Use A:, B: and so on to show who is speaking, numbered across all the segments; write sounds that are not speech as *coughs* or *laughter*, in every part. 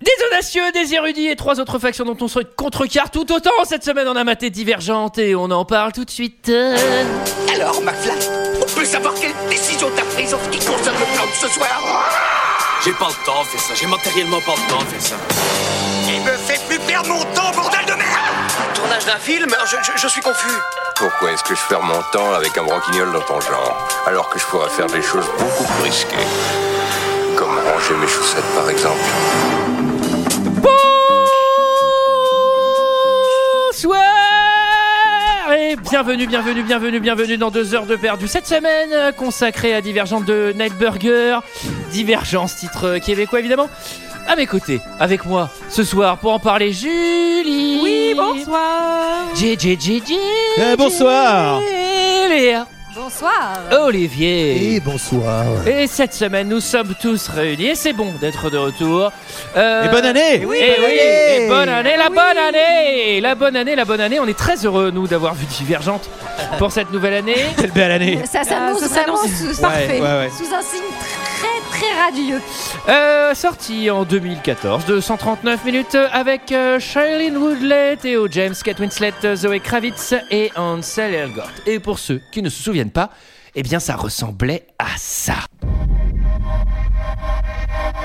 A: Des audacieux, des érudits et trois autres factions dont on se contrecarre tout autant. Cette semaine, on a maté Divergente et on en parle tout de suite. Euh,
B: Alors, McFly, on peut savoir quelle décision t'as prise en ce qui concerne le plan de ce soir
C: J'ai pas le temps de faire ça, j'ai matériellement pas le temps de faire ça.
B: Il me fait plus perdre mon temps, bordel de merde
D: Tournage d'un film je, je- je suis confus.
E: Pourquoi est-ce que je perds mon temps avec un broquignol dans ton genre Alors que je pourrais faire des choses beaucoup plus risquées. Comme ranger mes chaussettes par exemple.
A: Bonsoir et bienvenue, bienvenue, bienvenue, bienvenue dans deux heures de perdu. Cette semaine euh, consacrée à Divergente de Nightburger. Divergence, titre euh, québécois évidemment. À mes côtés, avec moi, ce soir pour en parler, Julie.
F: Oui, bonsoir.
A: JJJJ.
G: Eh, bonsoir.
A: Léa.
F: Bonsoir.
A: Olivier.
G: Et bonsoir.
A: Et cette semaine, nous sommes tous réunis et c'est bon d'être de retour. Euh,
G: Et Ah bonne année.
A: oui, et oui, et bonne année, la bonne année, la bonne année, la bonne année. On est très heureux nous d'avoir vu
G: *laughs*
A: Divergente pour cette nouvelle année.
G: Quelle belle année.
F: Ah, Ça s'annonce
H: ça
F: vraiment
H: s'annonce.
F: sous,
G: ouais,
F: parfait.
G: ouais.
F: Sous un signe très très radieux.
A: Euh, sortie en 2014, 239 minutes avec euh, Shailene Woodley, Theo James, Kate Winslet, euh, Zoe Kravitz et Ansel Elgort. Et pour ceux qui ne se souviennent pas, eh bien ça ressemblait à ça.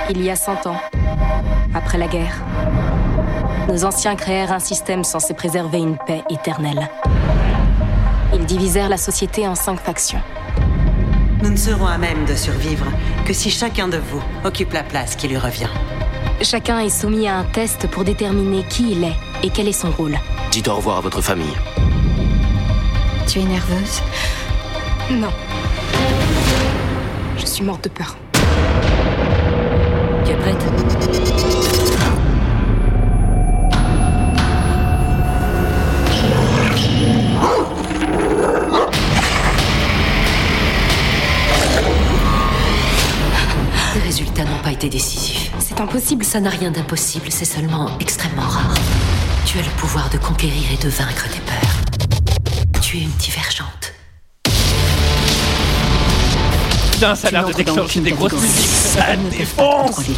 H: Il y a 100 ans, après la guerre, nos anciens créèrent un système censé préserver une paix éternelle. Ils divisèrent la société en cinq factions.
I: Nous ne serons à même de survivre que si chacun de vous occupe la place qui lui revient.
H: Chacun est soumis à un test pour déterminer qui il est et quel est son rôle.
C: Dites au revoir à votre famille.
H: Tu es nerveuse Non. Je suis morte de peur. Tu es prête
J: Les résultats n'ont pas été décisifs.
H: C'est impossible.
J: Ça n'a rien d'impossible, c'est seulement extrêmement rare. Tu as le pouvoir de conquérir et de vaincre tes peurs. Tu es une divergente.
A: Putain, ça a
J: Tu
A: l'air de
J: n'entres dans
A: déclencher
J: aucune
A: des grosses
J: catégorie.
A: musiques, ça
J: ne peuvent pas te
A: défonce.
J: contrôler.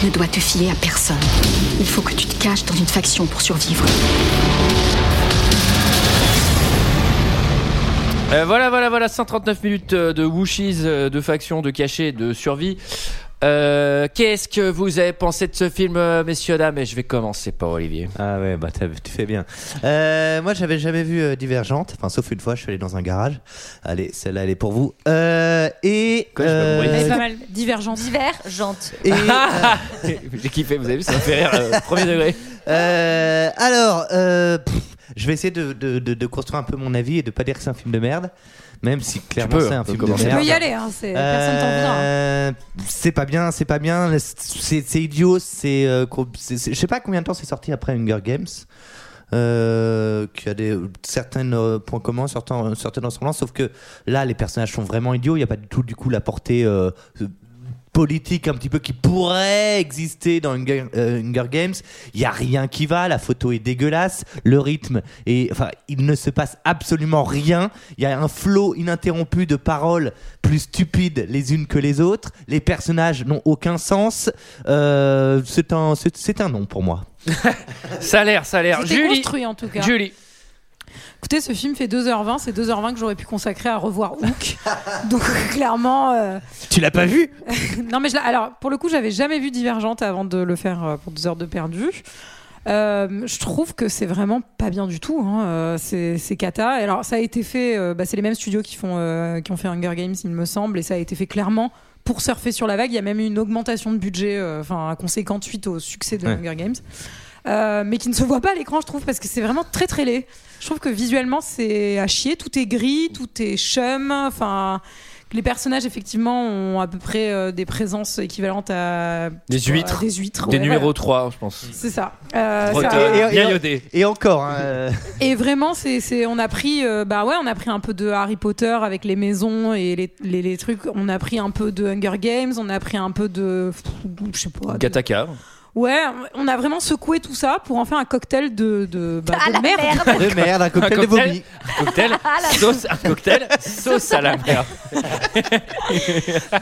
H: Tu ne dois te fier à personne. Il faut que tu te caches dans une faction pour survivre.
A: Euh, voilà, voilà, voilà, 139 minutes euh, de wushies, euh, de factions, de cachets, de survie. Euh, Qu'est-ce que vous avez pensé de ce film, euh, messieurs, dames Et je vais commencer par Olivier.
G: Ah ouais, bah t'as- tu fais bien. Euh, moi, j'avais jamais vu euh, Divergente. Enfin, sauf une fois, je suis allé dans un garage. Allez, celle-là, elle est pour vous. Euh, et.
A: Quoi, je me
G: euh,
A: bruit
F: Elle est pas mal. Divergente. Divergente.
A: *laughs*
G: et,
A: *laughs* J'ai kiffé, vous avez vu, ça me fait rire, *laughs* euh, premier degré.
G: euh, alors, euh, pff, je vais essayer de, de- de- de construire un peu mon avis et de pas dire que c'est un film de merde, même si clairement
A: peux, hein,
G: c'est
A: on
G: un
A: peut
G: film de
A: commencer.
G: merde.
F: Tu peux y aller, hein, c'est- personne t'en voudra. hein.
G: Euh, C'est pas bien, c'est pas bien, c'est c'est idiot, c'est. euh, qu'on- c'est- c'est- Je sais pas combien de temps c'est sorti après Hunger Games. Euh, qui a des certains euh, points communs, certains, certaines ressemblances, sauf que là les personnages sont vraiment idiots. Il n'y a pas du tout du coup la portée euh, euh, politique un petit peu qui pourrait exister dans Hunger, euh, Hunger Games. Il y a rien qui va. La photo est dégueulasse. Le rythme et enfin il ne se passe absolument rien. Il y a un flot ininterrompu de paroles plus stupides les unes que les autres. Les personnages n'ont aucun sens. Euh, c'est un c'est c'est un non pour moi.
A: Ça a l'air, ça a l'air.
F: C'était
A: Julie,
F: construit en tout cas.
A: Julie.
F: Écoutez, ce film fait 2h20, c'est 2h20 que j'aurais pu consacrer à revoir Hook. *laughs* Donc clairement. euh,
G: Tu l'as pas vu
F: *laughs* non mais je, l'ai- alors pour le coup j'avais jamais vu Divergente avant de le faire euh, pour deux heures de perdu. Euh, je trouve que c'est vraiment pas bien du tout. hein. Euh, c'est c'est cata. Et Alors ça a été fait, euh, bah, c'est les mêmes studios qui font euh, qui ont fait Hunger Games, il me semble, et ça a été fait clairement pour surfer sur la vague. Il y a même eu une augmentation de budget, euh, enfin conséquente suite au succès de
G: Ouais.
F: Hunger Games, Euh, mais qui ne se voit pas à l'écran, je trouve, parce que c'est vraiment très très laid. Je trouve que visuellement c'est à chier. Tout est gris, tout est chum. Enfin, les personnages effectivement ont à peu près euh, des présences équivalentes à
A: Des huîtres.
F: à des huîtres,
A: Des
F: ouais,
A: numéros
F: voilà.
A: 3, je pense.
F: C'est ça. Euh,
A: Bretonne,
F: ça-
G: Et- et-
A: bien
G: et-
A: iodé.
G: Et encore. *laughs* hein, euh,
F: et vraiment, c'est, c'est, on a pris, euh, bah ouais, on a pris un peu de Harry Potter avec les maisons et les, les, les trucs. On a pris un peu de Hunger Games, on a pris un peu de, je sais pas. de-
A: Gataka.
F: Ouais, on a vraiment secoué tout ça pour en faire un cocktail de, de, bah,
K: Ah,
F: de merde.
G: de merde, un cocktail, de vomi.
A: Un
F: *laughs*
A: cocktail,
F: Ah,
A: sauce, un cocktail, sauce à la mer.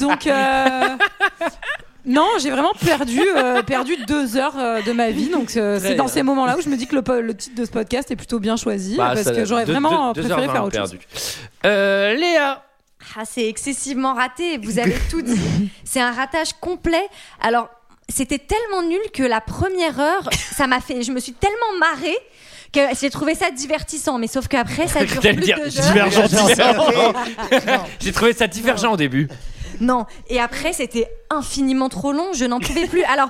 F: Donc, euh, Non, j'ai vraiment perdu, euh, perdu deux heures euh, de ma vie. Donc, euh,
A: Très
F: c'est dans
A: bien.
F: ces moments-là où je me dis que le, po- le titre de ce podcast est plutôt bien choisi.
A: Bah,
F: parce
A: ça-
F: que j'aurais
A: deux-
F: vraiment
A: deux- deux
F: préféré
A: heures
F: faire
A: vingt
F: autre chose.
A: perdues. Euh, Léa
K: Ah, c'est excessivement raté.
H: *laughs*
K: Vous avez tout dit. C'est un ratage complet. Alors, c'était tellement nul que la première heure, ça m'a fait. Je me suis tellement marrée que j'ai trouvé ça divertissant. Mais sauf qu'après,
A: *laughs*
K: ça dure plus
A: J'allais
K: de
A: dire
K: deux heures.
A: divergent,
G: *laughs*
A: divergent. *laughs* J'ai trouvé ça divergent au début.
K: Non. Et après, c'était infiniment trop long. Je n'en pouvais plus. Alors.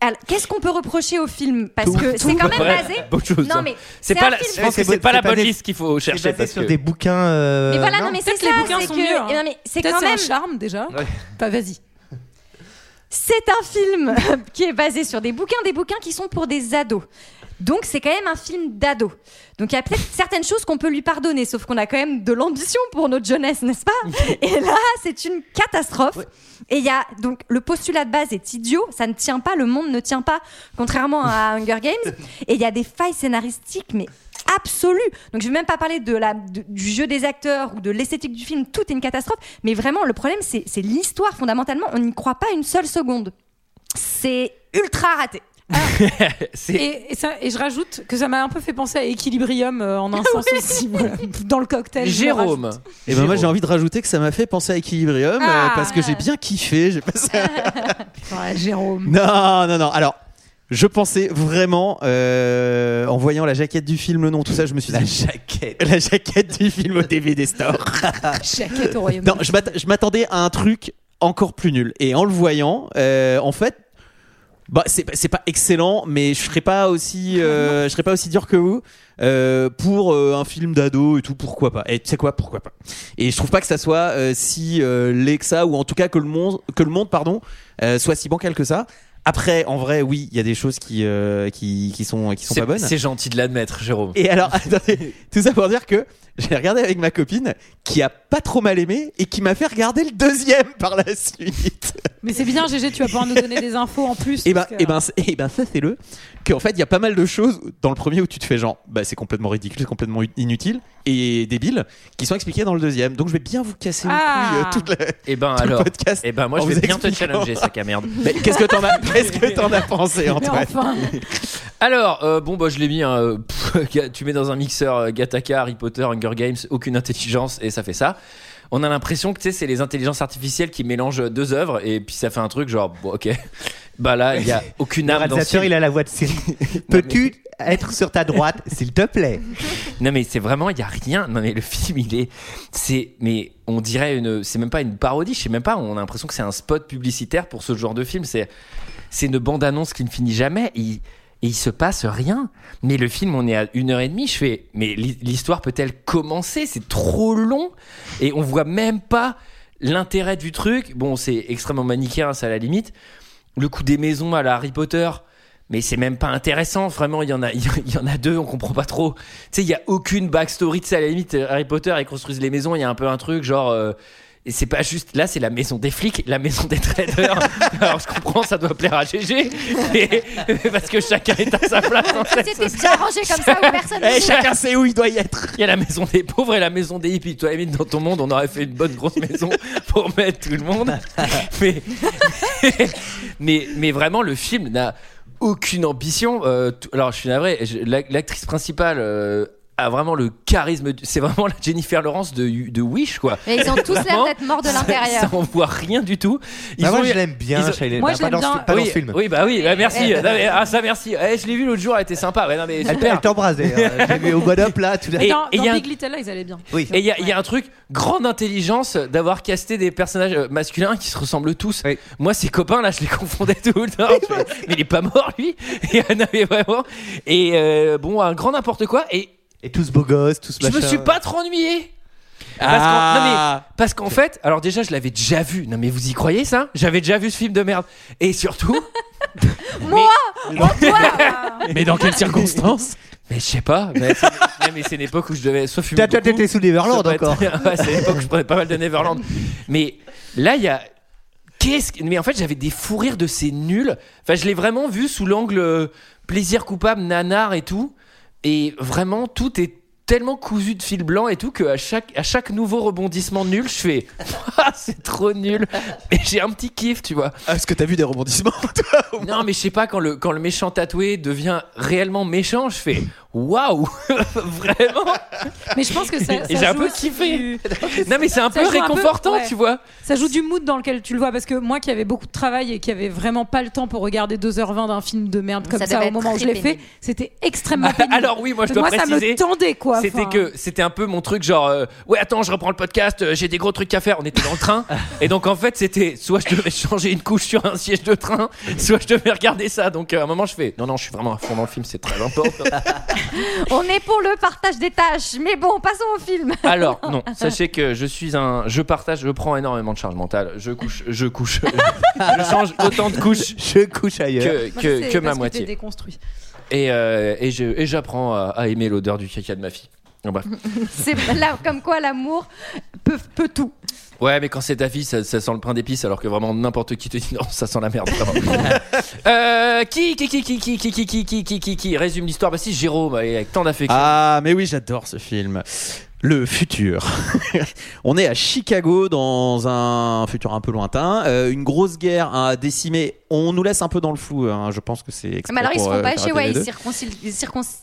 K: alors, Qu'est-ce qu'on peut reprocher au film Parce que c'est quand même
A: Ouais,
K: basé.
A: beaucoup de choses,
K: Non
A: hein.
K: mais
A: C'est
K: c'est
A: pas
K: un
A: la,
K: film
A: je pense
G: C'est
A: que c'est
G: basé-
A: pas la
G: c'est
A: bonne
G: basé-
A: liste qu'il faut
G: C'est
A: chercher
G: basé
A: parce
G: sur
A: que
G: des bouquins. euh,
K: Mais voilà, non, mais c'est
F: Peut-être
K: ça.
F: que les bouquins
K: c'est
F: sont
K: que-
F: mieux, hein.
K: non, mais c'est
F: Peut-être
K: quand
F: c'est un
K: même.
F: charme déjà.
G: Ouais.
F: Enfin, vas-y.
K: C'est un film *laughs* qui est basé sur des bouquins, des bouquins qui sont pour des ados. Donc c'est quand même un film d'ado. Donc il y a peut-être certaines choses qu'on peut lui pardonner, sauf qu'on a quand même de l'ambition pour notre jeunesse, n'est-ce pas Et là, c'est une catastrophe. Et il y a donc le postulat de base est idiot, ça ne tient pas, le monde ne tient pas, contrairement à Hunger Games. Et il y a des failles scénaristiques, mais absolues. Donc je vais même pas parler de la, de- du jeu des acteurs ou de l'esthétique du film, tout est une catastrophe. Mais vraiment, le problème, c'est c'est l'histoire. Fondamentalement, on n'y croit pas une seule seconde. C'est ultra raté.
A: c'est
F: Et, et ça, et je rajoute que ça m'a un peu fait penser à Equilibrium euh,
K: *laughs*
F: en un sens aussi, voilà, dans le cocktail. je le
A: Jérôme.
F: rajoute.
L: Et ben moi j'ai
A: Jérôme.
L: envie de rajouter que ça m'a fait penser à Equilibrium euh,
F: Ah.
L: parce que j'ai bien kiffé. J'ai passé.
F: Ouais, Jérôme.
L: Non non non. Alors. Je pensais vraiment, euh, en voyant la jaquette du film, le nom, tout ça, je me suis
G: La
L: dit
G: jaquette.
L: *laughs* la jaquette du film au DVD store.
A: Bah,
F: Jaquette au royaume.
L: Non, je m'atta- je m'attendais à un truc encore plus nul. Et en le voyant, euh, en fait, bah, c'est pas- c'est pas excellent, mais je serais pas aussi, euh, je serais pas aussi dur que vous Euh, pour euh, un film d'ado et tout. Pourquoi pas Et tu sais quoi Pourquoi pas Et je trouve pas que ça soit euh, si euh, laid que ça, ou en tout cas que le monde, que le monde, pardon, euh, soit si bancal que ça. Après, en vrai, oui, il y a des choses qui, euh, qui, qui sont, qui sont
A: c'est-
L: pas bonnes.
A: c'est gentil de l'admettre, Jérôme.
L: Et alors, attendez, tout ça pour dire que j'ai regardé avec ma copine qui a pas trop mal aimé et qui m'a fait regarder le deuxième par la suite.
F: Mais c'est bien, Gégé, tu vas pouvoir nous donner des infos en plus.
L: Et
A: Eh
L: ben,
F: parce que-
L: et ben, c'est- et ben, ça c'est le qu'en fait il y a pas mal de choses dans le premier où tu te fais genre, bah c'est complètement ridicule, c'est complètement inutile et débile, qui sont expliquées dans le deuxième. Donc je vais bien vous casser
F: Ah.
L: les couilles euh, toute la- tout
A: Et ben
L: le
A: alors. *laughs*
L: podcast.
A: Et ben moi
L: en
A: je vais
L: vous
A: bien te
L: expliquant.
A: challenger, sac à merde.
L: Mais qu'est-ce que t'en as, qu'est-ce que t'en as pensé,
F: Mais
L: Antoine
F: enfin,
A: Alors euh, bon bah je l'ai mis. hein, euh, pff, *laughs* tu mets dans un mixeur euh, Gataka, Harry Potter, Hunger Games, aucune intelligence et ça fait ça. On a l'impression que tu sais c'est les intelligences artificielles qui mélangent deux œuvres et puis ça fait un truc genre bon, ok. Bah là il y a
G: *laughs*
A: aucune
G: Le
A: âme dans ce film.
G: réalisateur, il a la voix de *laughs* Siri. Peux-tu être sur ta droite, s'il te plaît
A: Non mais c'est vraiment il y a rien. Non mais le *laughs* film il est c'est mais on dirait une c'est même pas une parodie, je sais même pas, on a l'impression que c'est un spot publicitaire pour ce genre de film, c'est c'est une bande-annonce qui ne finit jamais et il, et il se passe rien. Mais le film on est à une heure et demie, je fais mais l'hi- l'histoire peut-elle commencer C'est trop long et on voit même pas l'intérêt du truc. Bon, c'est extrêmement manichéen ça à la limite. Le coup des maisons à la Harry Potter mais c'est même pas intéressant, vraiment. Il y en a, *laughs* il y en a deux, on comprend pas trop. Tu sais, il y a aucune backstory. Tu sais, à la limite, euh, Harry Potter, ils construisent les maisons, il y a un peu un truc genre. euh, et c'est pas juste. Là, c'est la maison des flics, la maison des traders. Alors, je comprends, ça doit plaire à GG. mais- *laughs* mais parce que chacun est à sa place. dans cette
K: C'était déjà arrangé comme ça où personne.
L: Eh, chacun sait où il doit y être.
A: il y a la maison des pauvres et la maison des hippies. Toi, Emile, dans ton monde, on aurait fait une bonne grosse
L: *laughs*
A: maison pour mettre tout le monde. Mais, mais, mais vraiment, le film n'a aucune ambition. Euh, tout- alors, je suis navré, je- l'ac- l'actrice principale euh, a vraiment le charisme. du- C'est vraiment la Jennifer Lawrence de, de Wish, quoi.
K: Mais ils ont tous l'air d'être morts de
A: Ça-
K: l'intérieur.
A: Ça, on voit rien du tout. Ils
L: Ah
G: Bah, Moi,
A: ont eu-
G: je l'aime bien.
A: ils ont-
G: Shia-
F: Moi,
G: bah,
F: je
G: pas
F: l'aime
G: dans ce-
F: bien.
G: Pas dans
A: oui,
G: ce film.
A: oui, bah oui, bah, merci. Non, mais, ah, ça, merci. Eh, je l'ai vu l'autre jour, elle était sympa. Ouais, non, mais
G: Elle,
A: super.
G: elle t'embrasse d'ailleurs. J'ai vu au bonhomme là, tout à
A: Et-
F: dans,
A: et
F: dans
A: y a un-
F: Big Little Lies,
A: *laughs*
F: ils allaient bien.
G: Oui.
A: Et il y, a- il y a un truc, grande intelligence d'avoir casté des personnages euh, masculins qui se ressemblent tous.
G: Oui.
A: Moi, ces copains, là, je les confondais *laughs* tout le temps. Je fais, mais il est pas mort, lui. *laughs* Et, euh, non, mais vraiment. Et euh, bon, un grand n'importe quoi. Et
G: Et tous beaux gosses, tous
A: je me
G: machin.
A: suis pas trop ennuyé. Parce qu'en- non,
L: Ah.
A: mais- Parce qu'en fait, alors déjà, je l'avais déjà vu. Non, mais vous y croyez, ça J'avais déjà vu ce film de merde. Et surtout.
K: *laughs* Moi
A: *laughs*
L: Mais dans quelles circonstances
A: Mais je sais pas. Mais c'est- mais, mais c'est une époque où je devais soit fumer.
G: T'as- t'as-
A: beaucoup,
G: T'étais sous Neverland
A: Ça peut être-
G: encore.
A: *laughs* Ouais, c'est l'époque où je prenais pas mal de Neverland. Mais là, il y a. Qu'est-ce que- Mais en fait, j'avais des fous rires de ces nuls. Enfin, je l'ai vraiment vu sous l'angle euh, plaisir coupable, nanar et tout. Et vraiment, tout est tellement cousu de fil blanc et tout que à chaque, à chaque nouveau rebondissement nul, je fais *laughs* Ah, c'est trop nul. Mais j'ai un petit kiff, tu vois.
L: Ah, est-ce que t'as vu des rebondissements, toi
A: Non, mais je sais pas, quand le, quand le méchant tatoué devient réellement méchant, je fais Waouh *laughs* Vraiment
F: Mais je pense que ça.
A: Et
F: ça
A: j'ai un
F: joue
A: peu
F: aussi
A: kiffé.
F: du-
A: Non, mais c'est un
F: Ça
A: peu
F: joue
A: réconfortant,
F: ouais.
A: tu vois.
F: Ça joue du mood dans lequel tu le vois. Parce que moi qui avais beaucoup de travail et qui avait vraiment pas le temps pour regarder 2h20 d'un film de merde comme ça,
K: Ça devait
F: au moment
K: être
F: où je
K: très
F: l'ai fait,
K: pénible.
F: c'était extrêmement pénible.
A: *laughs* Bah, Alors oui, moi je
F: Donc
A: dois
F: moi, ça
A: préciser.
F: me tendait quoi.
A: C'était
F: Enfin,
A: que c'était un peu mon truc genre euh, ouais attends je reprends le podcast euh, j'ai des gros trucs à faire on était dans le *laughs* train et donc en fait c'était soit je devais changer une couche sur un siège de train soit je devais regarder ça donc euh, à un moment je fais non non je suis vraiment à fond dans le film c'est très important
K: On est pour le partage des tâches, mais bon, passons au film.
A: *laughs* alors non sachez que je suis un je partage je prends énormément de charge mentale je couche je couche je change autant de couches
G: je couche ailleurs
A: que,
F: moi,
A: que,
F: c'est
A: que ma
F: parce t'es
A: moitié
F: déconstruit.
A: et, euh, et je- et j'apprends à, à aimer l'odeur du caca de ma fille Donc, bref
K: C'est là, comme quoi l'amour peut, peut tout.
A: Ouais, mais quand c'est ta fille, ça, ça sent le pain d'épices, alors que vraiment n'importe qui te dit non, ça sent la merde. vraiment.
F: *laughs*
A: euh, qui, qui, qui, qui, qui, qui, qui, qui, qui, qui, qui, qui résume l'histoire Bah si, Jérôme, allez, avec tant d'affection.
L: Ah, mais oui, j'adore ce film. Le futur. *laughs* On est à Chicago dans un futur un peu lointain. Euh, une grosse guerre à décimer. On nous laisse un peu dans le flou. hein. Je pense que c'est. exprès
F: Bah,
K: Mais alors, ils
L: pour,
K: seront
L: euh,
K: pas
L: faire
K: chez
L: rater
K: ouais,
L: les
K: ils
L: deux.
K: circoncil- ils circoncis.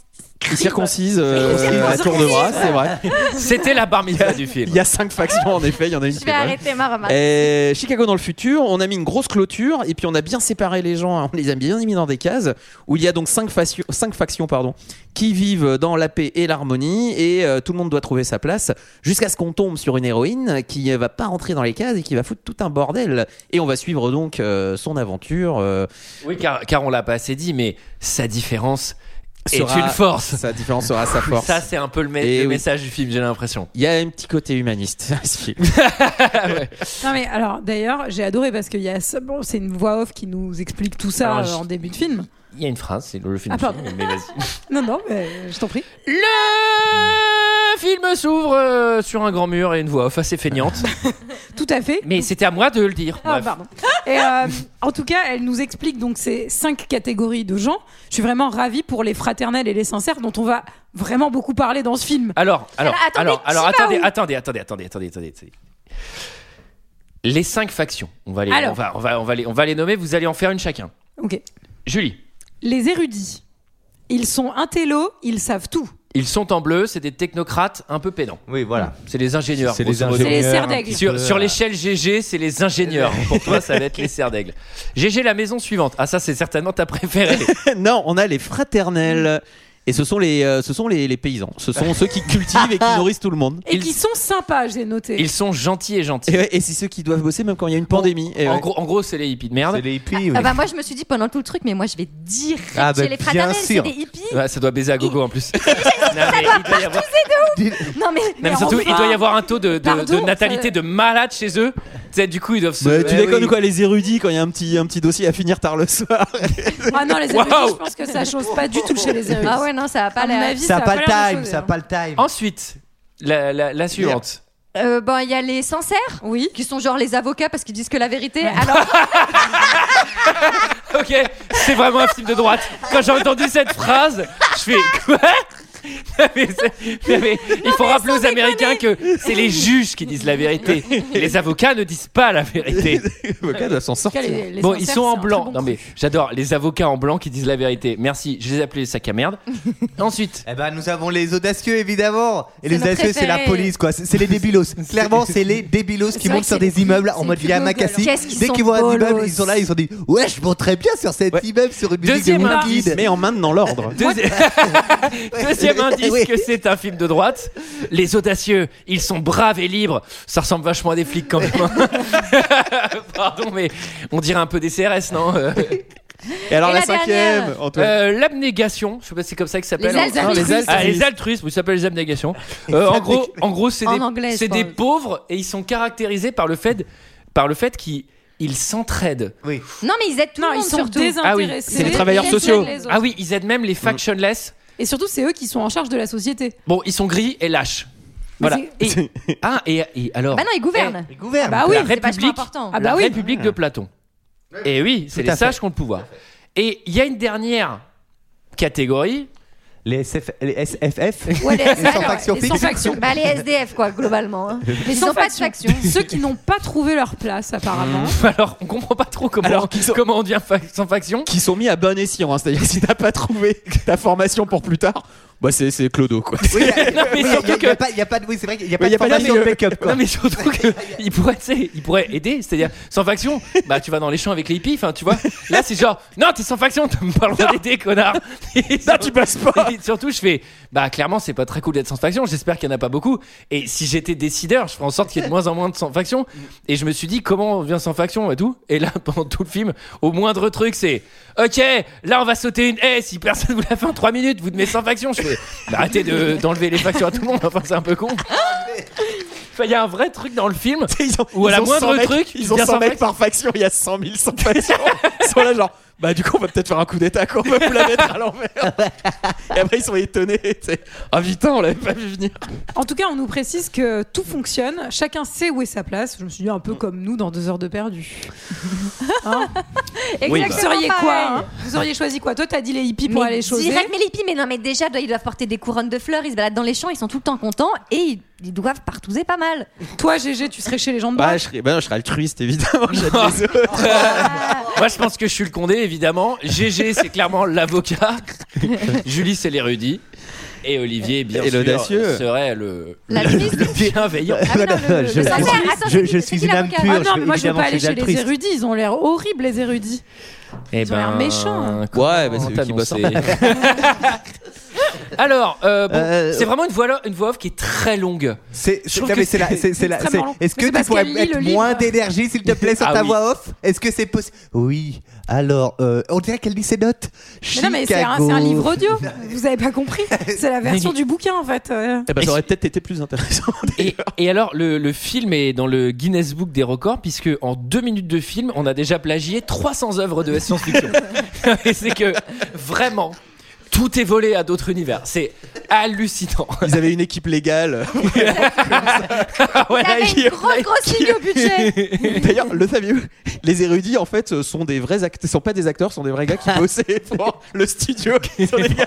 L: Ils circoncisent euh,
K: Circoncisent.
L: à tour de bras, c'est vrai.
A: *laughs* C'était la bar
F: *laughs*
A: mitzvah du film.
L: Il y a cinq factions en effet. Il y en a une
K: Je
L: qui
K: vais
L: est bonne.
K: arrêter ma remarque.
L: Euh, Chicago dans le futur, on a mis une grosse clôture et puis on a bien séparé les gens, hein. on les a bien mis dans des cases où il y a donc cinq, facio- cinq factions pardon, qui vivent dans la paix et l'harmonie et euh, tout le monde doit trouver sa place jusqu'à ce qu'on tombe sur une héroïne qui euh, va pas rentrer dans les cases et qui va foutre tout un bordel et on va suivre donc euh, son aventure. euh,
A: Oui, car, car on l'a pas assez dit, mais sa différence
L: sera-
A: est une force.
L: Sa différence sera sa force.
A: Ça, c'est un peu le, me-
L: Et
F: Eh
A: le
L: oui.
A: message du film, j'ai l'impression.
L: Il y a un petit côté humaniste *laughs* à ce film.
F: Non mais alors d'ailleurs j'ai adoré parce qu'il y a ce- bon c'est une voix off qui nous explique tout ça
A: Alors,
F: euh,
A: je-
F: en début de film.
A: Il y a une phrase, c'est le film.
F: Ah, pardon.
A: mais
F: *laughs*
A: vas-y.
F: Non non mais je t'en prie.
A: Le film s'ouvre euh, sur un grand mur et une voix off assez feignante.
F: Tout à fait.
A: mais c'était à moi de le dire.
F: Ah,
A: Bref.
F: pardon. Et euh, en tout cas, elle nous explique donc ces cinq catégories de gens. Je suis vraiment ravie pour les fraternels et les sincères dont on va vraiment beaucoup parler dans ce film.
A: Alors, alors,
K: Alors, attendez,
A: alors,
K: qui
A: alors,
K: va
A: attendez,
K: où
A: attendez, attendez, attendez, attendez, attendez, attendez. Les cinq factions, on va les,
F: Alors.
A: on va, on va, on va les, on va les nommer. Vous allez en faire une chacun.
F: Ok.
A: Julie,
F: Les érudits. Ils sont intello, ils savent tout.
A: ils sont en bleu, c'est des technocrates un peu pédants.
G: Oui, voilà.
A: C'est les ingénieurs.
G: C'est les
A: grosso modo.
F: C'est les serres
G: ingénieurs.
F: d'aigle.
G: un petit
A: Sur,
G: peu,
A: sur
G: euh,
A: l'échelle GG, c'est les ingénieurs. Pour toi, ça va être les serres d'aigle. GG, la maison suivante. Ah, ça, c'est certainement ta préférée.
L: non, on a les fraternels. Et ce sont les, euh, ce sont les, les paysans. Ce sont ceux qui cultivent et qui nourrissent tout le monde.
F: Et
A: Ils-
F: qui sont sympas, j'ai noté.
A: Ils sont gentils et gentils.
L: Et, ouais, et c'est ceux qui doivent bosser même quand il y a une pandémie. Et
A: en,
L: ouais.
A: gros, en gros, c'est les hippies de
G: C'est
A: merde.
G: les hippies. oui.
K: Ah bah moi je me suis dit pendant tout le truc mais moi je vais dire
G: Ah bah,
K: chez les
G: bien
K: fraternels c'est
G: sûr.
K: des hippies
A: Ouais, ça doit baiser à gogo en plus. Non, mais il doit y avoir-
K: non mais,
A: Non, mais surtout, il doit y avoir un taux de, de-
F: Pardon,
A: de natalité
F: ça-
A: de malade chez eux. Tu sais, du coup, ils doivent se.
L: Bah, tu
G: Eh
L: déconnes
G: oui.
L: ou quoi les érudits quand il y a un petit, un petit dossier à finir tard le soir
F: Ah non, les érudits,
A: Waouh.
F: je pense que ça chose pas du tout chez les érudits.
K: ah ouais non ça va pas
F: À mon
K: l'air
F: avis,
G: Ça n'a pas
F: a
G: le
F: l'air de
G: time,
F: chose,
G: ça n'a
F: hein.
G: pas le time.
A: Ensuite, la, la, la suivante.
K: Euh, bon il y a les sincères
F: Oui.
K: qui sont genre les avocats parce qu'ils disent que la vérité alors
A: Ok, c'est vraiment un film de droite. Quand j'ai entendu cette phrase, je fais quoi Non, mais c'est- non, mais il faut rappeler aux Américains que c'est les juges qui disent la vérité. Les avocats ne disent pas la vérité.
L: Avocat doit s'en
F: En tout
L: sortir.
F: cas, les- les
A: Bon, ils
F: sincères,
A: sont en
F: c'est un
A: blanc.
F: très bon
A: non mais
F: truc.
A: j'adore les avocats en blanc qui disent la vérité. Merci, je les ai appelés les sacs à merde. Ensuite,
G: Eh ben, nous avons les audacieux, évidemment. Et
K: C'est
G: les
K: nos
G: audacieux, c'est la
K: préférés.
G: police, quoi. C'est c'est les débilos. Clairement, c'est les débilos qui
K: vrai
G: montent
K: que
G: sur
K: c'est-
G: des immeubles en
K: c'est
G: mode
K: plus
G: via
K: rigolo.
G: Macassi.
K: Qu'est-ce qu'ils
G: Dès qu'ils
K: sont
G: voient un
K: bolos.
G: immeuble, ils sont là, ils sont dit Ouais, je monterais bien sur cet
L: Ouais.
G: immeuble sur une musique de
A: Deuxième
G: Woodkid.
L: Mais en main dans l'ordre.
A: deuxi- *laughs* deuxième indice
G: bah. Oui.
A: que c'est un film de droite. Les audacieux, ils sont braves et libres. Ça ressemble vachement à des flics quand même. hein. *laughs* Pardon, mais on dirait un peu des CRS, non
G: *laughs*
A: Euh,
L: Et alors
K: Et
L: la,
K: la
L: cinquième,
K: dernière.
L: Antoine.
A: Euh, l'abnégation, je sais pas si c'est comme ça que ça s'appelle.
K: Les altruistes.
A: Ah,
L: Les altruistes.
A: Ah, les altruistes, oui, ça s'appelle les abnégations. Euh, en gros, en gros, c'est
K: En
A: des,
K: anglais, je
A: c'est des
K: pense.
A: pauvres et ils sont caractérisés par le fait, par le fait qu'ils ils s'entraident.
K: non mais ils aident tout
F: Non,
K: le
F: ils
K: monde
F: sont
K: surtout
F: désintéressés.
L: Ah oui, c'est les travailleurs
F: Ils aident
L: sociaux.
F: les autres.
A: Ah oui, ils aident même les factionless.
F: Et surtout, c'est eux qui sont en charge de la société. Ah
A: Bon, ils sont gris et lâches.
F: Mais
A: Voilà. Et- ah et, et alors
K: bah non ils gouvernent
G: Ils gouvernent.
F: Ah bah oui,
A: la
K: c'est vachement
A: République,
K: important
F: Ah
A: la
F: bah oui.
A: République de Platon. Et oui, c'est
G: Tout à
A: les
G: fait.
A: sages qui ont le pouvoir. Et il y a une dernière catégorie *laughs*
G: Les, SF, les SFF
K: Ouais, les
G: Les sans
K: SDF,
G: faction
K: ouais,
G: fixe
K: sans faction. Bah, les SDF, quoi, globalement. hein. Mais ils
F: sans
K: n'ont pas de faction.
F: Ceux qui n'ont pas trouvé leur place, apparemment.
G: Mhm.
A: Alors, on comprend pas trop comment, comment on dit fac- sans faction.
L: Qui sont mis à bon escient, hein. c'est-à-dire que si t'as pas trouvé ta formation pour plus tard, bah c'est c'est clodo quoi.
A: non, mais surtout que.
G: Il n'y a pas de. Oui, c'est vrai qu'il n'y a
L: Oui, il
G: pas
L: y
G: de
L: a pas
G: formation de
L: d'amélioration.
G: backup. quoi.
A: Non, mais surtout que il pourrait, tu sais, il pourrait aider, c'est-à-dire sans faction, bah tu vas dans les champs avec les hippies, enfin tu vois. Là c'est genre non, t'es sans faction, t'as pas le droit d'aider,
L: *laughs*
A: connard. Non,
L: tu passes pas.
A: Et *laughs* surtout je fais bah clairement c'est pas très cool d'être sans faction, j'espère qu'il y en a pas beaucoup et si j'étais décideur, je ferais en sorte qu'il y ait de moins en moins de sans faction et je me suis dit comment on vient sans faction et tout et là *laughs* pendant tout le film, au moindre truc c'est OK, là on va sauter une haie, si personne vous la fait en 3 minutes, vous devez sans faction, je fais bah, arrêtez de- d'enlever les factions à tout le monde, enfin c'est un peu con. Enfin, Bah, il y a un vrai truc dans le film
L: *laughs* Ils ont,
A: Ou à
L: ils
A: la
L: ont
A: moindre
L: 100 mecs-
A: truc,
L: ils ont
A: bien
L: 100
A: sans
L: mecs
A: faction.
L: par faction, il y a 100 000 sans faction. ils sont là genre, bah du coup on va peut-être faire un coup d'état quoi, on va vous la mettre à l'envers. Et après ils sont étonnés, tu sais. Ah putain, on l'avait pas vu venir.
F: En tout cas, on nous précise que tout fonctionne, chacun sait où est sa place. Je me suis dit un peu comme nous dans deux heures de perdu.
G: *laughs*
F: Hein
G: bah.
K: Exactement
F: Vous seriez quoi
K: pareil.
F: hein Vous auriez choisi quoi Toi, t'as dit les hippies pour
K: Mais
F: aller choser.
K: Direct, mais les hippies, mais non, mais déjà, ils doivent porter des couronnes de fleurs, ils se baladent dans les champs, ils sont tout le temps contents et ils, ils doivent partouzer pas mal.
F: Toi, GG, tu serais chez les gens de
L: Bah
F: bas.
L: je serais, bah, non, je serais altruiste évidemment, j'aide *laughs* les autres.
A: Moi, je pense que je suis le condé, évidemment. GG, c'est clairement
L: *laughs*
A: l'avocat. Julie, c'est l'érudit. Et Olivier, bien
L: Et
A: sûr,
L: l'audacieux.
A: serait le,
K: L'altruiste.
A: le bienveillant.
K: Ah, mais non, le- le-
G: Je-
K: le- attends, attends,
G: je-
K: c'est
G: je
K: qui-
G: suis
K: c'est
G: une
K: qui
G: âme
K: l'avocat
F: Ah
G: pure.
F: non, mais moi je veux
G: Évidemment,
F: pas
G: chez
F: aller chez les
G: l'altruiste.
F: érudits, ils ont l'air horribles les érudits.
A: Eh
F: Ils ont l'air
A: ben,
F: méchants. hein.
A: comment
L: Ouais, bah, c'est eux qui bossent.
A: t'annoncer *laughs* Alors, euh, bon,
G: Euh,
A: c'est vraiment une voix, une voix off qui est très longue.
G: C'est
A: Je trouve
G: non,
A: que
G: mais c'est la-
A: c'est-
G: c'est- c'est la-
F: extrêmement
G: c'est-
F: long.
G: Est-ce
F: Mais
G: que
F: c'est
G: tu
F: parce
G: pourrais
F: qu'elle lit le
G: mettre
F: livre.
G: moins d'énergie s'il te plaît sur
A: Ah
G: ta
A: oui.
G: voix off Est-ce que c'est possible Oui. Alors, euh, on dirait qu'elle lit ses notes.
F: Mais non, mais c'est un,
G: Chicago.
F: c'est un livre audio. *laughs* Vous avez pas compris. C'est la version du bouquin en fait. euh.
L: Eh ben, ça aurait peut-être été plus intéressant.
A: Et, et alors, le, le film est dans le Guinness Book des records, puisque en deux minutes de film, on a déjà plagié 300 œuvres de science-fiction. *laughs* et c'est que vraiment, tout est volé à d'autres univers. C'est hallucinant.
L: Ils avaient une équipe légale.
A: Ah ouais,
K: Ça avait une
L: Guillaume,
K: grosse, grosse ligne au
L: *laughs*
K: budget.
L: D'ailleurs, le saviez Les érudits, en fait, euh, sont des vrais acteurs, sont pas des acteurs, sont des vrais gars qui bossaient pour le studio, qui sont des gars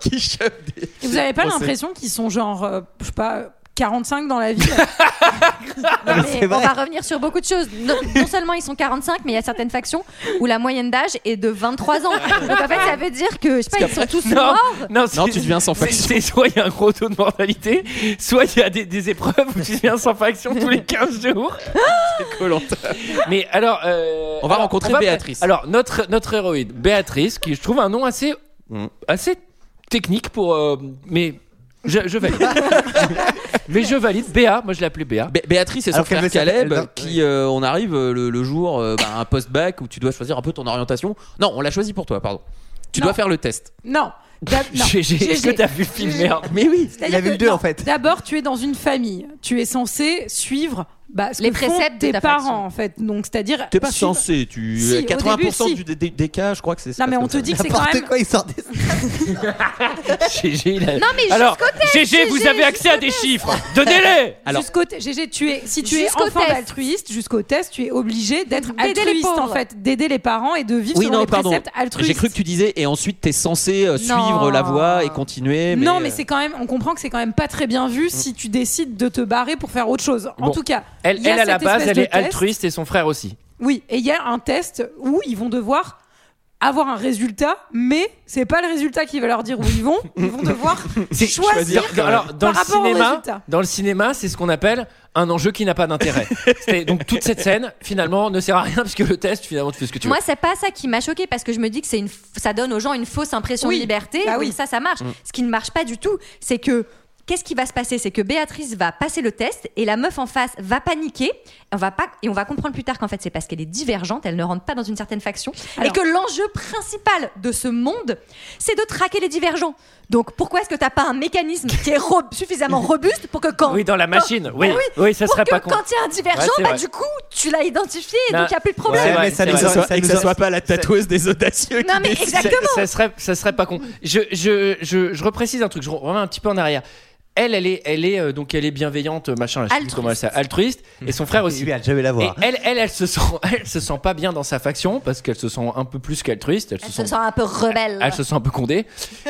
L: qui chopent des-
F: Et vous avez pas
L: On sait.
F: l'impression qu'ils sont genre, euh, je sais pas, 45 dans la vie *laughs*
K: Non,
G: Mais
K: mais
G: c'est
K: on
G: vrai.
K: va revenir sur beaucoup de choses. Non, non seulement ils sont 45, mais il y a certaines factions où la moyenne d'âge est de 23 ans. Donc en fait, ça veut dire que, je sais pas, ils sont tous
A: Non,
K: morts.
A: non, c'est-
L: Non, tu deviens sans
A: c'est-
L: faction.
A: C'est soit il y a un gros taux de mortalité, soit il y a des, des épreuves où tu deviens sans faction tous les 15
L: *laughs*
A: jours. Mais alors, euh,
L: On va
A: alors,
L: rencontrer Béatrice.
A: Alors notre notre héroïne, Béatrice, qui je trouve un nom assez
L: Mm.
A: assez technique pour, euh, mais je, je
L: *laughs*
A: valide. mais je valide. Béa, moi je l'appelais Béa.
L: Bé- Béatrice et son
G: Alors qu'elle
L: frère
G: veut s'appeler-
L: Caleb,
G: elle va-
L: qui euh, on arrive euh, le, le jour euh, bah, un post-bac où tu dois choisir un peu ton orientation. Non, on l'a choisi pour toi, pardon. Tu
F: Non.
L: dois faire le test.
F: Non.
L: *laughs*
F: D'ab- non.
A: GG, est-ce que
F: GG.
A: t'as vu le film merde
L: Mais oui.
F: C'est-à-dire
G: avait
F: que-
G: eu deux,
F: non,
G: en fait.
F: D'abord, tu es dans une famille. Tu es censé suivre bah, ce
K: Les
F: que font
K: préceptes de
F: tes
K: ta
F: parents,
K: faction.
F: en fait. Donc, c'est-à-dire.
L: T'es pas
F: suivre-
L: censé. Tu
F: Si, au
L: 80%
F: début,
L: du,
F: si.
L: des, des- des cas, je crois que c'est. ça
F: Non, mais on te dit que c'est quand
G: N'importe
F: même.
G: quoi, il sort des.
A: GG, il a-
K: Non, mais
A: Alors,
K: jusqu'au test.
A: GG, vous avez accès à des chiffres. Donnez-les.
L: Alors-
F: Jusqu'au t- GG, tu es, si tu es
K: Jusqu'au
F: enfant
K: test.
F: d'altruiste, jusqu'au test, tu es obligé d'être
K: D'aider les
F: altruiste,
K: pauvres.
F: en fait, d'aider les parents et de vivre
L: Oui,
F: selon
L: non,
F: les
L: pardon.
F: préceptes altruistes.
L: J'ai cru que tu disais et ensuite t'es censé euh, suivre la voie et continuer. Mais,
F: non, mais
L: euh,
F: c'est quand même, on comprend que c'est quand même pas très bien vu si tu décides de te barrer pour faire autre chose. En
A: Bon.
F: tout cas,
A: Elle,
F: il y a
A: elle à la
F: cette
A: base,
F: espèce
A: elle
F: de
A: est
F: test.
A: altruiste et son frère aussi.
F: Oui, et il y a un test où ils vont devoir avoir un résultat, mais c'est pas le résultat qui va leur dire où ils vont. Ils vont devoir
K: *laughs*
F: choisir.
A: Dans- alors, dans
F: par
A: le
F: rapport au
A: cinéma,
F: résultat.
A: dans le cinéma, c'est ce qu'on appelle un enjeu qui n'a pas d'intérêt. C'est- donc toute cette scène finalement ne sert à rien parce que le test finalement tu fais ce que tu veux.
K: Moi, c'est pas ça qui m'a choqué parce que je me dis que c'est une, f- ça donne aux gens une fausse impression
F: Oui.
K: de liberté.
F: Bah
K: Donc
F: oui.
K: ça, ça marche. Ce qui ne marche pas du tout, c'est que qu'est-ce qui va se passer C'est que Béatrice va passer le test et la meuf en face va paniquer. On va pas et on va comprendre plus tard qu'en fait c'est parce qu'elle est divergente, elle ne rentre pas dans une certaine faction
F: Alors-
K: et que l'enjeu principal de ce monde, c'est de traquer les divergents. Donc pourquoi est-ce que t'as pas un mécanisme qui est ro- suffisamment robuste pour que quand
A: Oui, dans la
K: quand-
A: machine. Oui,
K: Ah oui,
A: oui, ça
K: pour
A: serait
K: que
A: pas con.
K: quand il y a un divergent,
A: Ouais, c'est
K: bah,
A: vrai. Bah,
K: du coup tu l'as identifié et
A: Non.
K: donc il y a plus de
A: Ouais,
L: euh,
K: problème.
A: c'est vrai,
G: mais ça
A: c'est
G: nous
A: vrai.
G: aurait- ça nous aurait-
L: pas la tatoueuse des audacieux.
K: Non *laughs* mais
A: Ça,
K: exactement.
A: ça serait, ça serait pas con. Je, je, je, je reprécise un truc. Je reviens un petit peu en arrière. elle, elle est, elle est euh, donc elle est bienveillante, machin, je sais plus comment elle s'appelle, altruiste. Et son frère aussi.
G: je vais la voir.
A: Et elle, elle, elle se sent, *laughs* elle se sent pas bien dans sa faction parce qu'elle se sent un peu plus qu'altruiste. Elle,
K: Elle se sent un peu rebelle.
A: elle se sent Ah, un peu condée.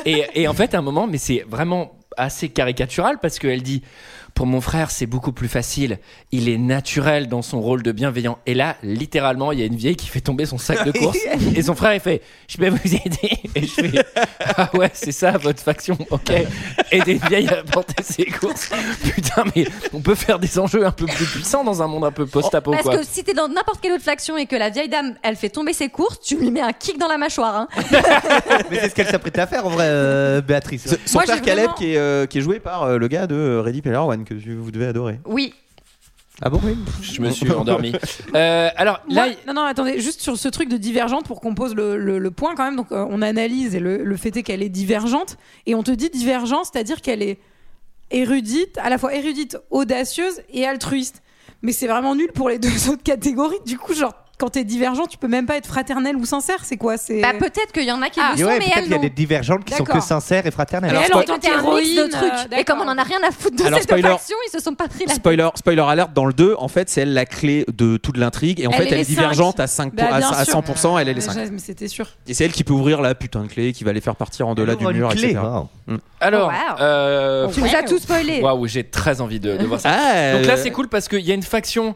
A: Et, et en fait, à un moment, mais c'est vraiment assez caricatural parce qu'elle dit Pour mon frère, c'est beaucoup plus facile. Il est naturel dans son rôle de bienveillant. Et là, littéralement, il y a une vieille qui fait tomber son sac *laughs* de course. et son frère, il fait Je vais vous aider. Et je fais Ah ouais, c'est ça votre faction. Ok. Aider une vieille à porter ses courses. Putain, mais on peut faire des enjeux un peu plus puissants dans un monde un peu post-apo.
K: Parce
A: quoi.
K: que si t'es dans n'importe quelle autre faction et que la vieille dame, elle fait tomber ses courses, tu lui mets un kick dans la mâchoire. hein.
G: Mais c'est ce qu'elle s'apprête à faire en vrai, euh, Béatrice.
L: Son
K: Moi,
L: frère
K: j'ai
L: Caleb
K: vraiment-
L: qui est, euh, qui est joué par euh, le gars de euh, Ready Player One que tu- vous devez adorer.
K: Oui.
L: Ah bon
A: Je me suis endormi. Euh, alors
F: Moi-
A: là,
F: non, non, attendez, juste sur ce truc de divergente pour qu'on pose le, le- le point quand même. Donc, euh, on analyse et le, le fait est qu'elle est divergente. Et on te dit divergente, c'est-à-dire qu'elle est érudite, à la fois érudite, audacieuse et altruiste. Mais c'est vraiment nul pour les *laughs* deux autres catégories. Du coup, genre, quand t'es divergent, tu peux même pas être fraternel ou sincère. C'est quoi C'est.
K: Bah peut-être qu'il y en a qui
F: Ah.
K: le
G: Et
K: sont,
G: ouais,
K: mais
G: peut-être
K: elles
G: qu'il y a
K: non.
G: des divergentes qui sont que
K: D'accord.
G: sincères et fraternelles.
L: Alors,
K: Elle,
L: spo-
K: en tant qu'héroïne,
F: qu'héroïne, euh,
K: de trucs.
G: Ah,
K: Et comme on en a rien à foutre de
L: Alors,
K: cette
L: spoiler.
K: faction, ils se sont pas pris *laughs* la tête.
L: Spoiler, spoiler alert dans le 2, en fait, c'est elle la clé de toute l'intrigue et en
K: Elle
L: fait,
K: est
L: elle
K: les
L: est divergente
K: cinq.
L: à 5
F: Bah,
L: à,
F: bien
L: à
F: sûr.
L: 100% elle, elle est 5.
F: Déjà, mais c'était sûr.
L: Et c'est elle qui peut ouvrir la putain de clé qui va les faire partir en delà
G: Elle
L: du
G: ouvre une
L: mur,
G: clé.
L: etc.
G: Wow.
L: Mm.
A: alors.
K: Wow.
A: euh,
K: Tu nous as tout spoilé.
A: Waouh, j'ai très envie de, de
G: *laughs*
A: voir ça.
L: Ah,
A: Donc là,
L: euh,
A: c'est cool parce qu'il y a une faction.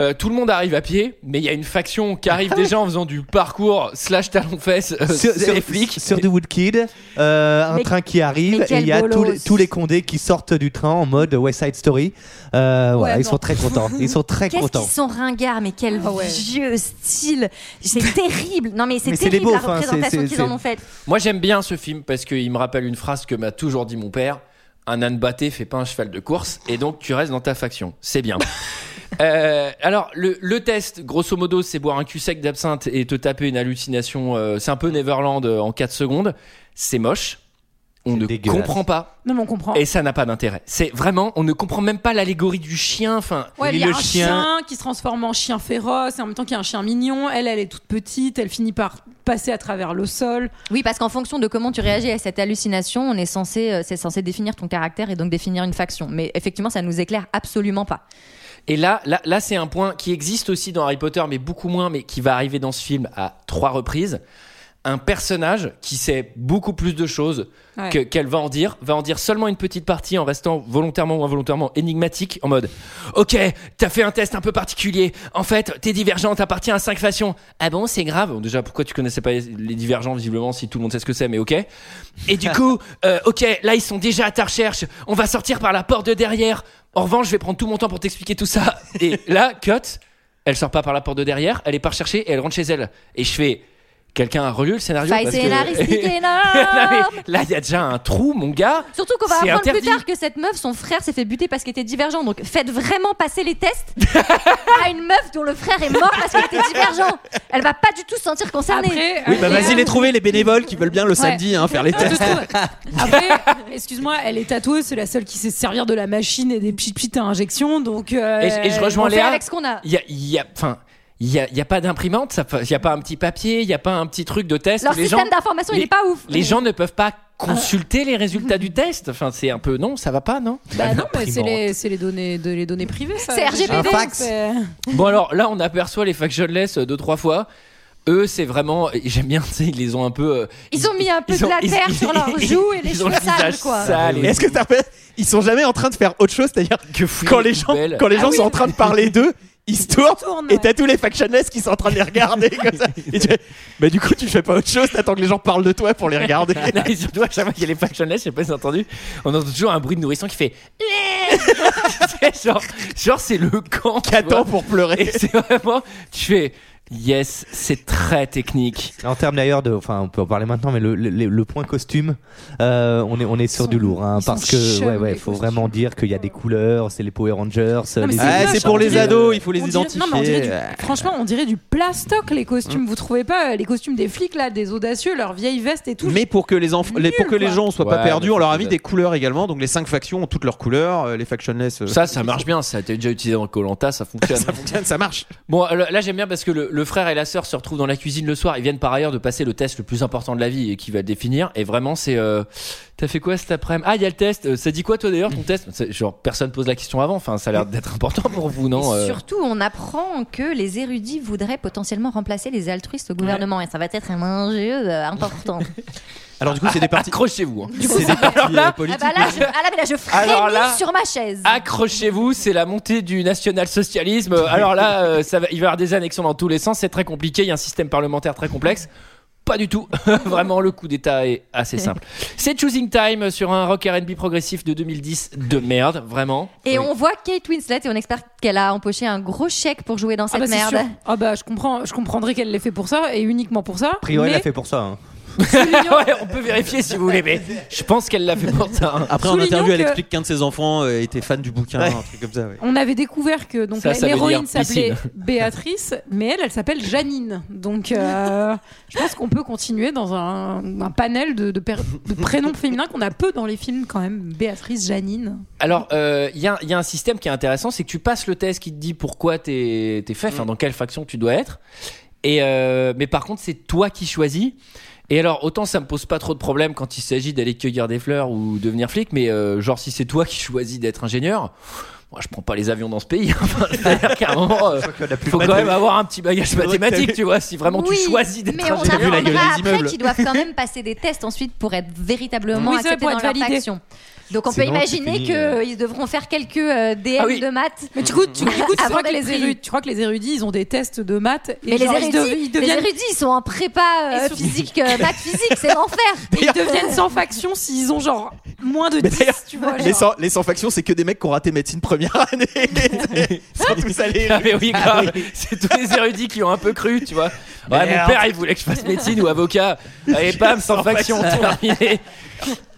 A: euh, tout le monde arrive à pied, mais il y a une faction qui arrive déjà en faisant du parcours slash talon-fesse euh,
G: Ah Sur,
A: c'est
G: sur,
A: les flics.
G: sur du Woodkid, euh, un
K: Mais-
G: train qui arrive
K: mais
G: et
K: quel
G: il y a tous les,
K: bolos.
G: tous les condés qui sortent du train en mode West Side Story. Euh, voilà,
F: Ouais,
G: ils
F: non.
G: sont très contents. Ils sont
F: *laughs*
G: très
K: Qu'est-ce
G: contents.
K: qu'ils sont ringards, mais quel
F: Ah ouais.
K: vieux style
G: *laughs*
K: C'est terrible Non mais c'est
G: Mais c'est
K: terrible
G: des
K: la
G: beaufs, hein, c'est-
K: représentation
G: c'est-
K: qu'ils en
G: c'est-
K: ont faite.
A: Moi, j'aime bien ce film parce qu'il me rappelle une phrase que m'a toujours dit mon père un âne batté fait pas un cheval de course, et donc tu restes dans ta faction. C'est
G: *laughs*
A: bien. Euh, alors, le, le test, grosso modo, c'est boire un cul sec d'absinthe et te taper une hallucination. euh, c'est un peu Neverland euh, en 4 secondes. C'est moche. On
G: C'est
A: ne
G: dégueulasse.
A: comprend pas.
F: Non, mais on comprend.
A: Et ça n'a pas d'intérêt. C'est vraiment, on ne comprend même pas l'allégorie du chien. Enfin,
F: Ouais,
G: Et
F: il y a
G: le
F: un
G: chien-
F: chien... qui se transforme en chien féroce et en même temps qu'il y a un chien mignon. Elle, elle est toute petite, elle finit par passer à travers le sol.
K: Oui, parce qu'en fonction de comment tu réagis à cette hallucination, on est censé, euh, c'est censé définir ton caractère et donc définir une faction. Mais effectivement, ça nous éclaire absolument pas.
A: Et là, là, là c'est un point qui existe aussi dans Harry Potter, mais beaucoup moins, mais qui va arriver dans ce film à trois reprises. Un personnage qui sait beaucoup plus de choses
F: Ouais.
A: que- qu'elle va en dire, va en dire seulement une petite partie en restant volontairement ou involontairement énigmatique, en mode Ok, t'as fait un test un peu particulier, en fait, t'es divergent, t'appartiens à cinq façons. Ah bon, c'est grave. Bon, Déjà, pourquoi tu connaissais pas les- les divergents, visiblement, si tout le monde sait ce que c'est, mais ok. Et du coup, euh, ok, là ils sont déjà à ta recherche. On va sortir par la porte de derrière. En revanche, je vais prendre tout mon temps pour t'expliquer tout ça. Et là, cut, elle sort pas par la porte de derrière. Elle est pas recherchée et elle rentre chez elle. Et je fais, quelqu'un a relu le
G: Ah,
A: scénario
K: Faille
A: Parce que-
G: *laughs*
A: *laughs*
K: scénaristique
A: Non, mais
K: énorme
A: Là, il y a déjà un trou, mon gars.
K: Surtout qu'on va
A: C'est
K: apprendre
A: interdit.
K: plus tard que cette meuf, son frère s'est fait buter parce qu'il était divergent. Donc faites vraiment passer
A: *laughs*
K: les tests à une meuf dont le frère est mort parce qu'il était divergent. Elle va pas du tout se sentir concernée.
F: Après, euh,
L: Oui, bah
F: après-
L: vas-y, les trouver, les bénévoles qui veulent bien le samedi hein,
F: *laughs*
L: faire les
F: Je
L: tests.
F: trouve- Après, excuse-moi, elle est tatouée, c'est la seule qui sait se servir de la machine et des petites petites à injection, donc. euh,
A: Et je- et je rejoins
K: on fait
A: Léa.
K: avec ce qu'on a.
A: Il y a, il y a, enfin. Il n'y a, il y a pas d'imprimante, ça fa- il n'y a pas un petit papier, il n'y a pas un petit truc de test.
K: Leur
A: les gens,
K: système Ah. d'information, il
A: les-
K: est pas ouf.
A: les gens ne peuvent pas consulter les résultats du test. Enfin, c'est un peu non, ça va pas,
K: *laughs*
A: non
F: Bah non, mais c'est
A: Imprimante.
F: les, c'est les données, de, les données privées, ça.
K: C'est RGPD.
G: Un fax.
F: C'est-
A: Bon alors là on aperçoit les factionless euh, deux trois fois. Eux c'est vraiment j'aime bien *laughs* tu sais ils les ont un peu euh,
K: Ils ont mis un peu de la terre sur leurs
A: *laughs* ils-
K: joues et les
A: ils ont
K: cheveux
A: le visage
K: sales, quoi.
A: sale
L: Et
A: et
L: Ah Est-ce que ça fait Ils sont jamais en train de faire autre chose, c'est-à-dire
A: que fouiller
L: quand
A: les
L: les gens,
A: poubelles.
L: quand les gens
F: Ah oui.
L: sont en train de parler d'eux, ils se tournent.
F: Tourne,
L: Et
F: ouais.
L: t'as tous les factionless qui sont en train de les regarder comme ça. Et tu fais, Bah du coup tu fais pas autre chose, t'attends que les gens parlent de toi pour les regarder.
A: *laughs* Non, et surtout à chaque fois qu'il y a les factionless, je sais pas si t'as entendu, on entend toujours un bruit de nourrisson qui fait *laughs* C'est genre genre c'est le camp tu
L: Qui attend
A: vois.
L: pour pleurer.
A: Et c'est vraiment tu fais yes, c'est très technique.
G: En termes d'ailleurs de, enfin, on peut en parler maintenant, mais le, le- le- le point costume, euh, on est on est sur
F: sont-
G: du lourd, hein,
F: ils
G: parce
F: sont
G: que
F: chums,
G: ouais ouais,
F: les
G: faut
F: costumes.
G: vraiment dire qu'il y a des couleurs, c'est les Power Rangers,
F: Non, mais
G: les-
F: c'est Ah, moche, c'est pour hein, les on dirait-
L: ados, il faut
F: on dirait- non, mais on dirait du- franchement, on dirait du plastoc les costumes. Vous trouvez pas euh, les costumes des flics là, des audacieux, leurs vieilles vestes et tout.
L: Mais pour que les enfants,
F: Nul,
L: les- pour que les
F: quoi.
L: gens soient pas
A: Ouais,
L: perdus,
A: mais
L: on leur a
A: c'est
L: mis
A: ça.
L: des couleurs également. Donc les cinq factions ont toutes leurs couleurs. euh, Les factionless, euh,
A: Ça ça marche bien, ça a été déjà utilisé dans Colanta, ça fonctionne.
L: *laughs* *laughs* ça fonctionne, ça marche.
A: Bon, alors, là j'aime bien parce que le, le Le frère et la sœur se retrouvent dans la cuisine le soir. Ils viennent par ailleurs de passer le test le plus important de la vie et qui va définir. Et vraiment, c'est. euh, T'as fait quoi cet après-midi Ah, il y a le test. Euh, Ça dit quoi, toi d'ailleurs, ton test C'est- Genre, personne pose la question avant. Enfin, ça a l'air d'être important pour vous, non euh
K: Surtout, on apprend que les érudits voudraient potentiellement remplacer les altruistes au gouvernement et ça va être un enjeu
A: *laughs*
K: euh, important.
L: Alors, du coup, c'est des partis.
A: Accrochez-vous. hein.
L: C'est des partis euh, politiques.
K: Ah bah là, je, ah là, mais là, je frémis
A: Alors là-
K: sur ma chaise.
A: Accrochez-vous, c'est la montée du national-socialisme. Alors là, euh, ça va, il va y avoir des annexions dans tous les sens, c'est très compliqué, il y a un système parlementaire très complexe. Pas du tout. *laughs* Vraiment, le coup d'État est assez simple. C'est Choosing Time sur un rock RB progressif de 2010 de merde, vraiment.
K: Et on voit Kate Winslet et on espère qu'elle a empoché un gros chèque pour jouer dans
F: Ah
K: cette
F: bah, c'est
K: merde.
F: sûr. Ah bah je comprends, je comprendrais qu'elle l'ait fait pour ça et uniquement pour ça.
G: A priori, elle
F: mais
G: l'a fait pour ça. hein.
A: *laughs* Ouais, on peut vérifier si vous voulez, mais je pense qu'elle l'a fait pour ça. hein.
L: Après, en
F: Soulignons
L: interview, elle
F: que-
L: explique qu'un de ses enfants euh, était fan du bouquin,
A: Ouais.
L: un truc comme ça. ouais.
F: On avait découvert que donc
A: Ça,
F: la-
A: ça veut
F: l'héroïne
A: dire
F: s'appelait
A: piscine.
F: Béatrice, mais elle, elle s'appelle Janine. Donc euh, je pense qu'on peut continuer dans un, un panel de, de per- de prénoms féminins qu'on a peu dans les films quand même. Béatrice, Janine.
A: Alors, euh, il y, a- il y a un système qui est intéressant, c'est que tu passes le test qui te dit pourquoi t'es t'es fait, enfin dans quelle faction tu dois être. Et euh, mais par contre, c'est toi qui choisis. Et alors, autant ça me pose pas trop de problèmes quand il s'agit d'aller cueillir des fleurs ou devenir flic, mais euh, genre si c'est toi qui choisis d'être ingénieur, moi je prends pas les avions dans ce pays. *laughs* hein. Enfin, C'est-à-dire qu'à un moment, euh, faut quand même avoir un petit bagage mathématique, tu vois, si vraiment
K: Oui,
A: tu choisis d'être
K: mais on
A: ingénieur.
K: apprendra après
L: immeubles.
K: qu'ils
G: *laughs*
K: doivent quand même passer des tests ensuite pour être véritablement
F: Oui, c'est vrai,
K: acceptés
F: pour
K: dans
F: être
K: leur
F: validés.
K: faction. Donc on peut
G: Sinon, tu
K: imaginer
G: finis, euh,
K: qu'ils devront faire quelques euh, DM
A: Ah oui.
K: de maths.
F: Mais du coup,
K: *laughs*
F: tu, du coup, Ah, tu
K: Avant
F: crois que
K: d'être
F: les
K: pris.
F: érudits, tu crois que les érudits, ils ont des tests de maths et
K: Mais les
F: genre, ils
K: érudits,
F: dev- ils, deviennent,
K: les érudits, ils sont en prépa euh,
F: Et surtout-
K: physique, euh, maths physique,
F: *laughs*
K: c'est l'enfer.
F: ils deviennent sans faction s'ils ont genre moins de 10,
L: d'ailleurs,
F: tu vois.
L: Les
F: genre.
L: sans, les sans factions, c'est que des mecs qui ont raté médecine première *laughs* année. Ils sont tous allés.
A: *laughs* Ah mais oui, grave. C'est tous les érudits qui ont un peu cru, tu vois. Ouais, mon
L: Merde.
A: père, il voulait que je fasse médecine ou avocat. *laughs* Allez, bam, sans faction, terminé.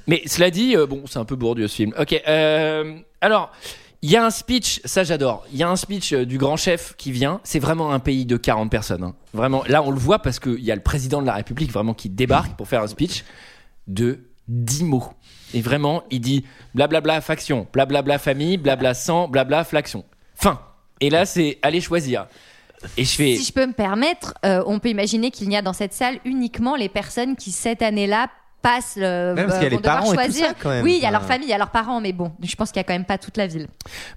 A: Mais cela dit, euh, bon, c'est un peu bourdieu ce film. Ok, euh, alors. Il y a un speech, ça j'adore. Il y a un speech euh, du grand chef qui vient. C'est vraiment un pays de 40 personnes. hein. Vraiment, là on le voit parce qu'il y a le président de la République vraiment qui débarque pour faire un speech de 10 mots. Et vraiment, il dit blablabla faction, blablabla famille, blabla sang, blabla flaction. Fin. Et là, c'est aller choisir. Et je fais.
K: Si je peux me permettre, euh, on peut imaginer qu'il n'y a dans cette salle uniquement les personnes qui cette année-là passent le
G: Même parce qu'il y a
K: vont
G: les
K: devoir
G: parents et tout
K: choisir.
G: ça, quand même.
K: Oui, il y a
G: Enfin.
K: leur famille, il y a leurs parents, mais bon, je pense qu'il y a quand même pas toute la ville.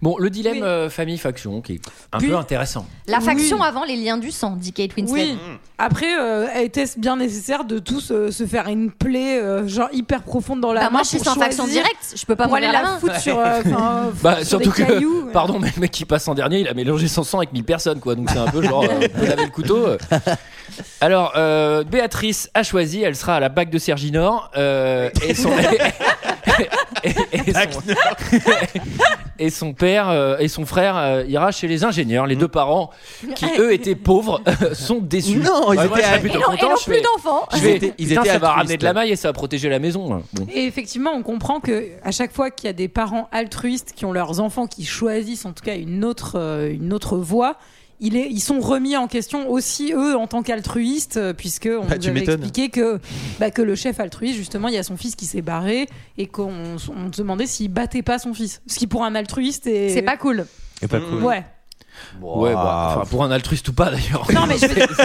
A: Bon, le dilemme
F: Oui.
A: euh, famille-faction, qui est un
F: Puis-
A: peu intéressant.
K: La
F: Oui.
K: faction avant les liens du sang, dit Kate Winslet.
F: Oui. Après, euh, était-ce bien nécessaire de tous euh, se faire une plaie euh, genre hyper profonde dans la
K: Bah,
F: main
K: moi, je suis
F: pour
K: sans
F: choisir,
K: faction directe, je peux pas
F: pour aller
K: m'ouvrir la
F: la,
K: main.
F: foutre sur, euh, enfin, euh,
A: Bah,
F: sur des
A: surtout que, *laughs*
F: cailloux. euh.
A: pardon, mais le mec qui passe en dernier, il a mélangé son sang avec 1000 personnes, quoi. Donc c'est un peu genre, euh, on peut laver le couteau. Alors, euh, Béatrice a choisi, elle sera à la bague de Sergi Nord. euh, et son. et- et- et son- et son père euh, et son frère euh, ira chez les ingénieurs. Les deux parents, qui eux étaient pauvres, euh, sont déçus.
L: Non, ils
A: Bah, moi,
L: étaient
A: je serais
L: à-
A: plutôt
K: Et non, et
A: content.
K: non
A: je
K: plus
A: fais- *laughs*
K: d'enfants.
A: je fais,
L: Ils étaient- ils
A: putain,
L: étaient
A: ça va ramener
L: altruistes.
A: de la maille et ça va protéger la maison. là. Bon.
F: Et effectivement, on comprend que à chaque fois qu'il y a des parents altruistes qui ont leurs enfants qui choisissent en tout cas une autre, euh, une autre voie, il est, ils sont remis en question aussi eux en tant qu'altruistes, euh, puisque on
L: Bah,
F: nous
L: tu
F: avait
L: m'étonnes.
F: expliqué que, bah, que le chef altruiste justement, il y a son fils qui s'est barré et qu'on on se demandait s'il battait pas son fils, ce qui pour un altruiste est,
K: C'est pas cool.
G: Et pas cool.
F: Mm. ouais.
A: Ouais, bah, enfin, pour un altruiste ou pas d'ailleurs.
F: Non mais je
A: *laughs*
F: veux dire,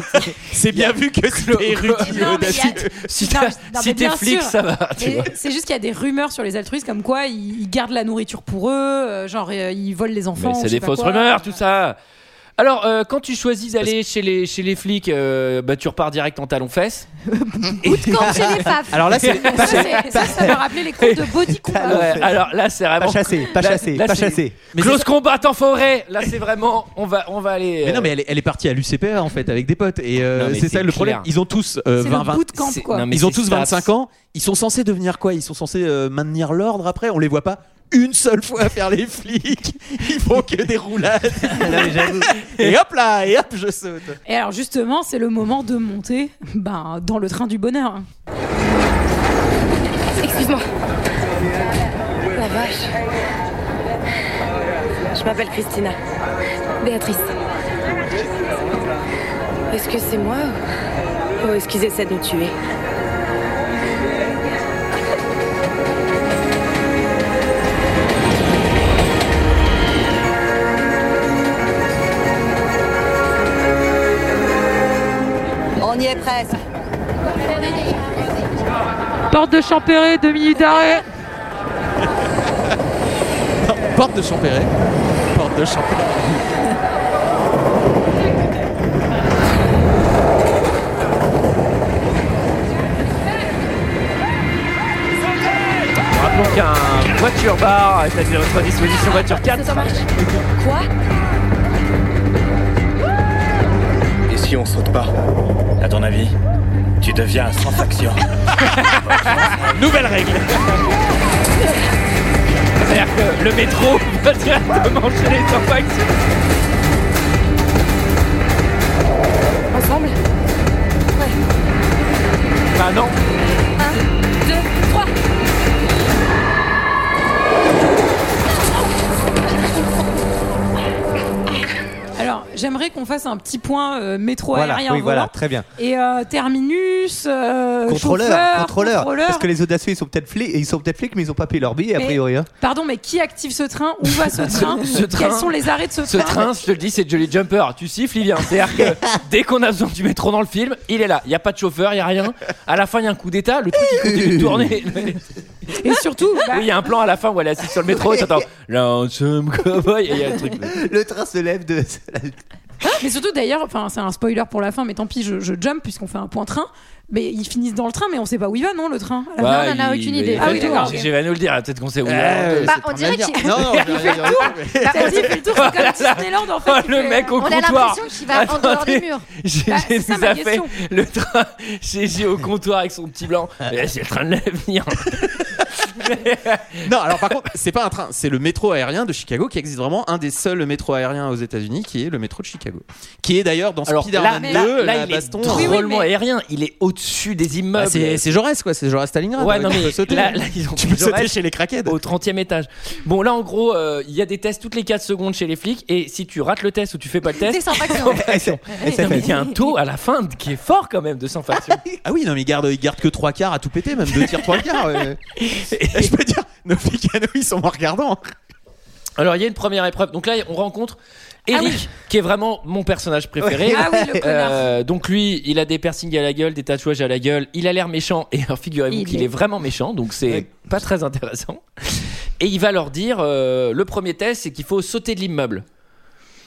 L: C'est bien vu que c'était érudit.
K: Non, mais il y a-
A: euh, *laughs* Si
F: Non,
A: t'as-
F: mais- non,
A: si
F: mais
A: t'es
F: bien
A: flic,
F: sûr.
A: ça va. tu
F: mais
A: vois.
F: c'est juste qu'il y a des rumeurs sur les altruistes comme quoi ils, ils gardent la nourriture pour eux, euh, genre euh, ils volent les enfants.
A: Mais
F: ou
A: c'est
F: je sais
A: des
F: pas
A: fausses
F: quoi.
A: rumeurs, tout ça. Alors, euh, quand tu choisis d'aller chez les, chez les flics, euh, bah, tu repars direct en talon-fesses.
K: Ou de camp
G: *laughs*
K: chez les faf.
L: Alors là, c'est
A: *laughs*
F: Ça, c'est- ça, ça me rappelait les cours de hein. body combat.
A: Euh, alors là, c'est
G: Pas
A: vraiment.
G: chassé, pas
A: Là-
G: chassé,
A: là,
G: pas
A: c'est-
G: chassé.
L: Mais
A: Close combat en forêt. Là, c'est vraiment. On va, on va aller.
L: Mais non,
A: euh,
L: mais elle est, elle est partie à l'UCPA en fait avec des potes et euh,
A: Non, mais
L: c'est
A: c'est
L: ça le problème.
A: clair.
L: Ils ont tous euh,
F: C'est
L: 20,
F: le
L: 20
F: bootcamp,
A: c'est-
F: quoi.
A: non, mais
L: ils ont
A: c'est
L: tous
A: stats.
L: 25 ans. Ils sont censés devenir quoi Ils sont censés euh, maintenir l'ordre après. On les voit pas une seule fois *laughs* faire les flics. Ils font que des roulades.
A: *laughs*
L: et hop là, et hop, je saute.
F: Et alors justement, c'est le moment de monter *laughs* ben, dans le train du bonheur. hein.
H: Excuse-moi. La vache. Je m'appelle Christina. Béatrice. Est-ce que c'est moi ou- ou est-ce qu'ils essaient de nous tuer
M: est presque.
F: Porte de Champéret, deux minutes d'arrêt.
L: Porte de Champéret. Porte de Champéret.
A: Rappelons qu'un voiture bar est à votre disposition, voiture 4.
M: Quoi
N: Et si on saute pas À ton avis, tu deviens sans faction.
A: Nouvelle règle. C'est-à-dire que le métro va directement chez les impacts.
M: Ensemble
A: Bah non.
M: Deux, trois.
F: Alors, j'aimerais qu'on fasse un petit point euh, métro
G: Voilà,
F: aérien
G: oui,
F: volant.
G: voilà, très bien.
F: Et euh, terminus, euh,
G: Contrôleur,
F: chauffeur,
G: contrôleur,
F: contrôleur.
G: Parce que les audacieux, ils sont peut-être flics, ils sont peut-être flics, mais ils ont pas payé leur billet a
F: Mais-
G: priori. hein.
F: Pardon, mais qui active ce train Où va ce train
A: Ce train-
F: Quels sont les arrêts de ce,
A: Ce train, je te le dis, c'est Jolly Jumper. Tu siffles, il vient. C'est-à-dire
K: *laughs*
A: que dès qu'on a besoin du métro dans le film, il est là. Il n'y a pas de chauffeur, il n'y a rien. À la fin, il y a un coup d'état, le truc il continue de
K: *laughs*
A: tourner.
F: Et surtout, bah,
A: Oui, il y a un plan à la fin où elle est assise sur le métro. T'entends, l'ensemble cowboy. Et il y a le truc.
G: Le train se lève de.
F: Mais surtout d'ailleurs, enfin c'est un spoiler pour la fin, mais tant pis, je, je jump puisqu'on fait un point train. Mais ils finissent dans le train, mais on sait pas où il va, non, le train À la
A: Bah,
F: fin,
A: il- il-
F: Ah oui, d'accord.
A: J'ai- J'ai va nous le dire, hein, peut-être qu'on sait où. il
K: Ah
L: Euh,
A: est.
L: Bah, on dirait qu'il-
A: *laughs*
L: Non, non,
A: Il fait le tour.
F: T'as dit, fais le tour, c'est comme Disneyland en
A: *laughs*
F: fait.
A: Oh, le mec au
K: On a
A: comptoir.
K: l'impression qu'il va en dehors des
A: Attendez,
K: murs.
A: Gégé
K: Bah, c'est ça,
A: nous
K: ma
A: a fait
K: question.
A: le train. Gégé au comptoir avec son petit blanc. Eh, C'est le train de l'avenir.
L: Non, alors par contre, c'est pas un train, c'est le métro aérien de Chicago qui existe vraiment, un des seuls métros aériens aux États-Unis qui est le métro de Chicago. Qui est d'ailleurs dans
A: Alors là,
L: Spider-Man 2,
A: là, là,
L: euh, la
A: il
L: baston.
A: est drôlement aérien. Il est au-dessus des immeubles.
L: Bah, c'est c'est Jaurès quoi, c'est Jaurès Stalingrad.
A: Ouais,
L: hein,
A: non,
L: tu
A: mais
L: peux sauter.
A: là- là, ils ont
L: tu
A: pris
L: peux sauter
A: Jaurès
L: chez les craquettes.
A: Au 30e étage. Bon, là, en gros, euh, il y a des tests toutes les 4 secondes chez les flics. Et si tu rates le test ou tu fais pas le test.
F: *laughs*
K: C'est sans faction.
A: sans faction.
L: Et c'est
A: Non, mais
L: fait.
A: Il y a un taux à la fin qui est fort quand même de sans faction.
L: Ah oui, non, mais il garde, il garde que trois quarts à tout péter, même deux tirs trois quarts. ouais. Et je peux dire, nos Picano, ils sont moins regardants.
A: Alors, il y a une première épreuve. Donc là, on rencontre Eric, qui est vraiment mon personnage préféré. euh,
F: Ah oui, le connard.
A: donc lui, il a des piercings à la gueule, des tatouages à la gueule. Il a l'air méchant. Et alors, figurez-vous
F: Il
A: qu'il
F: est.
A: est vraiment méchant. Donc c'est pas très intéressant. Et il va leur dire euh, le premier test, c'est qu'il faut sauter de l'immeuble.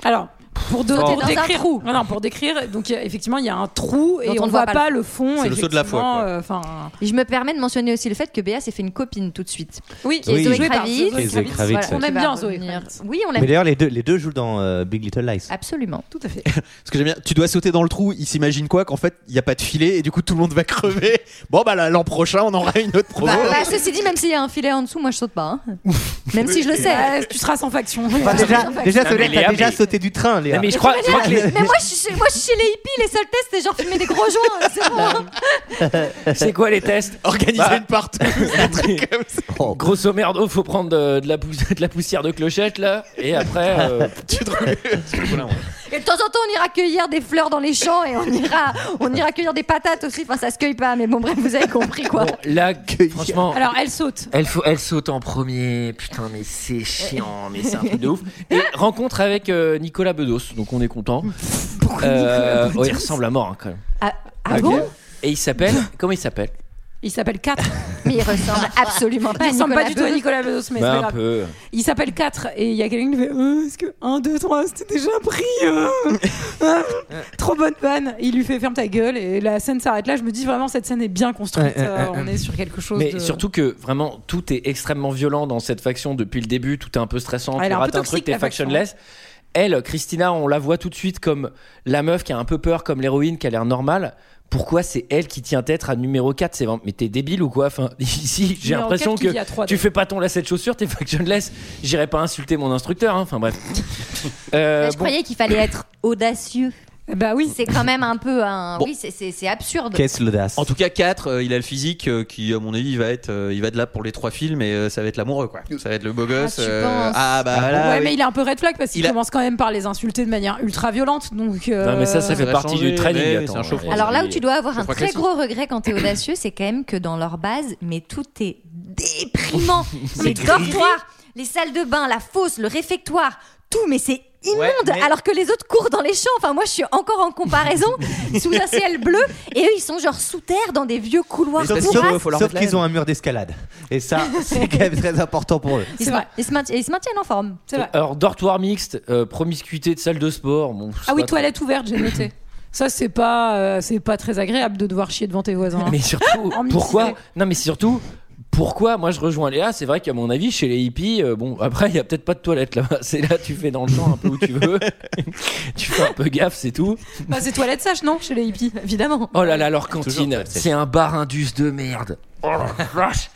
F: Alors, pour, de-
A: Oh.
F: pour
A: Dans un
F: décrire Non, non, pour décrire, donc euh, effectivement, il y a un trou et
K: Dont
F: on, ne voit pas, le fond.
L: C'est le saut de la foi,
F: effectivement,
L: quoi.
F: euh, Enfin.
K: Et je me permets de mentionner aussi le fait que Béa s'est fait une copine tout de suite.
F: Oui,
K: qui est
G: Oui.
K: Zoé
G: Jouée par
K: Kravitz.
G: Zoé Zoé Kravitz, Kravitz,
K: On
G: ouais.
K: aime
F: Qui
K: bien
F: va
K: Zoé
F: revenir.
K: Kravitz. Oui, on
G: Mais
K: l'aime.
G: d'ailleurs, les deux, les deux jouent dans euh, Big Little Lies.
K: Absolument.
F: Tout à fait.
L: Ce que j'aime bien, tu dois sauter dans le trou, ils s'imaginent quoi Qu'en fait, il n'y a pas de filet et du coup, tout le monde va crever. Bon, bah là, l'an prochain, on aura une autre promo.
K: Bah, bah, ceci dit, même s'il y a un filet en dessous, moi je saute pas. hein. Même si je le sais.
F: Ouais, tu seras sans faction.
G: Enfin, déjà, déjà,
A: Non,
G: Solène,
A: mais Léa,
G: t'as déjà
A: mais-
G: sauté du train, Léa.
F: Ah.
A: Non, mais je crois, je crois que les-
K: Mais moi je, suis, moi je suis chez les hippies, les seuls tests c'est genre fumer des gros joints, *laughs* c'est bon. hein.
A: C'est quoi les tests
L: Organiser
A: Bah, *laughs*
L: une partie.
G: Oh.
A: Grosso merdo, faut prendre de, de la, pou- *laughs* de la poussière de clochette là, et après.
F: *laughs*
A: euh,
K: Et de temps en temps on ira cueillir des fleurs dans les champs et on ira, on ira cueillir des patates aussi, enfin ça se cueille pas, mais bon bref, vous avez compris quoi.
A: bon, là, franchement.
F: Alors, elle
K: *laughs*
F: saute.
A: Elle, faut, elle saute en premier, putain, mais c'est chiant, mais c'est un truc de ouf. Et rencontre avec euh, Nicolas Bedos, donc on est
F: *laughs*
A: content. Euh, oh, il ressemble à mort hein, quand même.
K: Ah, ah bon
A: Et il s'appelle,
F: *laughs*
A: comment il s'appelle
F: Il s'appelle 4.
K: Mais il *laughs* ressemble absolument pas
F: Il
K: à
F: ressemble
K: Nicolas
F: pas du tout à
K: Bedos.
F: Nicolas Bedos, mais
A: Bah, Un
F: c'est pas grave.
A: peu.
F: Il s'appelle 4 et il y a quelqu'un qui fait Euh, Est-ce que 1, 2, 3, c'était déjà pris
A: *laughs*
F: euh, euh, Trop bonne vanne. Il lui fait ferme ta gueule et la scène s'arrête là. Je me dis vraiment, cette scène est bien construite.
A: Ouais, ouais,
F: Euh,
A: ouais,
F: on
A: ouais.
F: est sur quelque chose.
A: Mais
F: de-
A: surtout que vraiment tout est extrêmement violent dans cette faction depuis le début, tout est un peu stressant,
F: Elle est
A: tu
F: un peu
A: rates un
F: toxique,
A: truc, t'es
F: la faction.
A: factionless. Elle, Christina, on la voit tout de suite comme la meuf qui a un peu peur, comme l'héroïne qui a l'air normale. Pourquoi c'est elle qui tient tête à numéro 4 C'est vraiment- mais t'es débile ou quoi Enfin, *laughs* ici, j'ai
F: Numéro
A: l'impression
F: 4 qui
A: que
F: dit à trois,
A: tu
F: donc.
A: fais pas ton lacet de chaussures, t'es factionless. J'irai pas insulter mon instructeur, hein. enfin
F: *laughs*
A: bref. Euh,
K: Mais Je
A: bon.
K: croyais qu'il fallait être audacieux.
F: Bah oui.
K: C'est quand même un peu un.
L: Bon.
K: Oui, c'est- c'est c'est absurde.
G: Qu'est-ce l'audace
L: En tout cas, 4, il a le physique euh, qui, à mon avis, il va être, euh, il va être là pour les trois films et euh, ça va être l'amoureux, quoi. Ça va être le beau gosse.
K: tu
L: euh,
K: penses
L: ah bah voilà.
F: ouais,
L: oui.
F: mais il est un peu red flag parce qu'il
L: Il a-
F: commence quand même par les insulter de manière ultra violente. Donc, euh,
A: Non, mais ça, ça fait
L: va
A: partie
L: changer,
A: du training.
L: mais
A: attends.
L: c'est un chauffeur.
K: Alors là où tu dois avoir
A: Je
K: un
A: crois
K: très
A: que la
K: gros
A: *coughs*
K: regret quand t'es audacieux, c'est quand même que dans leur base, mais tout est
A: *laughs*
K: déprimant. les dortoirs, les salles de bain, la fosse, le réfectoire, tout, mais c'est immonde alors que les autres courent dans les champs. Enfin, moi, je suis encore
A: *laughs*
K: en comparaison sous un ciel bleu et eux, ils sont genre sous terre dans des vieux couloirs.
G: Sauf,
K: bourrasques.
G: sauf- sauf qu'ils ont un mur d'escalade. Et ça, c'est quand même très important pour eux.
K: Ils se, ils se mainti- ils se maintiennent en forme. C'est vrai.
A: Euh, Alors, dortoir mixte, euh, promiscuité de salle de sport. Bon,
F: Ah oui,
A: soit-
F: toilette ouverte, j'ai noté. Ça, c'est pas, euh, c'est pas très agréable de devoir chier devant tes voisins.
A: *laughs*
F: hein.
A: Mais surtout,
F: En mixte.
A: pourquoi Non, mais surtout. Pourquoi Moi, je rejoins Léa. C'est vrai qu'à mon avis, chez les hippies, euh, bon, après, il y a peut-être pas de toilette là-bas. *laughs* C'est là, tu fais dans le champ un peu où tu *laughs* veux. tu fais un peu gaffe, c'est tout.
F: Bah, c'est toilette sèche, non Chez les hippies, évidemment.
A: Oh là là, leur cantine, c'est un bar indus de merde. Oh la vache.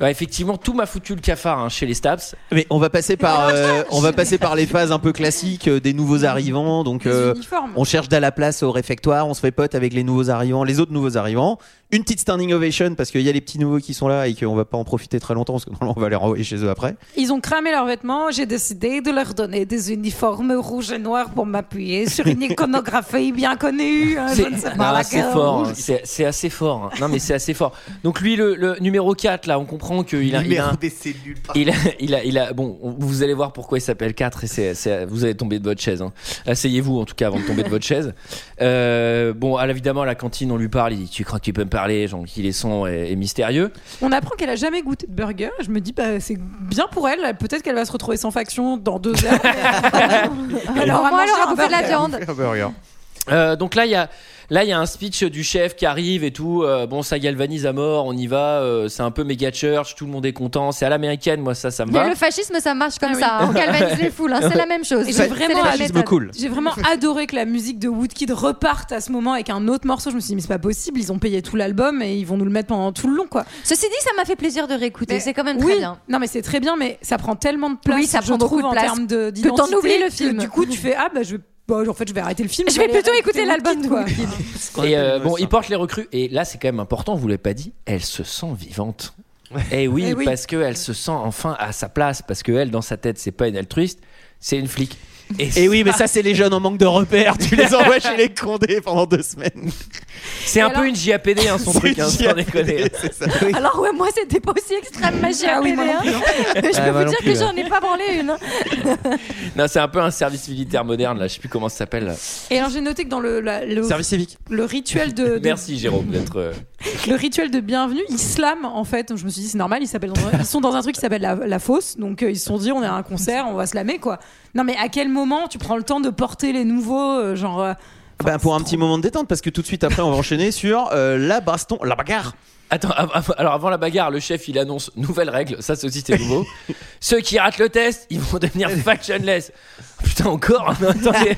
A: Ouais, effectivement, tout m'a foutu le cafard hein, chez les Stabs.
L: Mais on va passer par, euh, on va passer par les phases un peu classiques euh, des nouveaux arrivants. Donc, euh, on cherche de la place au réfectoire, on se fait pote avec les nouveaux arrivants, les autres nouveaux arrivants. Une petite standing ovation parce qu'il y a les petits nouveaux qui sont là et qu'on va pas en profiter très longtemps parce que normalement on va les renvoyer chez eux après.
F: Ils ont cramé leurs vêtements. J'ai décidé de leur donner des uniformes rouges et noirs pour m'appuyer
A: *laughs*
F: sur une iconographie bien connue. hein, je ne sais pas
A: Non,
F: laquelle.
A: c'est fort, hein. c'est c'est assez fort. hein. Non mais c'est assez fort. Donc lui le, le numéro 4 là, on comprend qu'il a, il a,
G: Numéro
A: un-
G: des cellules.
A: il a, il a, il a- bon, on- vous allez voir pourquoi il s'appelle 4 et c'est, c'est- vous allez tomber de votre chaise. hein. Asseyez-vous en tout cas avant de tomber de votre chaise. Euh, bon, alors, évidemment à la cantine on lui parle, il dit tu crois que tu peux me parler, donc il est sombre et, et mystérieux.
F: On apprend qu'elle a jamais goûté de burger. Je me dis, bah, c'est bien pour elle. Peut-être qu'elle va se retrouver sans faction dans deux heures.
A: *laughs*
F: *laughs*
K: Alors,
F: on va Ah,
K: moi,
F: manger
K: alors, à
F: un
K: bouffer de la
F: burger.
K: viande.
A: Euh, donc là, il y a. Là, il y a un speech du chef qui arrive et tout. Euh, bon, ça galvanise à mort, on y va. euh, c'est un peu méga church, tout le monde est content. C'est à l'américaine, moi, ça, ça me va.
K: Mais le fascisme, ça marche comme
F: Ah oui.
K: ça.
A: *laughs*
K: hein. On galvanise les foules, hein. c'est la même chose.
F: Et
K: C'est
F: J'ai
K: la
F: vraiment,
L: Ah,
K: même
F: adoré-
K: méthode.
F: j'ai
A: *laughs*
F: vraiment adoré que la musique de Woodkid reparte à ce moment avec un autre morceau. Je me suis dit, mais c'est pas possible, ils ont payé tout l'album et ils vont nous le mettre pendant tout le long. quoi.
K: Ceci dit, ça m'a fait plaisir de réécouter.
F: Mais-
K: C'est quand même
F: oui.
K: très bien.
F: Non, mais c'est très bien, mais ça prend tellement de place.
K: Oui, ça
F: je
K: prend beaucoup
F: trouve,
K: de
F: en
K: place.
F: termes de-
K: Que
F: d'identité.
K: t'en oublies le film.
F: que Du coup, tu fais, ah bah je vais. bah, en fait, je vais arrêter le film.
K: Je vais
F: aller
K: plutôt
F: écouter
K: écouter l'album
F: Woodkid,
K: de
F: quoi.
A: Et euh, bon, il porte les recrues. Et là, c'est quand même important, vous l'avez pas dit, elle se sent vivante. Et oui,
F: Eh oui.
A: parce qu'elle se sent enfin à sa place. Parce qu'elle, dans sa tête, c'est pas une altruiste, c'est une flic.
L: Et Eh oui, mais ça, c'est les jeunes en manque de repères. Tu *laughs* les envoies chez les condés pendant deux semaines.
A: C'est un peu une JAPD, hein, son
L: C'est
A: truc, hein, sans
L: *laughs* JAPD,
A: déconner.
K: *laughs* Alors, ouais, moi, c'était pas aussi extrême magie à
F: Ah oui, moi non plus,
K: *laughs* Je peux
A: Ah, moi
K: vous
A: non
K: dire
A: plus,
K: que j'en ai pas branlé une. hein.
A: Non, c'est un peu un service militaire moderne, là. Je sais plus comment ça s'appelle. là.
F: Et alors, j'ai noté que dans le, la- le,
A: Service civique.
F: le rituel de, de-
A: Merci, Jérôme, d'être. euh,
F: le rituel de bienvenue, ils slament en fait. Donc, Je me suis dit, c'est normal, ils, s'appellent dans un- ils sont dans un truc qui s'appelle la, la fosse. Donc euh, ils se sont dit, on est à un concert, on va slammer quoi. Non, mais à quel moment tu prends le temps de porter les nouveaux, euh, genre. euh,
L: Ben, pour un petit moment de détente, parce que tout de suite après, on va enchaîner sur euh, la baston, la bagarre.
A: Attends, av- av- alors avant la bagarre, le chef il annonce nouvelle règle, ça ceci c'est
L: *laughs*
A: nouveau. Ceux qui ratent le test, ils vont devenir factionless. Putain, encore Non, attendez.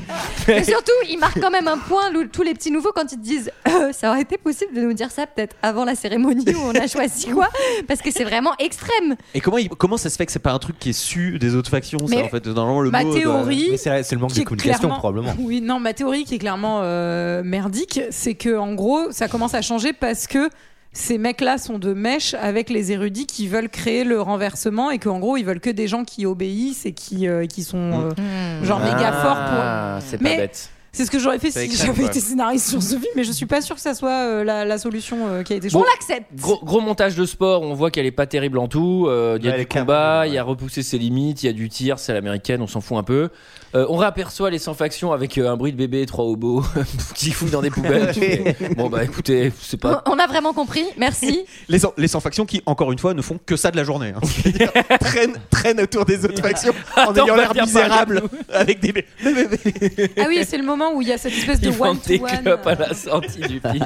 K: *laughs* Et surtout, ils marquent quand même un point, lou- tous les petits nouveaux, quand ils te disent Euh, ça aurait été possible de nous dire ça peut-être avant la cérémonie où on *laughs* a choisi quoi Parce que c'est vraiment extrême.
L: Et comment, il- comment ça se fait que c'est pas un truc qui est su des autres factions ça,
K: Mais
L: en fait, normalement, le
F: ma
L: mot euh, doit-
F: théorie, Mais
G: c'est le manque
F: qui est clairement- *laughs* Oui, non, ma théorie qui est clairement euh, merdique, c'est que en gros, ça commence à changer parce que ces mecs-là sont de mèche avec les érudits qui veulent créer le renversement et qu'en gros, ils veulent que des gens qui obéissent et qui, euh, qui sont
A: Mmh.
F: euh, genre méga forts
A: Ah,
F: pour.
A: c'est
F: Mais
A: pas bête.
F: C'est ce que j'aurais fait
A: C'est
F: si
A: extrême,
F: j'avais
A: quoi.
F: été scénariste sur ce film, mais je suis pas sûre que ça soit euh, la, la solution euh, qui a été
A: Bon,
F: choisie.
A: Gros, gros montage de sport, on voit qu'elle est pas terrible en tout. euh, Il y a du combat, il y a repoussé ses limites, il y a du tir, c'est à l'américaine, on s'en fout un peu. Euh, on réaperçoit les sans factions avec euh, un bruit de bébé, et trois hobos *laughs* qui fouillent dans des poubelles. Tu fais, bon bah écoutez, c'est pas.
K: On a vraiment compris, merci.
A: *laughs*
L: Les, sans- les sans-factions qui, encore une fois, ne font que ça de la journée. hein. C'est-à-dire, traînent, traînent autour des autres factions en
A: Attends,
L: ayant
A: on va
L: l'air
A: bien
L: misérable *laughs* avec des.
F: Ah oui, et c'est le moment où il y a cette espèce Oh, de
A: Ils vendent des
F: one-to-one. euh,
A: clopes à la sortie du pit.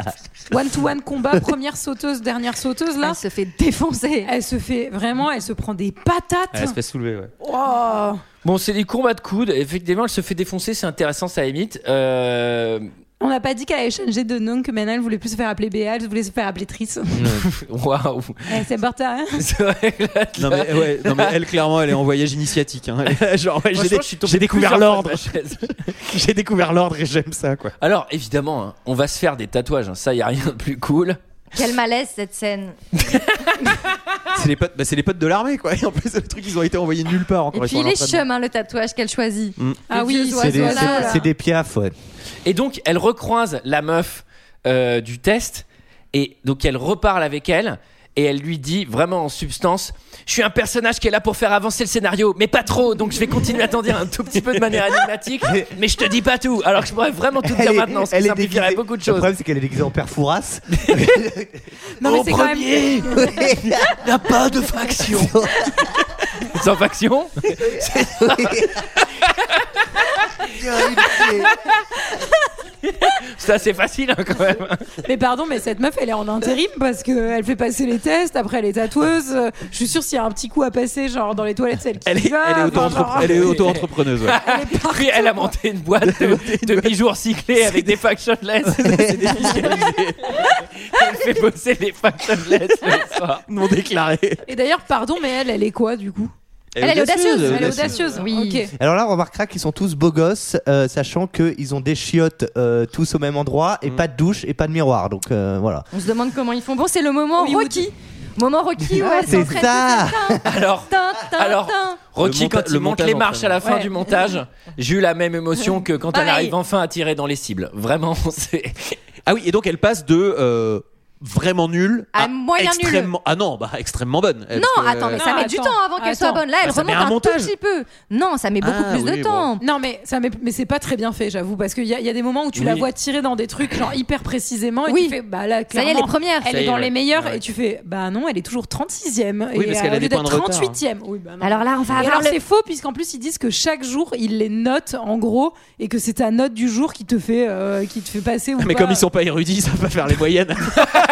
F: One-to-one combat, première sauteuse, dernière sauteuse, là. Elle se
K: fait défoncer.
F: Elle se fait vraiment, elle se prend des patates.
L: soulever, ouais.
F: Oh.
A: Bon, c'est des combats de coude. Effectivement, elle se fait défoncer, c'est intéressant, ça imite. Euh...
F: On n'a pas dit qu'elle avait changé de nom, que maintenant elle voulait plus se faire appeler Béa, elle voulait se faire appeler Trice.
A: Waouh! *laughs*
F: elle s'est portée à rien.
A: C'est vrai que là,
L: *laughs* Non mais, ouais, non, mais elle, clairement, elle est en voyage initiatique. hein. Genre, ouais, j'ai
A: Franchement,
L: dé-
A: je suis tombé
L: j'ai découvert
A: plusieurs fois de
L: l'ordre.
A: ma chaise.
L: J'ai découvert l'ordre et j'aime ça, quoi.
A: Alors, évidemment, hein, on va se faire des tatouages. hein. Ça, y a rien de plus cool.
K: Quel malaise cette scène.
L: C'est les potes, bah, c'est les potes de l'armée, quoi. Et en plus, le truc, ils ont été envoyés nulle part
K: Et
L: encore.
K: puis il est chum, hein, le tatouage qu'elle choisit.
A: Mm.
K: Ah oui,
G: c'est des, c'est- c'est des piafs, ouais.
A: Et donc, elle recroise la meuf euh, du test. Et donc, elle reparle avec elle. et elle lui dit vraiment en substance Je suis un personnage qui est là pour faire avancer le scénario, mais pas trop, donc je vais continuer à t'en dire un tout petit peu de manière animatique, mais je te dis pas tout. Alors que je pourrais vraiment tout te dire
G: est-
A: maintenant, ce qui
G: elle est
A: simplifierait
G: déguisée-
A: beaucoup de
G: Le
A: choses.
G: problème, c'est qu'elle est déguisée en père Fouras.
F: Non, mais c'est quand même.
G: Il n'y a pas de faction. *laughs*
A: Sans faction C'est ça. Ça, c'est facile hein, quand même.
F: Mais pardon, mais cette meuf, elle est en intérim parce qu'elle fait passer les tests, après elle est tatoueuse. Euh, Je suis sûre s'il y a un petit coup à passer, genre dans les toilettes, celle qui
L: Elle est-
F: y va.
L: elle est
F: enfin,
L: auto-entrepre-
F: genre,
L: elle est
A: *laughs*
L: auto-entrepreneuse, ouais.
A: Oui, elle a monté une boîte de, de bijoux recyclés avec des *laughs* factionless. elle fait bosser les factionless le soir.
L: Non déclaré.
F: Et d'ailleurs, pardon, mais elle, elle est quoi du coup
G: Elle est Elle est audacieuse, audacieuse,
F: Elle est
G: audacieuse.
F: audacieuse, oui.
G: Alors là, on remarquera qu'ils sont tous beaux gosses, euh, sachant qu'ils ont des chiottes euh, tous au même endroit et pas de douche et pas de miroir. Donc euh, voilà.
K: On se demande comment ils font. Bon, c'est le moment Rocky. Moment Rocky où
G: Ah,
K: elle
G: c'est
K: s'entraîne.
G: ça.
A: Alors, alors, Rocky, quand il monte les marches à la fin
K: Ouais.
A: du montage, j'ai eu la même émotion que quand elle
L: Pareil.
A: arrive enfin à tirer dans les cibles. Vraiment, *laughs* c'est.
L: Ah oui, et donc elle passe de euh, vraiment nulle
K: À
L: à,
K: moyen nulle.
L: extrêmement... Ah non, bah extrêmement bonne.
K: Non, attends, mais ça met du temps avant qu'elle soit bonne. Là, elle
L: Bah, ça
K: remonte
L: met un
K: un, tout
L: montage.
K: petit peu. Non, ça met beaucoup
L: Ah,
K: plus
L: oui,
K: de
L: bon.
K: temps.
F: Non, mais ça, m'est- mais c'est pas très bien fait, j'avoue, parce qu'il y, a- il y a des moments où tu la
L: Oui.
F: vois tirer dans des trucs genre hyper précisément et
K: Oui.
F: tu fais bah là
K: Ça y est,
F: clairement,
K: elle est première.
F: elle
K: Ça
F: est
K: y est,
F: dans
K: ouais.
F: les meilleurs
K: Ouais.
F: et tu fais bah non, elle est toujours 36e
L: Oui,
F: et
L: parce
F: euh,
L: qu'elle a des
F: au lieu
L: points
F: d'être
L: de retard. hein.
F: 38e. Oui, bah non.
K: Alors là, on va
F: Et
K: avoir
F: alors
K: le-
F: c'est faux puisqu'en plus ils disent que chaque jour ils les notent en gros et que c'est ta note du jour qui te fait euh, qui te fait passer ou
L: *laughs* Mais
F: pas.
L: comme ils sont pas érudits, ils savent pas faire les moyennes.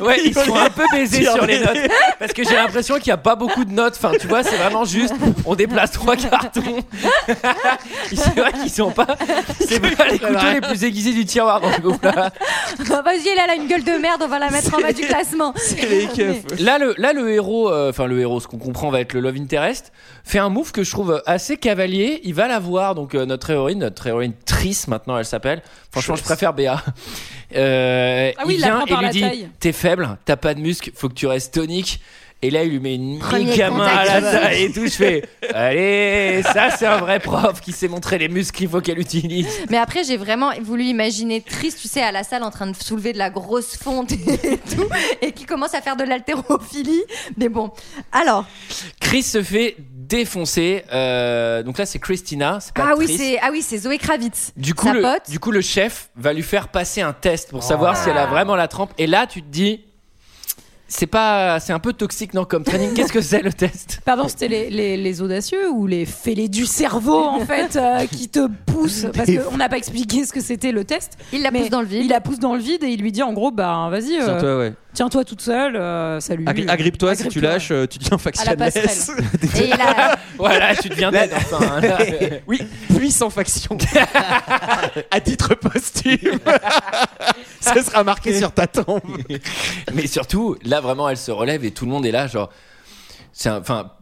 A: Ouais, ils sont un peu baisés
L: Tiens,
A: sur les
L: mais-
A: notes. *laughs* Parce que j'ai l'impression qu'il n'y a pas beaucoup de notes. Enfin, tu vois, c'est vraiment juste, on déplace trois cartons. *laughs* c'est vrai qu'ils sont *laughs* pas. C'est pas les couteaux les plus aiguisés du tiroir dans ce groupe-là.
K: Bah, *laughs* Vas-y, elle elle a une gueule de merde,
L: *laughs*
K: on va la mettre en bas du classement. Mais-
A: Là, le, là, le héros, euh, enfin le héros, ce qu'on comprend va être le Love Interest, fait un move que je trouve assez cavalier. Il va la voir, donc euh, notre héroïne, notre héroïne Trice maintenant, elle s'appelle. Franchement, je préfère Béa. Euh,
F: Ah oui, il la
A: vient
F: prend
A: et
F: par
A: lui
F: la
A: dit
F: taille.
A: T'es faible, t'as pas de muscles, faut que tu restes tonique. Et là, il lui met une
F: Premier
A: méga main à
F: contact
A: la
F: physique.
A: taille et tout. Je fais Allez, ça, c'est un vrai prof qui sait montrer les muscles qu'il faut qu'elle utilise.
K: Mais après, j'ai vraiment voulu imaginer Triste, tu sais, à la salle en train de soulever de la grosse fonte et *laughs* tout, et qui commence à faire de l'haltérophilie. Mais bon, alors.
A: Chris se fait défoncer. euh, donc là, c'est Christina, c'est pas
K: Ah oui,
A: Trice.
K: c'est ah oui, c'est Zoé Kravitz.
A: Du coup,
K: sa
A: le,
K: pote.
A: du coup, le chef va lui faire passer un test
L: Oh
A: pour savoir si elle a vraiment la trempe. Et là, tu te dis, c'est pas, c'est un peu toxique, non, comme training. Qu'est-ce que c'est le test
F: Pardon, c'était les, les- les audacieux ou les fêlés du
A: *laughs*
F: cerveau, en fait, euh, qui te poussent Parce qu'on n'a pas expliqué ce que c'était le test.
K: Il la pousse dans le vide.
L: *laughs*
F: Il la pousse dans le vide et il lui dit, en gros, bah vas-y, euh,
L: Tiens-toi, ouais.
F: tiens-toi toute seule, euh, salut.
L: Agri- Agrippe-toi, si tu lâches, euh, tu deviens
F: À
L: *laughs*
F: la
L: factionless.
F: passerelle.
K: *laughs*
A: Voilà, tu deviens dead, enfin. hein, là.
L: *laughs* oui, puis
A: *laughs*
L: sans faction. à titre posthume. Ce sera marqué sur ta tombe.
A: *laughs* Mais surtout, là, vraiment, elle se relève et tout le monde est là, genre, c'est un- enfin,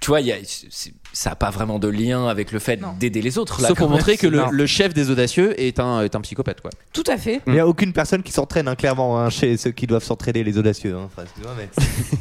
A: tu vois, il y a- c'est- ça a pas vraiment de lien avec le fait d'aider les autres. Là,
L: Sauf pour
A: quand même.
L: montrer que le,
A: Non.
L: le chef des audacieux est un, est un psychopathe, quoi.
F: Tout à
L: *laughs*
F: fait.
G: Il n'y a aucune personne qui s'entraîne, hein, clairement, hein, chez ceux qui doivent s'entraîner, les audacieux. hein. Enfin, excuse-moi, mais-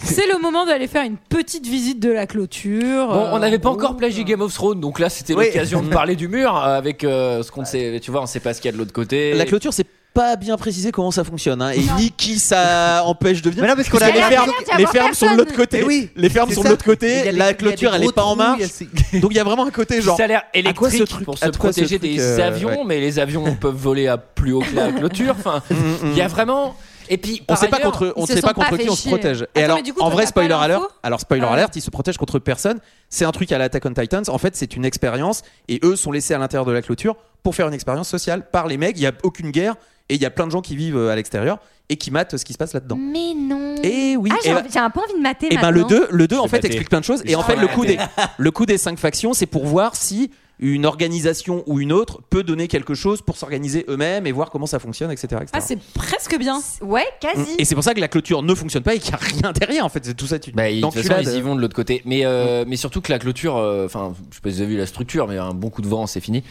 F: C'est le moment d'aller faire une petite visite de la clôture.
A: Bon, on
F: euh,
A: n'avait pas encore plagié Game of Thrones, donc là c'était
L: Oui.
A: l'occasion
L: *laughs*
A: de parler du mur euh, avec euh, ce qu'on ne sait, tu vois, on sait pas ce qu'il y a de l'autre côté.
L: La clôture, c'est pas bien précisé comment ça fonctionne, hein, et ni qui ça *laughs* empêche de venir.
G: Mais non, parce qu'on a-
L: les
G: Elle a
L: fermes,
G: l'air d'y avoir
L: les fermes sont de l'autre
G: personne.
L: côté.
G: Eh oui,
L: les fermes
G: c'est
L: sont de
G: ça.
L: l'autre
G: Il y a
L: côté.
G: des- il y a
L: La
G: des
L: clôture, elle
G: gros
L: est pas en
G: trous,
L: marche.
G: il y a
L: Donc il y a vraiment un côté genre.
A: ça a l'air
L: à quoi ce
A: électrique
L: truc-
A: pour
L: à
A: se
L: quoi ce
A: protéger
L: truc,
A: des
L: euh,
A: avions,
L: ouais.
A: mais les
L: *laughs*
A: avions peuvent voler à plus haut que la clôture. Enfin,
L: Mm,
A: il y a vraiment. Et puis,
L: On
A: par
L: sait pas
A: ailleurs,
L: contre, on ne sait pas contre qui on se protège. Et alors, en vrai, spoiler alert. Alors, spoiler alert, ils se protègent contre personne. C'est un truc à l'Attack on Titans. En fait, c'est une expérience, et eux sont laissés à l'intérieur de la clôture pour faire une expérience sociale par les mecs. Il y a aucune guerre, et il y a plein de gens qui vivent euh, à l'extérieur et qui matent ce qui se passe là-dedans.
K: Mais non.
L: Eh oui,
K: Mm. Ah, j'ai
L: eh
K: envie-
L: ben-
K: j'ai un peu envie de mater
L: Et ben le
K: maintenant.
L: 2, le 2 en
A: vais
L: fait
A: mater.
L: explique plein de choses.
A: Je
L: Et en
A: vais
L: fait le coup
A: mater.
L: des le coup des cinq factions, c'est pour voir si une organisation ou une autre peut donner quelque chose pour s'organiser eux-mêmes et voir comment ça fonctionne, etc. etc.
F: Ah, c'est presque bien.
K: Ouais,
L: Mm. et c'est pour ça que la clôture ne fonctionne pas et qu'il n'y a rien derrière en fait. C'est tout ça. Tu
A: Bah, ils, de toute façon, ils y vont de l'autre côté. Mais, euh,
L: Mm.
A: mais surtout que la clôture, euh, enfin, je sais pas si vous avez vu la structure, mais un bon coup de vent, c'est fini.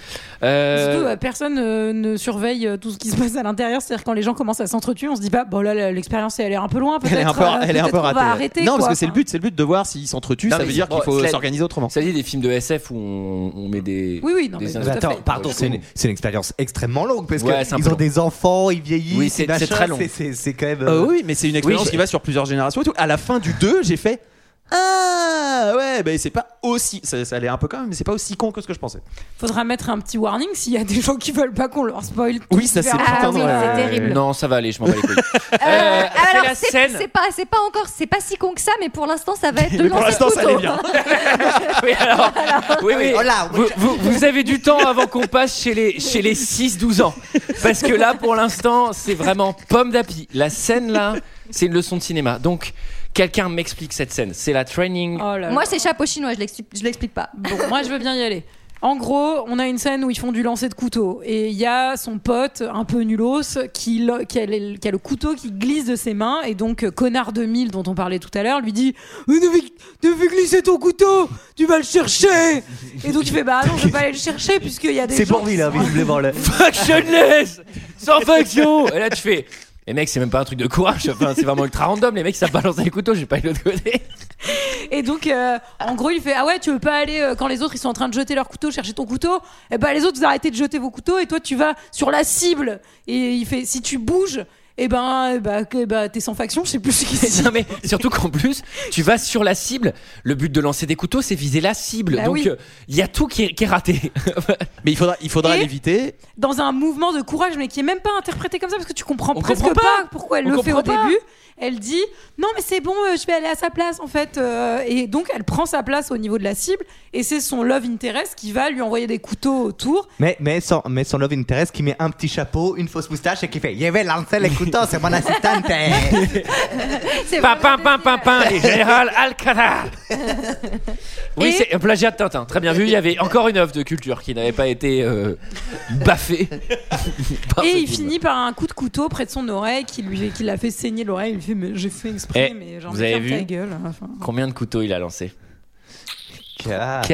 A: Euh,
F: Surtout, euh, personne euh, ne surveille euh, tout ce qui se passe à l'intérieur. C'est-à-dire quand les gens commencent à s'entretuer, on se dit pas bon là l'expérience elle est un peu loin.
L: *laughs* Elle est un
F: peut-être,
L: peu,
F: euh,
L: elle est un
F: peut-être
L: peu
F: on va
L: ratée.
F: arrêter,
L: non, parce
F: quoi.
L: que c'est le but, c'est le but de voir s'ils s'entretuent.
A: Non,
L: ça
A: mais
L: veut dire
A: bon,
L: qu'il faut
A: cela-
L: s'organiser autrement.
A: Ça dit des films de SF où on, on met des
O: des.
F: Oui, oui, non,
O: des
F: mais tout
O: instants.
F: à fait. Attends,
O: pardon.
G: C'est une, c'est une expérience extrêmement longue parce
O: Ouais, c'est
G: que
O: un
G: ils
O: peu
G: ont
O: long.
G: des enfants, ils vieillissent.
L: Oui, c'est-
G: et machin,
L: c'est très long.
G: c'est- C'est c'est quand même.
L: Euh,
G: euh,
L: oui, mais c'est une expérience
G: c'est-
L: qui va sur plusieurs générations et tout. À la fin du 2, j'ai fait Ah ouais, ben c'est pas aussi. Ça, ça allait un peu quand même, mais c'est pas aussi con que ce que je pensais.
F: Faudra mettre un petit warning s'il y a des gens qui veulent pas qu'on leur spoil. tout Ah
L: Oui, ça, c'est
F: l'hiver.
L: putain de-
K: c'est terrible.
A: Non, ça va aller, je m'en bats les couilles.
K: *laughs* Euh, ah, Alors,
A: Euh, la
K: c'est-
A: *laughs* scène.
K: C'est pas, c'est pas encore, c'est pas si con que ça, mais pour l'instant, ça va être
A: *laughs*
K: de
A: Mais pour
K: lancer
A: l'instant,
K: de
A: ça
K: couteau.
A: allait
K: *laughs*
A: bien. oui, alors, oui, oui.
K: Oh
A: vous, vous- vous avez du temps avant qu'on passe chez les, chez les 6-12 ans. Parce que là, pour l'instant, c'est vraiment pomme d'api. La scène, là, c'est une leçon de cinéma. Donc, quelqu'un m'explique cette scène. C'est la training.
F: Oh
K: Moi, c'est chapeau chinois, je l'explique, je l'explique pas.
F: Bon, moi je veux bien y aller. En gros, on a une scène où ils font du lancer de couteau et il y a son pote un peu nulos qui, lo- qui, a, le, qui a le couteau qui glisse de ses mains et donc euh, connard de mille dont on parlait tout à l'heure lui dit Mais ne fais, ne fais glisser ton couteau, tu vas le chercher. Et donc il fait bah non, je vais pas aller le chercher puisqu'il y a des
G: C'est
F: gens.
G: pour hein, lui là, visiblement. là.
A: Actionless Sans faction Et là, tu fais. Les mecs, c'est même pas un truc de courage. Enfin, c'est vraiment ultra random. Les mecs, ça balance les couteaux. J'ai pas eu l'autre côté.
F: Et donc euh, en gros il fait ah ouais tu veux pas aller euh, quand les autres ils sont en train de jeter leur couteau chercher ton couteau et ben les autres vous arrêtez de jeter vos couteaux et toi tu vas sur la cible et il fait si tu bouges et ben, eh ben, que- bah, t'es sans faction, je sais plus ce qu'il
A: *laughs*
F: dit.
A: Non mais surtout qu'en plus, tu vas sur la cible. Le but de lancer des couteaux, c'est viser la cible.
F: Bah
A: Donc
F: oui.
A: il y a tout qui est, qui est raté.
L: mais il faudra, il faudra
F: Et-
L: l'éviter.
F: dans un mouvement de courage, mais qui est même pas interprété comme ça parce que tu comprends
A: On
F: presque
A: comprend
F: pas.
A: pas.
F: pourquoi elle
A: On
F: le fait au
A: comprend pas.
F: début. Elle dit non, mais c'est bon, euh, je vais aller à sa place en fait. euh, et donc elle prend sa place au niveau de la cible et c'est son love interest qui va lui envoyer des couteaux autour.
G: Mais, mais, son, mais son love interest qui met un petit chapeau, une fausse moustache et qui fait Je vais lancer les couteaux, c'est mon assistante.
A: *laughs*
K: C'est
A: Pam pam pam pam pam. Et général
F: *laughs*
A: Alcatraz. Oui, c'est un plagiat de Tintin. Très bien vu. Il y avait encore une œuvre de culture qui n'avait pas été euh,
F: *laughs*
A: baffée. par ce
F: et il
A: film.
F: finit par un coup de couteau près de son oreille qui lui qui l'a fait saigner l'oreille. Il fait mais j'ai fait exprès,
A: Eh,
F: mais genre
A: vous avez
F: ferme
A: vu
F: ta gueule. hein, Enfin,
A: Combien de couteaux il a lancé
G: Quatre.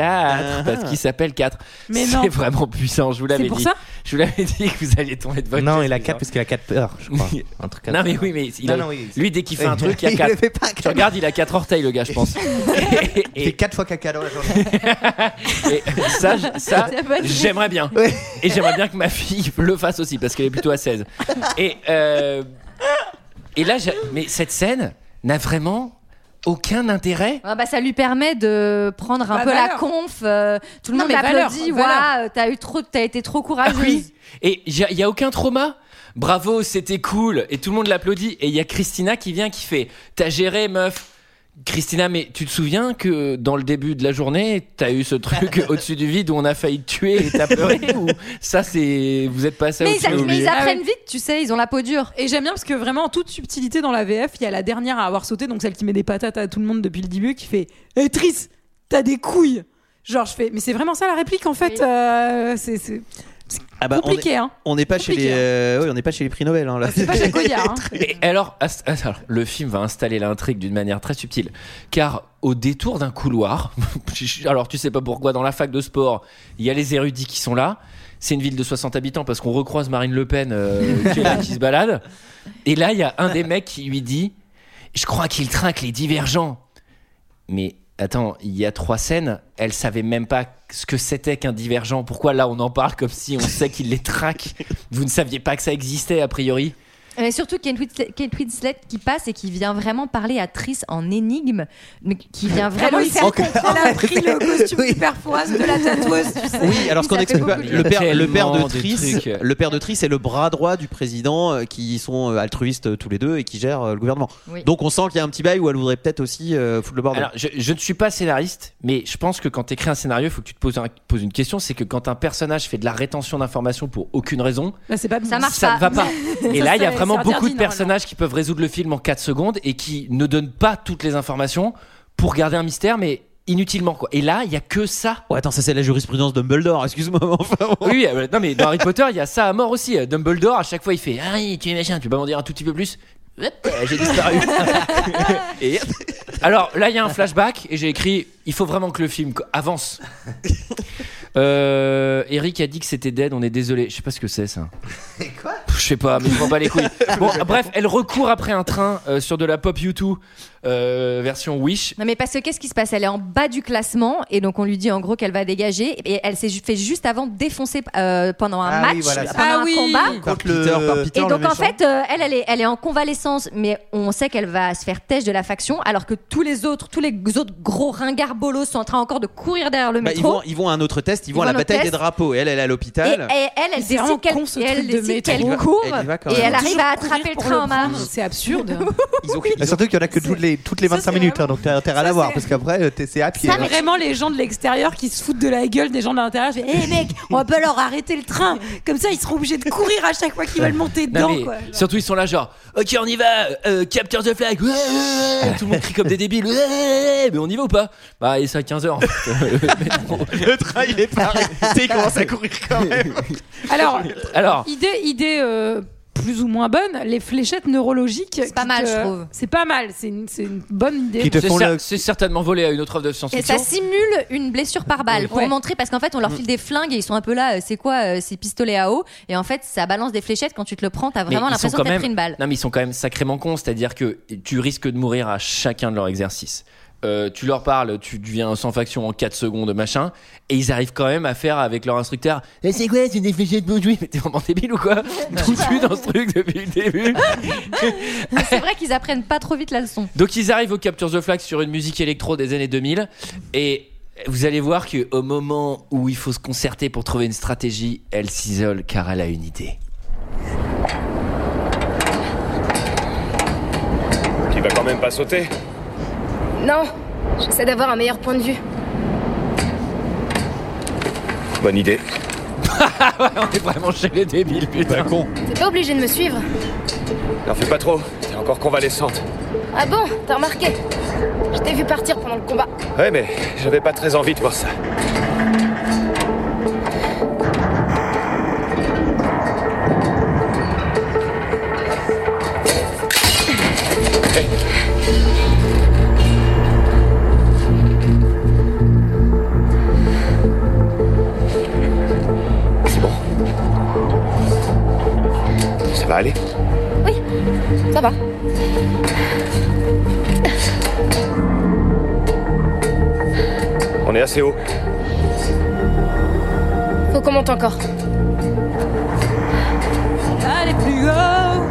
A: 4
G: Ah.
A: Parce qu'il s'appelle 4
F: Mais non.
A: C'est vraiment puissant. Je vous l'avais
F: C'est pour
A: dit.
F: ça
A: je vous l'avais dit que vous alliez tomber de votre
G: Non,
A: chaise,
G: il a
A: les
G: 4
A: gens.
G: parce qu'il a 4 peurs, je crois. Un truc
A: Non mais oui mais il
G: Non,
A: a-
G: non, oui, c'est-
A: lui dès qu'il fait
G: *laughs*
A: un truc *laughs* il y
G: Il
A: a
G: le fait
A: quatre. Tu regardes il a quatre orteils le gars je pense.
G: Il fait 4 fois caca dans la journée.
A: Et ça j- ça
G: Ça va être-
A: j'aimerais bien. Et j'aimerais bien que ma fille *laughs* le fasse aussi parce qu'elle est plutôt à 16. Et euh, et là j'ai- mais cette scène n'a vraiment aucun intérêt.
K: Ah bah, ça lui permet de prendre un
F: Bah,
K: peu la
F: valeur.
K: conf. euh, tout le
F: Non,
K: monde
F: mais valeur,
K: l'applaudit.
F: valeur.
K: Waouh, t'as eu trop, t'as été trop courageuse.
A: Ah Oui. Et il y a aucun trauma. Bravo, c'était cool. Et tout le monde l'applaudit. Et il y a Christina qui vient qui fait T'as géré, meuf. Christina, mais tu te souviens que dans le début de la journée, t'as eu ce truc au-dessus du vide où on a failli te tuer et t'as pleuré ou ça c'est vous êtes passé
K: Mais,
A: au-dessus
K: ils, a-
A: du
K: mais ils
F: Ah
A: vide.
K: apprennent vite, tu sais, ils ont la peau dure.
F: Et j'aime bien parce que vraiment, en toute subtilité dans la VF, il y a la dernière à avoir sauté, donc celle qui met des patates à tout le monde depuis le début, qui fait Eh Tris, t'as des couilles Genre, je fais Mais c'est vraiment ça la réplique en fait euh, C'est. c'est- c'est
L: Ah bah, on
F: compliqué,
L: est-
F: hein.
L: On n'est pas chez les,
F: Compliqué,
L: euh, ouais, on n'est pas chez les prix Nobel hein, là.
F: C'est pas
L: *laughs*
F: chez Goya, hein.
A: *laughs* Et alors, ast- alors, le film va installer l'intrigue d'une manière très subtile, car au détour d'un couloir, *laughs* alors tu sais pas pourquoi, dans la fac de sport, il y a les érudits qui sont là. C'est une ville de 60 habitants parce qu'on recroise Marine Le Pen euh, qui, est là, qui se balade. Et là, il y a un des mecs qui lui dit Je crois qu'il trinque les divergents. Mais attends, il y a trois scènes, elle savait même pas ce que c'était qu'un divergent. Pourquoi là on en parle comme si on sait qu'il les traque Vous ne saviez pas que ça existait a priori
K: Et surtout Kate Winslet, Kate Winslet qui passe et qui vient vraiment parler à Tris en énigme, mais qui vient vraiment lui
F: aussi,
K: faire
F: ok.
K: comprendre.
F: Elle a pris le costume du père Fouras de la tatoueuse, tu sais.
L: Oui, alors ce qu'on
F: Ça fait
L: explique pas,
F: beaucoup
L: le
F: de-
L: père, le père de
A: Tellement des
L: Trice,
A: trucs.
L: le père de Trice est le bras droit du président euh, qui sont euh, altruistes euh, tous les deux et qui gèrent euh, le gouvernement.
A: Oui.
L: Donc on sent qu'il y a un petit bail où elle voudrait peut-être aussi euh, foutre le bordel.
A: Alors, je, je ne suis pas scénariste, mais je pense que quand tu écris un scénario, il faut que tu te poses, un- poses une question c'est que quand un personnage fait de la rétention d'informations pour aucune raison,
F: Là, c'est pas bon.
K: Ça marche
A: ça ne va pas. Et
F: Ça,
A: là, il y a
F: c'est-
A: vraiment
F: c'est
A: beaucoup de
F: interdit,
A: personnages qui peuvent résoudre le film en 4 secondes et qui ne donnent pas toutes les informations pour garder un mystère, mais inutilement. quoi. Et là, il y a que ça.
L: Ouais, attends, ça c'est la jurisprudence Dumbledore, excuse-moi. *laughs* mais enfin, bon.
A: Oui, euh, non, mais dans Harry Potter, il y a ça à mort aussi. Euh, Dumbledore, à chaque fois, il fait Ah, oui, tu es machin, tu peux m'en dire un tout petit peu plus Hop, euh, J'ai disparu. Et- Alors là, il y a un flashback et j'ai écrit Il faut vraiment que le film co- avance. Euh, Eric a dit que c'était dead, on est désolé. Je sais pas ce que c'est ça. Quoi Je sais pas, mais je m'en bats les couilles. Bon, bref, elle recourt après un train euh, sur de la pop YouTube euh, version Wish.
K: Non mais parce que qu'est-ce qui se passe Elle est en bas du classement et donc on lui dit en gros qu'elle va dégager et elle s'est ju- fait juste avant défoncer euh, pendant un
G: Ah
K: match,
G: oui, voilà, ça.
K: pendant
G: Ah
K: un
G: oui.
K: combat.
G: Par Peter, par Peter,
K: et
G: le
K: donc en
G: méchant.
K: fait euh, elle elle est, elle est en convalescence mais on sait qu'elle va se faire têche de la faction alors que tous les autres tous les autres gros ringards bolos sont en train encore de courir derrière le
L: Bah, ils,
K: métro.
L: vont, ils vont à un autre test, ils, vont à
K: vont
L: la
K: à notre
L: bataille des
K: test.
L: drapeaux. Et elle, elle est à
K: Et,
L: l'hôpital.
K: et elle, elle
F: C'est
K: décide
F: vraiment
K: qu'elle
F: con, ce
K: et elle
F: truc de
K: décide
F: métro.
K: qu'elle
L: Elle y va-
K: court
L: elle y va quand
K: et
L: même.
K: elle arrive
F: Toujours
K: à
F: courir
K: attraper le
F: pour
K: train
F: le
K: en marche.
F: prendre, C'est
K: *laughs*
F: absurde.
G: Et surtout qu'il y en a que toutes les, toutes les 25 minutes, hein, donc t'as intérêt à l'avoir, parce qu'après, euh, t'es c'est à pied.
F: Ça,
G: hein.
F: mais vraiment les gens de l'extérieur qui se foutent de la gueule des gens de l'intérieur. Je fais, hé mec, on va pas leur arrêter le train. Comme ça, ils seront obligés de courir à chaque fois qu'ils veulent monter
A: Non,
F: dedans.
A: mais *laughs*
F: quoi.
A: surtout ils sont là genre ok on y va euh, capture the flag Ouais, ouais, ouais. tout le monde crie comme des débiles Ouais, mais on y va ou pas bah et c'est à 15h en fait.
L: le train il est paré il commence à courir quand même
F: Alors,
A: alors
F: idée, idée euh, plus ou moins bonne, les fléchettes neurologiques. C'est pas mal, je trouve. C'est pas mal, c'est une, c'est une bonne idée.
A: c'est cer- c'est certainement volé à une autre œuvre de
K: Et ça
A: science-fiction
K: simule une blessure par balle pour
F: Ouais.
K: montrer parce qu'en fait on leur
A: Mm.
K: file des flingues et ils sont un peu là euh, c'est quoi euh, ces pistolets à eau et en fait ça balance des fléchettes quand tu te le prends t'as
A: Mais
K: vraiment
A: ils sont
K: l'impression
A: quand
K: que t'as
A: même-
K: pris
A: *laughs*
K: une balle.
A: Non, mais ils sont quand même sacrément cons, c'est-à-dire que tu risques de mourir à chacun de leurs exercices. Euh, tu leur parles, tu deviens sans faction en 4 secondes, machin, et ils arrivent quand même à faire avec leur instructeur Eh, C'est quoi, c'est des fléchettes bougeoui Mais t'es vraiment débile ou quoi Tout suite dans ce truc depuis le début.
K: Mais c'est vrai qu'ils apprennent pas trop vite la leçon.
A: Donc ils arrivent au Capture the Flag sur une musique électro des années 2000 et vous allez voir que au moment où il faut se concerter pour trouver une stratégie, elle s'isole car elle a une idée.
N: Tu vas quand même pas sauter
M: Non, j'essaie d'avoir un meilleur point de vue.
N: Bonne idée.
A: on est vraiment chez les débiles, putain.
N: con.
M: T'es pas obligé de me suivre.
N: N'en fais pas trop, t'es encore convalescente.
M: Ah bon, t'as remarqué Je t'ai vu partir pendant le combat.
N: Ouais, mais j'avais pas très envie de voir ça. C'est bon. Ça va aller
M: Oui, ça va.
N: On est assez haut.
M: Faut qu'on monte encore.
F: Allez plus haut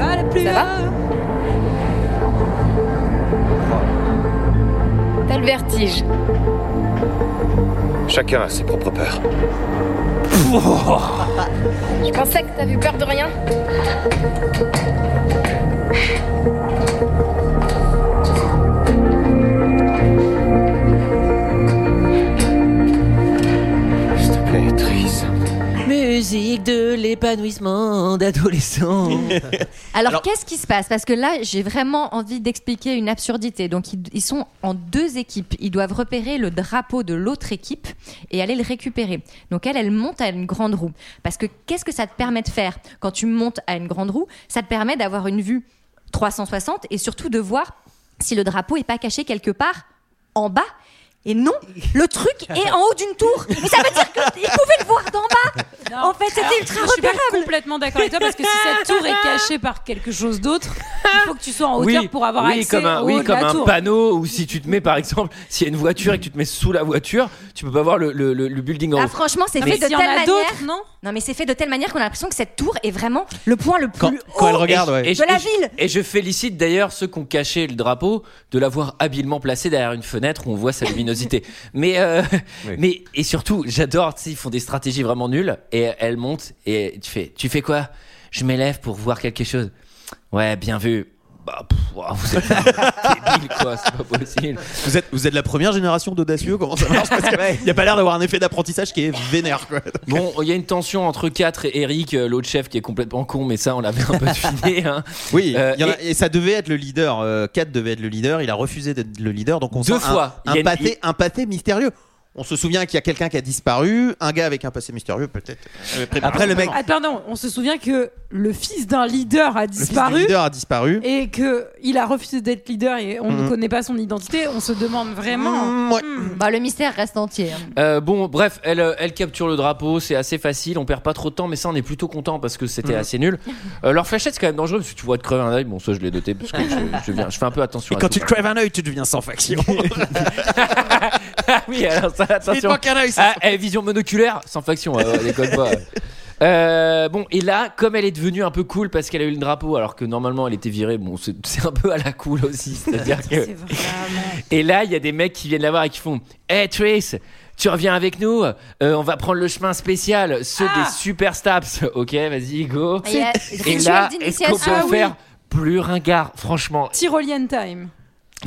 F: Allez plus haut
M: T'as le vertige.
N: Chacun a ses propres peurs.
M: Je pensais que t'avais peur de rien.
N: S'il te plaît, Tris.
A: Musique de l'épanouissement d'adolescents.
K: Alors,
A: Alors-
K: qu'est-ce qui se passe Parce que là j'ai vraiment envie d'expliquer une absurdité. Donc ils, ils sont en deux équipes. Ils doivent repérer le drapeau de l'autre équipe et aller le récupérer. Donc elle elle monte à une grande roue. Parce que qu'est-ce que ça te permet de faire quand tu montes à une grande roue Ça te permet d'avoir une vue 360 et surtout de voir si le drapeau est pas caché quelque part en bas. Et non, le truc est en haut d'une tour. Mais ça veut dire qu'ils pouvaient le voir d'en bas. En fait, c'était ultra
F: Ah, Je suis pas
K: repérable.
F: complètement d'accord avec toi parce que si cette tour est cachée par quelque chose d'autre, il faut que tu sois en hauteur pour avoir
A: oui,
F: accès
A: comme un,
F: au
A: oui,
F: haut de
A: comme
F: la
A: un
F: tour.
A: panneau ou si tu te mets par exemple, s'il y a une voiture et que tu te mets sous la voiture, tu peux pas voir le, le- le- le building en
K: Ah,
A: haut.
K: franchement, c'est
F: Non,
K: fait
F: mais
K: de
F: s'il
K: telle
F: y en a
K: manière.
F: d'autres, non
K: non, mais c'est fait de telle manière qu'on a l'impression que cette tour est vraiment le point le plus
L: Quand-
K: haut.
L: quand elle regarde,
A: Et je- et je-
L: ouais.
K: De la
A: et je-
K: ville.
A: Et je félicite d'ailleurs ceux qui ont caché le drapeau de l'avoir habilement placé derrière une fenêtre où on voit sa
K: *laughs*
A: luminosité. mais, euh, mais et surtout, j'adore, tu sais, ils font des stratégies vraiment nulles et elle monte et tu fais, tu fais quoi Je m'élève pour voir quelque chose. Ouais, bien vu. Bah, pff, wow, vous êtes
L: *laughs*
A: débile quoi, c'est pas possible.
L: vous êtes, vous êtes la première génération d'audacieux, comment ça marche Parce qu'il n'y a pas l'air d'avoir un effet d'apprentissage qui est vénère. Quoi.
A: Bon, il y a une tension entre 4 et Eric, euh, l'autre chef qui est complètement con, mais ça, on l'avait un peu deviné. Hein.
L: Oui,
A: Euh,
L: il y en a-
A: et-
L: et... ça devait être le leader. euh, Kat devait être le leader, il a refusé d'être le leader, donc on
A: Deux
L: sent
A: fois.
L: un,
A: Il y a
L: un
A: une-
L: pâté,
A: il-
L: un pâté mystérieux. On se souvient qu'il y a quelqu'un qui a disparu, un gars avec un passé mystérieux, peut-être. euh, prépare-
G: Après, le mec-
F: Ah, pardon, on se souvient que le fils d'un leader a
L: Le fils du
F: disparu.
L: leader a disparu.
F: Et que il a refusé d'être leader et on ne
L: Mhm.
F: connaît pas son identité. On se demande vraiment.
L: Mm,
K: Hmm, Bah, le mystère reste entier. hein.
A: Euh, bon, bref, elle, euh, elle capture le drapeau, c'est assez facile, on perd pas trop de temps, mais ça on est plutôt content parce que c'était
L: Mhm.
A: assez nul. Euh, leur fléchette c'est quand même dangereux parce que tu vois de crever un œil, bon ça je l'ai noté parce que je, je viens- je fais un peu attention.
L: Et
A: à
L: quand
A: tout.
L: tu te crèves un œil, tu deviens sans *laughs* faction.
A: Ah oui, alors ça, attention.
L: manque un œil,
A: Ah, eh, vision monoculaire, sans faction, euh, *laughs* ouais, déconne pas. Euh, bon, et là, comme elle est devenue un peu cool parce qu'elle a eu le drapeau, alors que normalement elle était virée, bon, c'est c'est un peu à la cool aussi. C'est-à-dire que. Et là, il y a des mecs qui viennent la voir et qui font Hey Trace, tu reviens avec nous, euh, on va prendre le chemin spécial, ceux des super stabs. ok, vas-y, go.
K: Il y a
A: Et
K: rituel
A: là, est-ce
K: d'initiation.
A: qu'on peut
K: Ah oui.
A: faire plus ringard, franchement
F: Tyrolian time.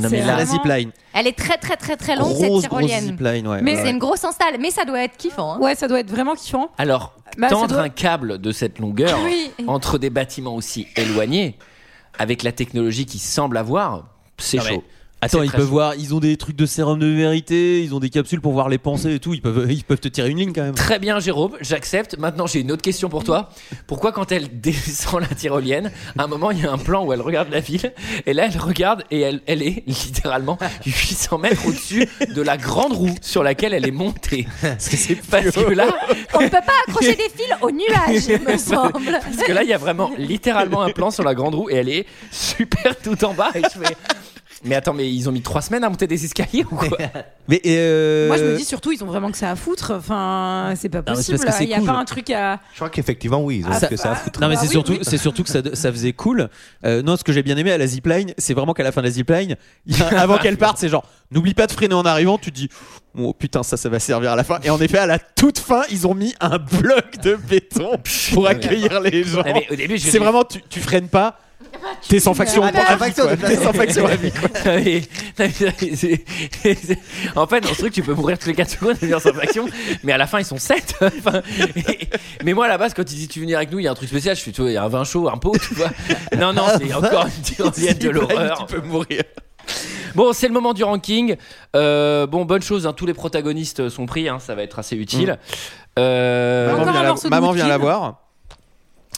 A: Non,
F: C'est
A: mais là-
L: La zipline.
K: Elle est très très très très longue
L: Grosse,
K: cette
L: grosse
K: tyrolienne.
L: zipline, ouais.
K: Mais
L: ouais,
K: c'est une grosse installe, mais ça doit être kiffant. hein.
F: Ouais, ça doit être vraiment kiffant.
A: Alors,
K: Bah, ça
A: tendre
K: doit-
A: un câble de cette longueur
K: Oui.
A: entre des bâtiments aussi éloignés, avec la technologie qu'ils semblent avoir, c'est
L: Non, mais
A: chaud.
L: Attends,
A: C'est
L: ils
A: très
L: peuvent
A: chaud.
L: voir, ils ont des trucs de sérum de vérité, ils ont des capsules pour voir les pensées et tout, ils peuvent, *laughs* ils peuvent te tirer une ligne quand même.
A: Très bien, Jérôme, j'accepte. Maintenant, j'ai une autre question pour toi. Pourquoi, quand elle *laughs* descend la tyrolienne, à un moment, il y a un plan où elle regarde la ville, et là, elle regarde et elle, elle est littéralement 800 mètres au-dessus de la grande roue sur laquelle elle est
L: *laughs*
A: montée. Parce que là,
K: On ne peut pas accrocher des fils
L: *laughs*
K: au nuage, il me semble.
L: Euh,
A: Parce que là, il y a vraiment littéralement un plan sur la grande roue et elle est super tout en bas. Et je fais, Mais attends, mais ils ont mis trois semaines à monter des escaliers ou quoi
L: Mais euh,
F: Moi, je me dis surtout, ils ont vraiment que ça à foutre. Enfin, c'est pas
L: mais c'est
F: possible.
L: parce que c'est
F: Il n'y a
L: cool.
F: pas un truc à.
G: Je crois qu'effectivement, oui, ils ont
L: Ah,
G: que ça à foutre.
L: Non mais
F: Bah
L: c'est
F: oui,
L: surtout,
F: oui.
L: c'est surtout que ça, ça faisait cool. Euh, non, ce que j'ai bien aimé à la zipline, c'est vraiment qu'à la fin de la zipline, il y a- avant qu'elle parte, c'est genre, n'oublie pas de freiner en arrivant. Tu te dis, oh putain, ça, ça va servir à la fin. Et en effet, à la toute fin, ils ont mis un bloc de béton pour accueillir les gens.
A: Ah, mais au début, je dis-
L: c'est vraiment, tu, tu freines pas. T'es sans faction,
G: Ah,
L: à
G: t'es
F: bah,
G: sans
L: vie,
G: faction,
L: quoi.
G: de toute
L: T'es sans
G: façon.
L: faction à vie, quoi.
A: Et- c'est- c'est- en fait, dans ce truc, tu peux mourir tous les 4 secondes et venir sans faction, mais à la fin, ils sont *laughs* 7. mais moi, à la base, quand ils disent tu veux venir avec nous, il y a un truc spécial, je suis, tu vois, il y a un vin chaud, un pot, tu vois. Non, non,
L: Ah,
A: c'est encore une tyrolienne de l'horreur.
L: bah, Tu peux mourir.
A: Bon, c'est le moment du ranking. Euh, bon, bonne chose, hein, tous les protagonistes sont pris, hein, ça va être assez utile.
L: Mm.
A: Euh,
L: Maman vient, la,
F: morceau de
L: maman vient la
F: Woodkid.
L: voir.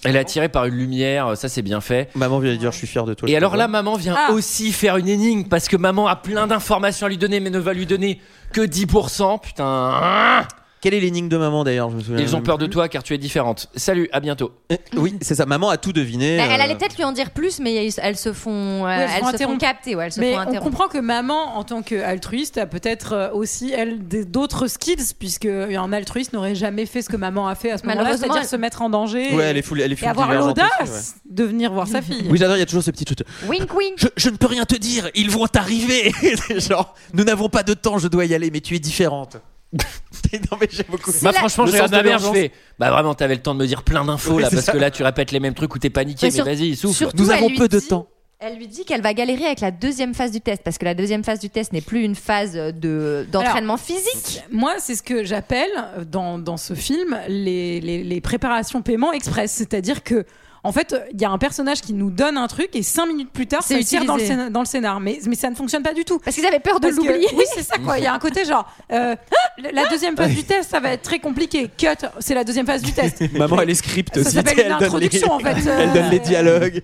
A: elle est attirée par une lumière, ça c'est bien fait.
L: Maman vient lui dire, je suis fier de toi. je
A: Et
L: te
A: alors là,
L: vois.
A: maman vient
F: Ah.
A: aussi faire une énigme parce que maman a plein d'informations à lui donner, mais ne va lui donner que 10%. Putain.
L: quelle est l'énigme de maman d'ailleurs Je me souviens.
A: Ils ont peur de toi car tu es différente. Salut, à bientôt.
L: Euh, Oui, c'est ça. Maman a tout deviné.
K: Bah, Elle
L: euh,
K: allait peut-être lui en dire plus, mais ils- elles se font, euh,
F: elles se font
K: elles se font
F: interrompre.
K: capter, ouais, elles se
F: Mais
K: font
F: on
K: interrompre.
F: comprend que maman, en tant qu'altruiste, a peut-être euh, aussi elle des- d'autres skills, puisque un altruiste n'aurait jamais fait ce que maman a fait à ce moment-là,
K: Malheureusement,
F: c'est-à-dire
K: elle-
F: se mettre en danger
L: Ouais,
F: et-
L: elle est full, elle est
F: et
L: full
F: avoir
L: divergente aussi,
F: l'audace de venir voir
K: *laughs*
F: sa fille.
L: ouais. Oui, j'adore, il y a toujours ce petit truc.
K: Wink wink.
L: Je, je ne peux rien te dire, ils vont t'arriver. *laughs* C'est Genre, nous n'avons pas de temps, je dois y aller, mais tu es différente. *laughs* non, mais j'ai beaucoup.
A: Bah,
K: la-
A: franchement,
L: Le
A: je regarde
L: sens
A: ma
L: de
A: mère, je
L: l'urgence.
A: fais. Bah, vraiment, t'avais le temps de me dire plein d'infos
L: Ouais,
A: là
L: c'est
A: parce
L: ça.
A: que là, tu répètes les mêmes trucs où t'es paniqué,
K: Mais
A: mais,
K: sur-
A: vas-y, souffle.
K: surtout,
L: Nous
K: elle
L: avons
K: lui
L: peu de
K: dit-
L: temps.
K: Elle lui dit qu'elle va galérer avec la deuxième phase du test parce que la deuxième phase du test n'est plus une phase de d'entraînement physique.
F: Moi, c'est ce que j'appelle euh, dans, dans ce film les, les- les préparations paiement express. C'est-à-dire que, en fait, il y a un personnage qui nous donne un truc et cinq minutes plus tard,
K: C'est
F: ça le tire dans le,
K: utilisé.
F: scén- dans le scénar. Mais, mais ça ne fonctionne pas du tout.
K: Parce qu'ils avaient peur de
F: Parce que-
K: l'oublier.
F: Oui, c'est ça quoi. Il y a un côté genre euh, Ah, la deuxième phase du test, ça va être très compliqué. Cut, c'est la deuxième phase du test.
L: *laughs* Maman, elle est script
F: Ça
L: aussi.
F: s'appelle
L: tu sais, elle
F: une
L: donne les-
F: introduction en fait.
L: Elle donne les dialogues.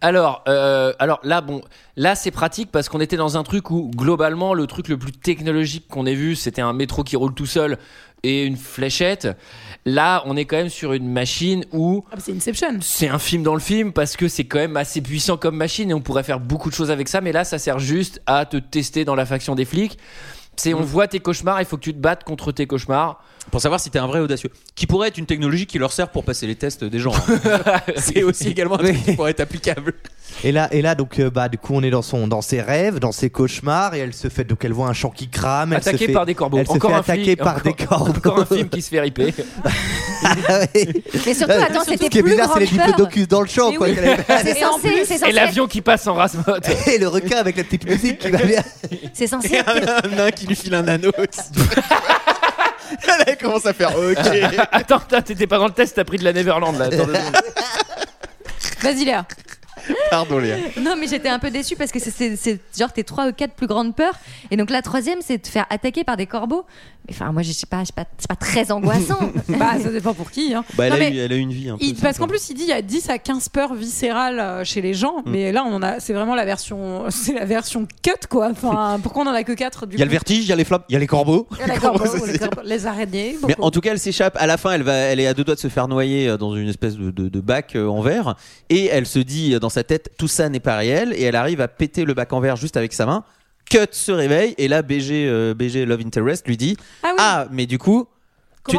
A: Alors, euh, alors là, bon, là c'est pratique parce qu'on était dans un truc où globalement le truc le plus technologique qu'on ait vu, c'était un métro qui roule tout seul et une fléchette. Là, on est quand même sur une machine où
F: Ah, bah, c'est Inception.
A: c'est un film dans le film parce que c'est quand même assez puissant comme machine et on pourrait faire beaucoup de choses avec ça. Mais là, ça sert juste à te tester dans la faction des flics. C'est
G: Mm.
A: on voit tes cauchemars, il faut que tu te battes contre tes cauchemars.
L: Pour savoir si t'es un vrai audacieux. Qui pourrait être une technologie qui leur sert pour passer les tests des gens. hein. *laughs* C'est aussi également un truc qui pourrait être applicable.
G: Et là, et là, donc, euh, bah, du coup, on est dans son, dans ses rêves, dans ses cauchemars, et elle se fait, donc, elle voit un champ qui crame, elle se
A: Attaqué
G: fait, *laughs*
A: par des corbeaux.
G: elle se
A: encore
G: fait
A: un
G: attaquer
A: flic,
G: par des corbeaux.
A: Encore un film qui se fait
K: *laughs*
A: riper.
G: Ah ouais.
K: Mais surtout, attends,
G: Ce
K: c'était
G: qui est
K: plus
G: bizarre, c'est les
K: grande peur.
G: diplodocus dans le champ,
F: Mais
G: quoi.
F: oui.
G: qu'elle avait-
K: *laughs* C'est
F: Et en
K: censé,
F: plus-
K: c'est
A: Et
K: censé, être-
A: l'avion qui passe en rase-motte.
G: *laughs* Et le requin avec la petite musique qui va bien.
K: c'est censé
L: Et
K: être
L: *laughs* un, un nain qui lui file un anneau aussi. *laughs* Elle commence à faire OK. *laughs*
A: Attends, attends, t'étais pas dans le test, t'as pris de la Neverland là. Attends deux secondes.
F: Vas-y Léa.
L: Pardon, Léa.
K: Non, mais j'étais un peu déçue parce que c'est- c'est c'est genre tes trois ou quatre plus grandes peurs. Et donc la troisième, c'est de te faire attaquer par des corbeaux. Mais enfin, moi, je sais pas, je sais pas, c'est pas très angoissant.
F: bah, ça dépend pour qui. Hein.
L: Bah, elle,
F: Non,
L: a
F: mais
L: eu, elle a eu une vie un peu.
F: il- parce qu'en plus, il dit il y a 10 à 15 peurs viscérales euh, chez les gens,
L: Mm.
F: mais là, on en a, c'est vraiment la version, *laughs* c'est la version cut
L: *laughs*
F: quoi. Enfin, pourquoi on en a que 4 du
L: Il y a le
F: coup
L: vertige, il y a les flaps, il y a les corbeaux.
F: Il y a la corbeau,
L: Comment ça, *laughs*
F: les
L: c'est-
F: corbeaux, les araignées.
L: Mais
F: beaucoup.
L: en tout cas, elle s'échappe. À la fin, elle, va, elle est à deux doigts de se faire noyer euh, dans une espèce de, de- de bac euh, en verre. Et elle se dit euh, dans sa tête, tout ça n'est pas réel. Et elle arrive à péter le bac en verre juste avec sa main. Cut se réveille. Et là, BG, euh, BG Love Interest lui dit
F: Ah,
L: mais du coup,
F: Comment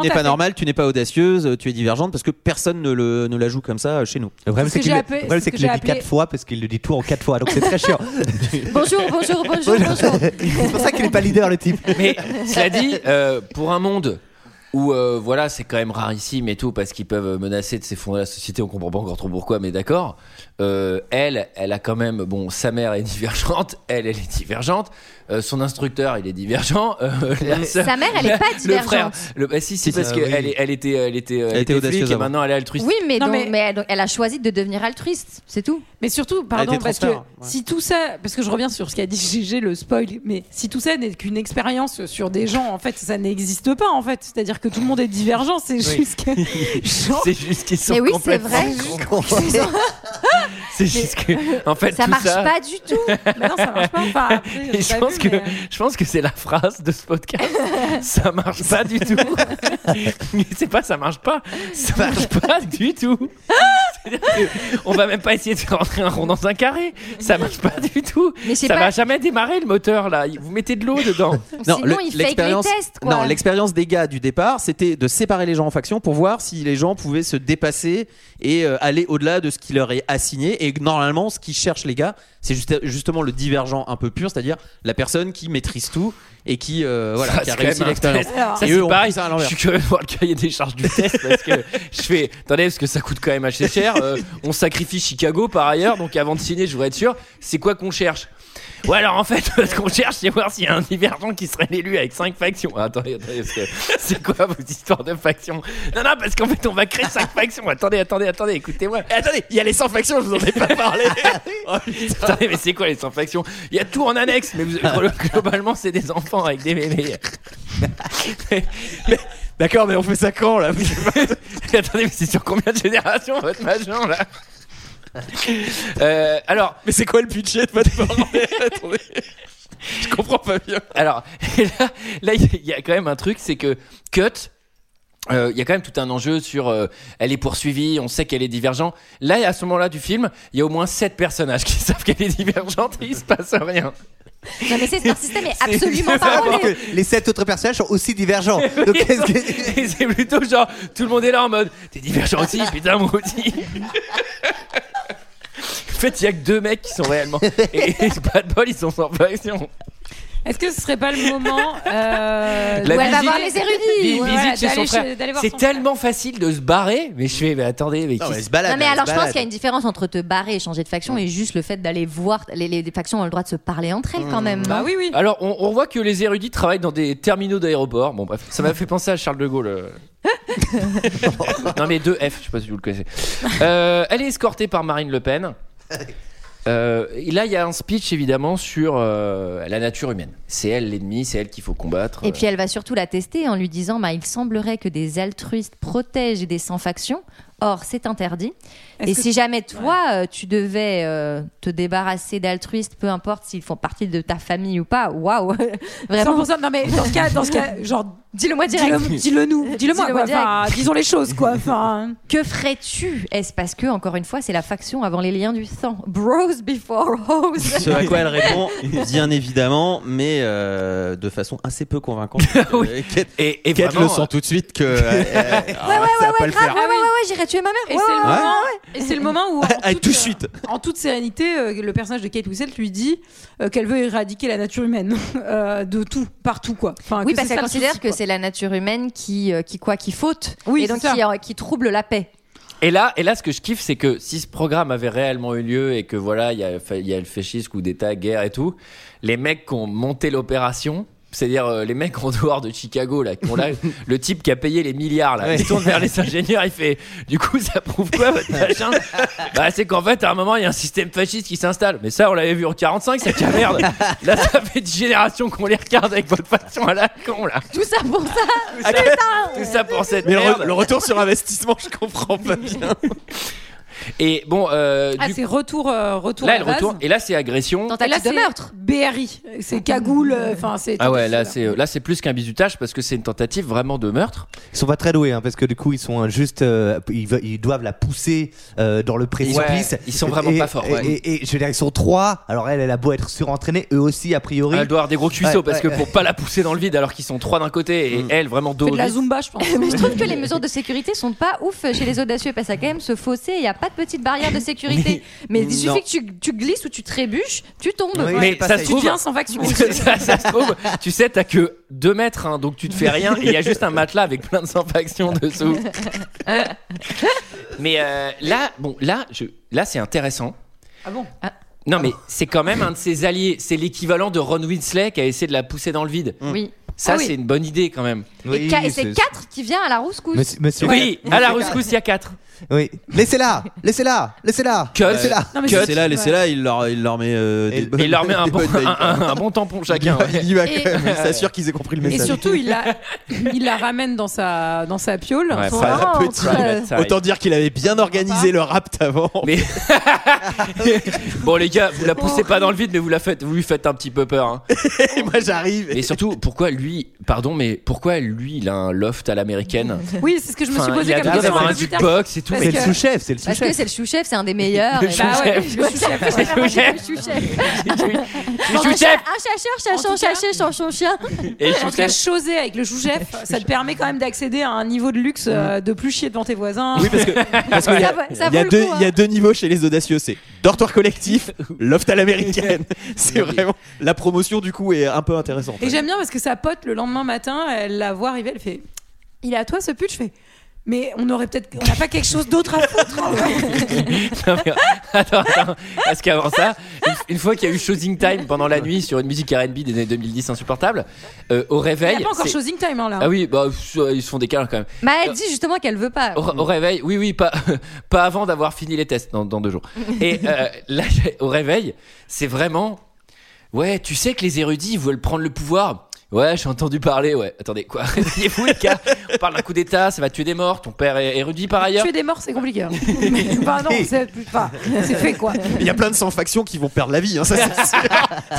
L: tu n'es
F: t'as
L: pas
F: fait
L: normale, tu n'es pas audacieuse, euh, tu es divergente parce que personne ne, le- ne la joue comme ça euh, chez nous.
G: Le problème, c'est
F: C'est ce que
G: qu'il
F: j'ai
G: le-
F: appelé-
G: le problème,
F: c'est
G: c'est
F: ce que
G: qu'il le
F: j'ai
G: dit quatre
F: appelé-
G: fois parce qu'il le dit tout en quatre fois, donc c'est très
F: *laughs*
G: chiant.
K: Bonjour, bonjour, bonjour,
G: *laughs*
K: bonjour.
G: C'est pour ça qu'il est pas leader, le type.
A: Mais cela dit, euh, pour un monde où euh, voilà, c'est quand même rarissime et tout parce qu'ils peuvent menacer de s'effondrer la société, on comprend pas encore trop pourquoi, mais d'accord. Euh, elle, elle a quand même bon, sa mère est divergente, elle, elle est divergente, euh, son instructeur, il est divergent. euh, la sœur-
K: Sa mère, elle est
A: la-
K: pas
A: *laughs* Le frère,
K: divergente.
A: le, bah, si, si,
L: Si,
A: parce
L: euh, oui.
A: qu'elle est- elle était, elle était, elle
L: était
A: était flic
L: audacieuse
A: et
L: avant.
A: maintenant elle est altruiste.
K: Oui, mais,
F: Non,
K: donc-
F: mais-
K: mais elle, donc, elle a choisi de devenir altruiste, c'est tout.
F: Mais surtout,
L: Elle
F: pardon,
L: était
F: parce que
L: transparente, ouais.
F: si tout ça, parce que je reviens sur ce qu'a dit GG, le spoil, mais si tout ça n'est qu'une expérience sur des gens, en fait, ça n'existe pas, en fait. C'est-à-dire que tout le monde est divergent, c'est juste
L: *laughs*
K: *laughs*
F: que. genre-
A: C'est juste qu'ils sont
K: Mais oui, c'est
A: complètement
K: vrai.
A: cons. *laughs* C'est juste que, en fait,
K: ça
A: tout
K: marche
A: ça,
K: pas du tout.
F: Mais non, ça marche pas.
L: *laughs*
F: Enfin, après,
A: Et
F: j'ai
A: je
F: pas
A: pense
F: vu,
A: que
F: mais- euh,
A: je pense que c'est la phrase de ce podcast. ça marche pas du tout. *laughs* Mais c'est pas ça marche pas. Ça marche pas du tout. C'est-à-dire que On va même pas essayer de rentrer un rond dans un carré. Ça marche pas du tout.
K: Mais c'est
A: ça
K: pas- Ah.
A: va jamais démarrer le moteur là. Vous mettez de l'eau dedans.
K: Sinon,
L: le-
K: il fake les
L: l'expérience-
K: tests, quoi.
L: non, l'expérience des gars du départ, c'était de séparer les gens en factions pour voir si les gens pouvaient se dépasser et euh, aller au-delà de ce qui leur est assigné. Et normalement, ce qu'ils cherchent, les gars, c'est juste- justement le divergent un peu pur, c'est-à-dire la personne qui maîtrise tout et qui, euh, voilà,
A: Ça,
L: qui a
A: c'est quand
L: réussi
A: même un
L: l'expérience.
A: test. Ça,
L: Et
A: c'est
L: eux, ont
A: pareil.
L: pris ça à l'envers.
A: Je suis curieux de voir le cahier des charges du test parce que
L: *laughs*
A: je fais. Attendez, parce que ça coûte quand même assez cher. euh, on sacrifie Chicago par ailleurs, donc avant de signer, je voudrais être sûr. C'est quoi qu'on cherche Ouais, alors en fait, *laughs* ce qu'on cherche, c'est voir s'il y a un divergent qui serait l'élu avec cinq factions. Ah, attendez, attendez, parce que *laughs* c'est quoi vos histoires de factions Non, non, parce qu'en fait, on va créer cinq factions. Attendez, attendez, attendez, écoutez-moi. Eh, attendez, il y a les 100 factions, je vous en ai pas parlé. Oh, putain. Attendez, mais c'est quoi les 100 factions Il y a tout en annexe, mais vous- globalement, c'est des enfants avec des bébés.
L: D'accord, mais on fait ça quand là
A: *laughs* Mais Attendez, mais c'est sur combien de générations votre machin
L: *laughs*
A: là Euh, alors,
L: Mais c'est quoi le budget de votre
A: *laughs*
L: bordel Attendez. Je comprends pas bien.
A: alors *laughs* et là, là, il y a quand même un truc, c'est que Cut, euh, il y a quand même tout un enjeu sur euh, elle est poursuivie, on sait qu'elle est divergente. Là, à ce moment-là du film, il y a au moins sept personnages qui *laughs* savent qu'elle est divergente et il se passe rien.
K: Non, mais c'est leur système est absolument pas
G: Alors
K: relou.
G: que les sept autres personnages sont aussi
K: *laughs*
G: divergents. Donc, qu'est-ce que-
A: Et c'est plutôt genre, tout le monde est là en mode, t'es divergent aussi, putain, moi aussi. En fait, il y a que deux mecs qui sont réellement. Et, et pas de bol, ils sont sans faction.
F: Est-ce que ce serait pas le moment euh,
A: La
K: Ou elle va
A: visite-
K: voir les érudits.
A: Vi-
F: ouais,
A: visite chez son
F: d'aller
A: frère.
F: chez- d'aller voir
A: C'est
F: son
A: tellement facile de se barrer, mais je fais, mais attendez, mais qui-
G: Ah
K: Non, mais alors je pense qu'il y a une différence entre te barrer et changer de faction et juste le fait d'aller voir. Les, les- les factions ont le droit de se parler entre elles quand même.
F: Bah
K: non
F: oui, oui.
A: Alors, on, on voit que les érudits travaillent dans des terminaux d'aéroport. Bon, bref, ça m'a fait penser à Charles de Gaulle.
K: *laughs*
A: euh. non, mais 2F, je sais pas si vous le connaissez. Euh, elle est escortée par Marine Le Pen. Euh, et là, il y a un speech évidemment sur euh, la nature humaine. C'est elle l'ennemi, c'est elle qu'il faut combattre.
K: Et puis elle va surtout la tester en lui disant bah, il semblerait que des altruistes protègent des sans-factions. Or, c'est interdit.
F: Est-ce
K: Et
F: que-
K: si jamais toi, euh, tu devais euh, te débarrasser d'altruistes, peu importe s'ils font partie de ta famille ou pas, waouh *laughs* Vraiment,
F: 100%, non mais dans ce cas, dans
K: *laughs*
F: ce cas genre
K: dis-le-moi direct.
F: dis-le dis-le
K: *laughs*
F: nous, dis-le moi,
K: Dis-le-moi
F: quoi. Enfin, disons les choses
K: *laughs*
F: quoi. Enfin,
K: Que ferais-tu Est-ce parce que, encore une fois, c'est la faction avant les liens du sang Bros before hoes
L: Ce à quoi elle répond, bien évidemment, mais euh, de façon assez peu *laughs* convaincante. Euh, Kate-
A: Et, et
L: Kate
A: vraiment,
L: le sent tout de suite que. euh, euh, ah,
K: Ouais, ouais,
L: ça va
K: ouais,
L: pas
K: ouais,
L: le
K: grave,
L: faire.
K: ouais, ouais, ouais, j'irai tuer ma
F: et
K: mère.
F: c'est
K: ouais,
F: le
K: ouais, ouais.
F: moment, et c'est le moment *laughs* où en
L: Ah,
F: toute,
L: tout de suite.
F: en toute sérénité, euh, le personnage de Kate Winslet lui dit euh, qu'elle veut éradiquer la nature humaine *laughs* euh, de tout, partout quoi. Enfin,
K: Oui,
F: Ah, que c'est
K: parce qu'elle
F: ça le
K: considère
F: souci,
K: que
F: quoi.
K: c'est la nature humaine qui, euh, qui quoi, qui faute,
F: Oui,
K: et donc
F: c'est ça.
K: qui, euh, qui trouble la paix.
A: Et là, et là, ce que je kiffe, c'est que si ce programme avait réellement eu lieu et que voilà, il y a, il y a le fascisme, coup d'État, guerre et tout, les mecs qui ont monté l'opération, C'est-à-dire euh, les mecs *laughs* en dehors de Chicago là, qui ont là, le type qui a payé les milliards là, il tourne vers les ingénieurs, il fait du coup ça prouve quoi votre machin Bah c'est qu'en fait à un moment il y a un système fasciste qui s'installe. Mais ça on l'avait vu en 45 cette merde. Là ça fait 10 générations qu'on les regarde avec votre façon à la con là.
K: Tout ça pour ça.
A: Ah,
K: putain.
A: Tout ça pour cette
L: Mais le,
A: merde.
L: re- le retour sur investissement, je comprends pas bien.
A: *laughs* Et bon, euh,
F: Ah,
A: du
F: c'est retour, euh, retour
A: là
F: à
A: elle
F: la base.
A: retourne et là c'est agression.
K: Tentative
F: Là,
K: de
F: c'est
K: meurtre.
F: BRI, c'est cagoule, euh, enfin c'est.
A: Ah ouais, là c'est là c'est plus qu'un bisutage parce que c'est une tentative vraiment de meurtre.
G: Ils sont pas très doués hein, parce que du coup ils sont euh, juste euh, ils, ve- ils doivent la pousser euh, dans le précipice.
A: Ouais, ils sont vraiment
G: Et-
A: pas forts,
G: Et,
A: ouais.
G: et- et je veux dire ils sont trois. Alors elle elle a beau être surentraînée, eux aussi a priori.
A: Elle doit avoir des gros cuissots
G: Ouais,
A: parce que
G: ouais,
A: pour pas la pousser dans le vide alors qu'ils sont trois d'un côté
L: Mm.
A: et elle vraiment dos. au vide.
F: zumba, *laughs* je pense.
K: Mais je trouve que les mesures de sécurité sont pas ouf chez les audacieux parce qu'il y a quand même ce fossé, il n'y a pas de petite barrière de sécurité. Mais, il
A: Non.
K: suffit que tu, tu glisses ou tu trébuches, tu tombes.
A: mais ça se trouve, *laughs*
L: *laughs*
A: ça, ça se trouve, tu sais, t'as que 2 mètres, hein, donc tu te fais rien. et Il y a juste un matelas avec plein de sans-factions dessous. Mais euh, là, bon, là, je, là, c'est intéressant.
F: Ah bon
A: Non, mais c'est quand même un de ses alliés. C'est l'équivalent de Ron Weasley qui a essayé de la pousser dans le vide.
K: Oui.
A: Ça,
K: Ah oui.
A: c'est une bonne idée quand même.
K: Et ca- et c'est 4 qui vient à la rouscousse.
G: Monsieur- monsieur-
A: oui,
G: Monsieur
A: à la
G: Kat.
A: rescousse, il y a 4.
G: Oui. Laissez-la, laissez-la, laissez-la.
A: Cut.
G: Laissez-la.
F: Non, mais
L: Cut. C'est là, laissez là, il leur, il leur met euh, des bonnes-
A: Et il leur met un
L: *laughs* des
A: bon,
L: bonnes bagues.
A: *laughs* un- un- un bon tampon chacun. ouais.
L: Il y va *laughs*
F: Et-
L: quand même, il s'assure qu'ils aient compris le
F: Et
L: message.
F: surtout, il la, il la ramène dans sa, dans sa piole.
L: Ouais,
F: Son
L: ça,
F: rentre,
L: la petite,
F: euh,
L: Autant dire qu'il avait bien organisé le rapt avant.
A: Mais Bon les gars, vous la poussez pas dans le vide, mais vous la faites, vous lui faites un petit peu peur. hein.
L: *laughs* moi j'arrive.
A: Et surtout, pourquoi lui, pardon, mais pourquoi lui, il a un loft à l'américaine
F: *laughs* Oui, c'est ce que je me suis
A: Enfin,
F: posé
A: il a
F: comme
A: besoin
F: question.
A: d'avoir un
F: un peu plus tard.
A: jukebox et tout.
F: Parce que-
G: c'est
K: Parce que c'est le chou-chef, c'est un des meilleurs.
A: Le
K: et bah ouais,
A: sous-chef.
K: le
F: *laughs*
K: sous-chef.
A: Le sous-chef.
K: ouais, le sous-chef. Ah,
A: Le
K: Un
A: sous-chef.
K: cha- Un chercheur, cherchant, cherchant, son chien.
A: Et le
F: En tout cas,
A: sous-chef.
F: choser avec le joujef, ça te permet quand même d'accéder à un niveau de luxe
A: Mm.
F: euh, de plus chier devant tes voisins.
L: Oui, parce que- parce qu'il y a-
F: Ça vaut- ça
L: il y a
F: vaut le
L: deux-
F: coup, hein.
L: il y a deux niveaux chez les audacieux c'est
A: *laughs*
L: dortoir collectif, loft à l'américaine. *laughs* C'est vraiment. La promotion du coup est un peu intéressante.
F: Et j'aime bien parce que sa pote, le lendemain matin, elle la voit arriver, elle fait Il est à toi ce pute Je fais Mais on aurait peut-être. On n'a pas quelque chose d'autre à foutre en vrai.
A: *laughs* Non, mais- attends, attends, parce qu'avant ça, une, une fois qu'il y a eu Choosing Time pendant la nuit sur une musique R&B des années 2010 insupportable, euh, au
F: Il n'y
A: réveil.
F: a pas encore
A: c'est-
F: Choosing Time hein, là.
A: Ah oui, bah pff, ils se font des câlins quand même.
K: Bah, elle dit justement qu'elle veut pas.
A: Au, au réveil, oui, oui, pas, *laughs* pas avant d'avoir fini les tests dans, dans deux jours. Et euh, là, j'ai- au réveil, c'est vraiment. Ouais, tu sais que les érudits ils veulent prendre le pouvoir. Ouais, j'ai entendu parler. Ouais, attendez, quoi *laughs* Réveillez-vous, les gars. On parle d'un coup d'État, ça va tuer des morts. Ton père est érudit par ailleurs.
F: Tuer des morts, c'est
A: *laughs*
F: compliqué. hein. Mais- bah non, c'est enfin, c'est fait quoi.
L: Il y a plein de sans-factions qui vont perdre la vie, hein, ça
F: *laughs*
L: c'est sûr.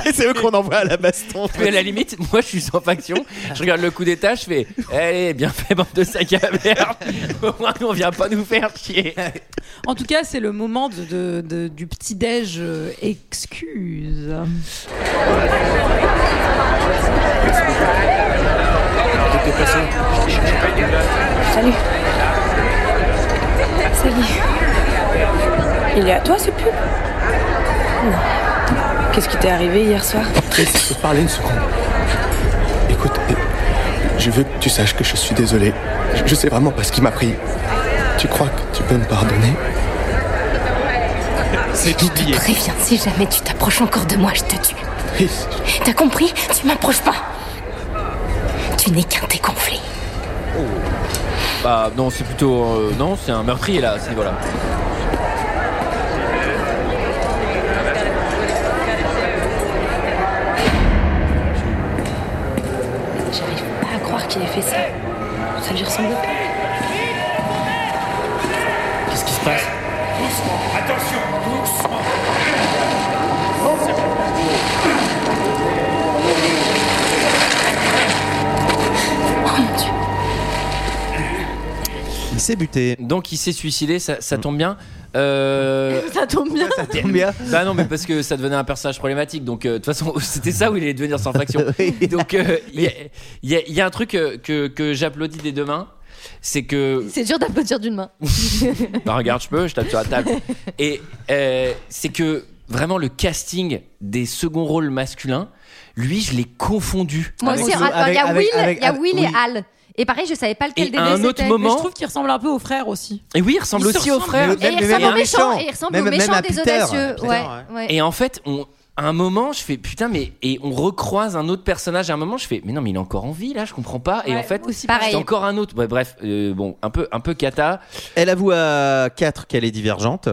L: Et c'est eux qu'on envoie à la baston.
A: Puis à la limite, moi je suis sans faction. Je regarde le coup d'État, je fais. Allez, bien fait, bande de sac à merde. Au moins, on vient pas nous faire chier.
F: En tout cas, c'est le moment de, de- de- du petit-déj euh, excuse.
M: Salut. Salut. Il est à toi ce pub Non. Qu'est-ce qui t'est arrivé hier soir
N: Tu peux parler une seconde Écoute, euh, je veux que tu saches que je suis désolé. Je- Je sais vraiment pas ce qui m'a pris. Tu crois que tu peux me pardonner C'est tout dit.
J: Préviens, si jamais tu t'approches encore de moi, je te tue. T'as compris Tu m'approches pas. Tu n'es qu'un de tes conflits.
A: Bah non, c'est plutôt euh, non, c'est un meurtrier là, c'est voilà.
M: J'arrive pas à croire qu'il ait fait ça. Ça lui ressemble pas.
N: Qu'est-ce qui se passe
B: Attention, doucement.
L: Il s'est buté.
A: Donc il s'est suicidé, ça, ça tombe bien. Euh...
K: *laughs* Ça tombe bien.
A: Bah non, mais parce que ça devenait un personnage problématique. Donc euh, de toute façon, *laughs* c'était ça où il allait devenir sans faction. Donc euh, il y a- il y, a- il y a un truc euh, que, que j'applaudis des deux mains. C'est
K: *laughs*
A: que.
K: C'est dur d'applaudir d'une main.
A: Bah, regarde, je peux, je tape sur la
K: *laughs*
A: table. Et euh, c'est que vraiment le casting des seconds rôles masculins, lui, je l'ai confondu.
K: Moi
A: Avec-
K: aussi, ah, il y a Will, il y a Will et
A: oui.
K: Al. Et pareil, je savais pas lequel
A: Et
K: des
A: à
K: deux
A: un autre
K: c'était.
A: moment-
F: Mais je trouve qu'il ressemble un peu au frère aussi.
A: Et oui, il ressemble
F: Il se
A: aussi au
F: ressemble.
A: frère.
K: Et il ressemble aux méchants, et il ressemble aux
G: Même- même
K: méchants
G: à
K: des
G: Peter.
K: audacieux.
G: Putain,
K: ouais,
A: Et en fait, on, à un moment, je fais putain, mais et on recroise un autre personnage. À un moment, je fais mais non, mais il est encore en vie là, je comprends pas. et
K: Ouais,
A: en fait,
K: aussi pareil.
A: c'est encore un autre. Ouais, bref, euh, bon, un peu, un peu cata.
L: Elle avoue
A: euh,
L: à 4 qu'elle est divergente.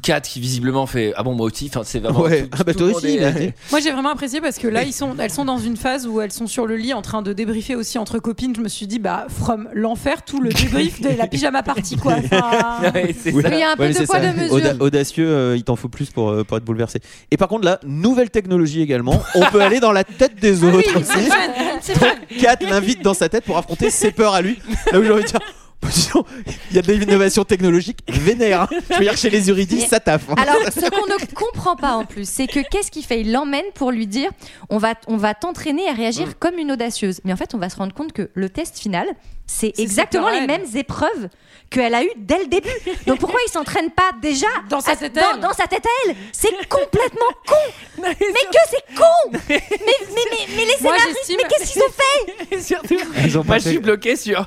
A: Kat qui visiblement fait ah bon moi aussi. Enfin, c'est vraiment.
L: Ouais.
A: tout-
L: Ah bah,
A: tout
L: toi
A: le monde
L: aussi,
A: est-
L: il a dit.
F: Moi j'ai vraiment apprécié parce que là ils sont, elles sont dans une phase où elles sont sur le lit en train de débriefer aussi entre copines. Je me suis dit bah from l'enfer tout le débrief de la pyjama
A: *laughs*
F: partie quoi. Enfin,
L: *laughs*
K: Oui, il y a un peu de
L: mais c'est
K: poids, de mesure.
L: Auda- audacieux, euh, il t'en faut plus pour, euh, pour être bouleversé. Et par contre, là, nouvelle technologie également.
K: *laughs*
L: On peut aller dans la tête
K: Ah
L: des
F: Ah
L: autres aussi. Donc, Kat l'invite dans sa tête pour affronter ses peurs à lui. Là où j'ai envie de dire. *laughs* bah, dis donc, Il y a de l'innovation technologique vénère. hein. Je veux dire, chez les Uridis,
K: Mais-
L: ça taffe. hein.
K: Alors, ce qu'on ne comprend pas en plus, c'est que qu'est-ce qu'il fait Il l'emmène pour lui dire on va, on va t'entraîner à réagir comme une audacieuse. Mais en fait, on va se rendre compte que le test final, c'est exactement
F: peurs à
K: les
F: elle.
K: mêmes épreuves qu'elle a eues dès le début. Donc pourquoi il s'entraîne pas déjà dans sa tête à elle dans, sa tête à elle C'est complètement con Mais que c'est con Mais, mais, mais, mais les
F: Moi,
K: scénaristes,
F: j'estime-
K: mais qu'est-ce qu'ils ont fait
A: Ils ont pas Moi, je suis bloqué sur.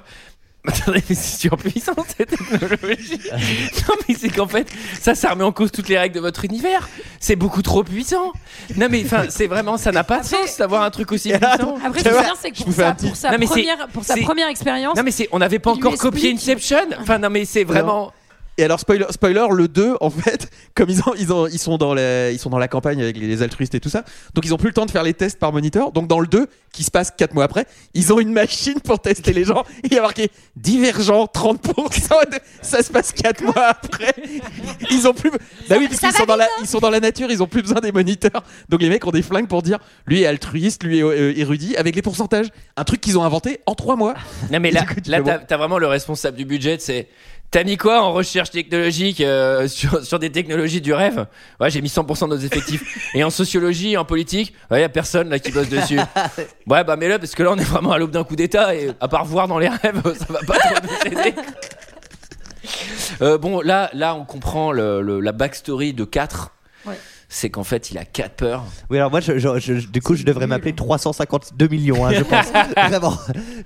A: Attendez, mais c'est surpuissant cette technologie. non, mais c'est qu'en fait, ça, ça remet en cause toutes les règles de votre univers. C'est beaucoup trop puissant. Non, mais enfin, c'est vraiment, ça n'a pas de sens d'avoir un truc
L: *laughs* Ah,
A: aussi puissant.
F: Après, ce qui est bien, c'est que pour sa, pour sa
A: Non, mais c'est-
F: première, pour sa
A: c'est-
F: première expérience,
A: Non, mais c'est, on n'avait pas
F: Il lui
A: encore copié
F: explique.
A: Inception. Enfin, non, mais c'est vraiment.
L: Et alors spoiler, spoiler, le 2 en fait, *laughs* comme ils ont, ils ont, ils sont dans la, ils sont dans la campagne avec les, les altruistes et tout ça, donc ils ont plus le temps de faire les tests par moniteur. Donc dans le 2, qui se passe 4 mois après, ils ont une machine pour tester les gens. Et il y a marqué divergent 30%. de- Ça se passe 4 mois après. Ils ont plus, bah oui, parce
K: ça
L: qu'ils
K: va
L: sont dans la, ils sont dans la nature, ils ont plus besoin des moniteurs. Donc les mecs ont des flingues pour dire, lui est altruiste, lui est euh, érudit, avec les pourcentages. Un truc qu'ils ont inventé en 3 mois.
A: Non, *laughs* mais
L: Et
A: là,
L: du coup, tu
A: là
L: fais, bon.
A: t'as, t'as vraiment le responsable du budget, c'est. T'as mis quoi en recherche technologique euh, *laughs* sur, sur des technologies du rêve Ouais, j'ai mis 100% de nos *laughs* effectifs. Et en sociologie, en politique, ouais, y a personne là qui bosse *laughs* dessus. Ouais, bah mets-le parce que là, on est vraiment à l'aube d'un coup d'état et à part voir dans les rêves, *laughs* ça va pas trop nous aider. *laughs* Euh, bon, là, là, on comprend le- le- la backstory de 4.
F: Ouais.
A: C'est qu'en fait, il a 4 peurs.
G: Oui, alors moi, je- je- je- du coup, je devrais m'appeler 352 millions, hein, je
K: *laughs*
G: pense. Vraiment.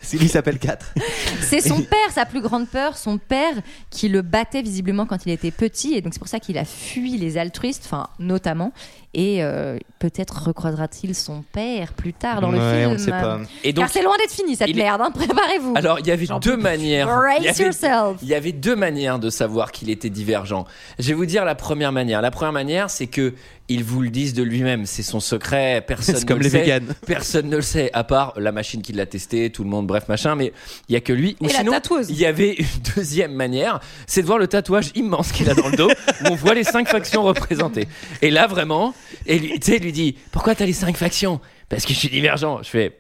G: S'il s'appelle 4.
K: C'est son père, sa plus grande peur, son père qui le battait visiblement quand il était petit, et donc c'est pour ça qu'il a fui les altruistes, enfin notamment, et euh, peut-être recroisera-t-il son père plus tard dans le
A: Ouais,
K: film.
A: on ne sait pas. Et donc-
K: Car c'est loin d'être fini cette
A: Il est-
K: merde, hein, préparez-vous.
A: Alors, il y avait deux manières.
K: Brace
A: Il y avait-
K: yourself.
A: Il y avait deux manières de savoir qu'il était divergent. Je vais vous dire la première manière. La première manière, c'est que ils vous le disent de lui-même. C'est son
L: *laughs*
A: secret. Personne.
L: C'est
A: ne
L: comme
A: le
L: les
A: sait.
L: véganes.
A: Personne ne le sait, à part la machine qui l'a testé, tout le monde, bref, machin. Mais il y a que lui. Ou
F: Et la
A: sinon,
F: tatoueuse.
A: il y avait une *laughs* deuxième manière, c'est de voir le tatouage immense qu'il a dans le dos, où on voit les cinq factions représentées. Et là, vraiment, et lui, tu sais, il lui dit, pourquoi t'as les cinq factions? Parce que je suis divergent. Je fais,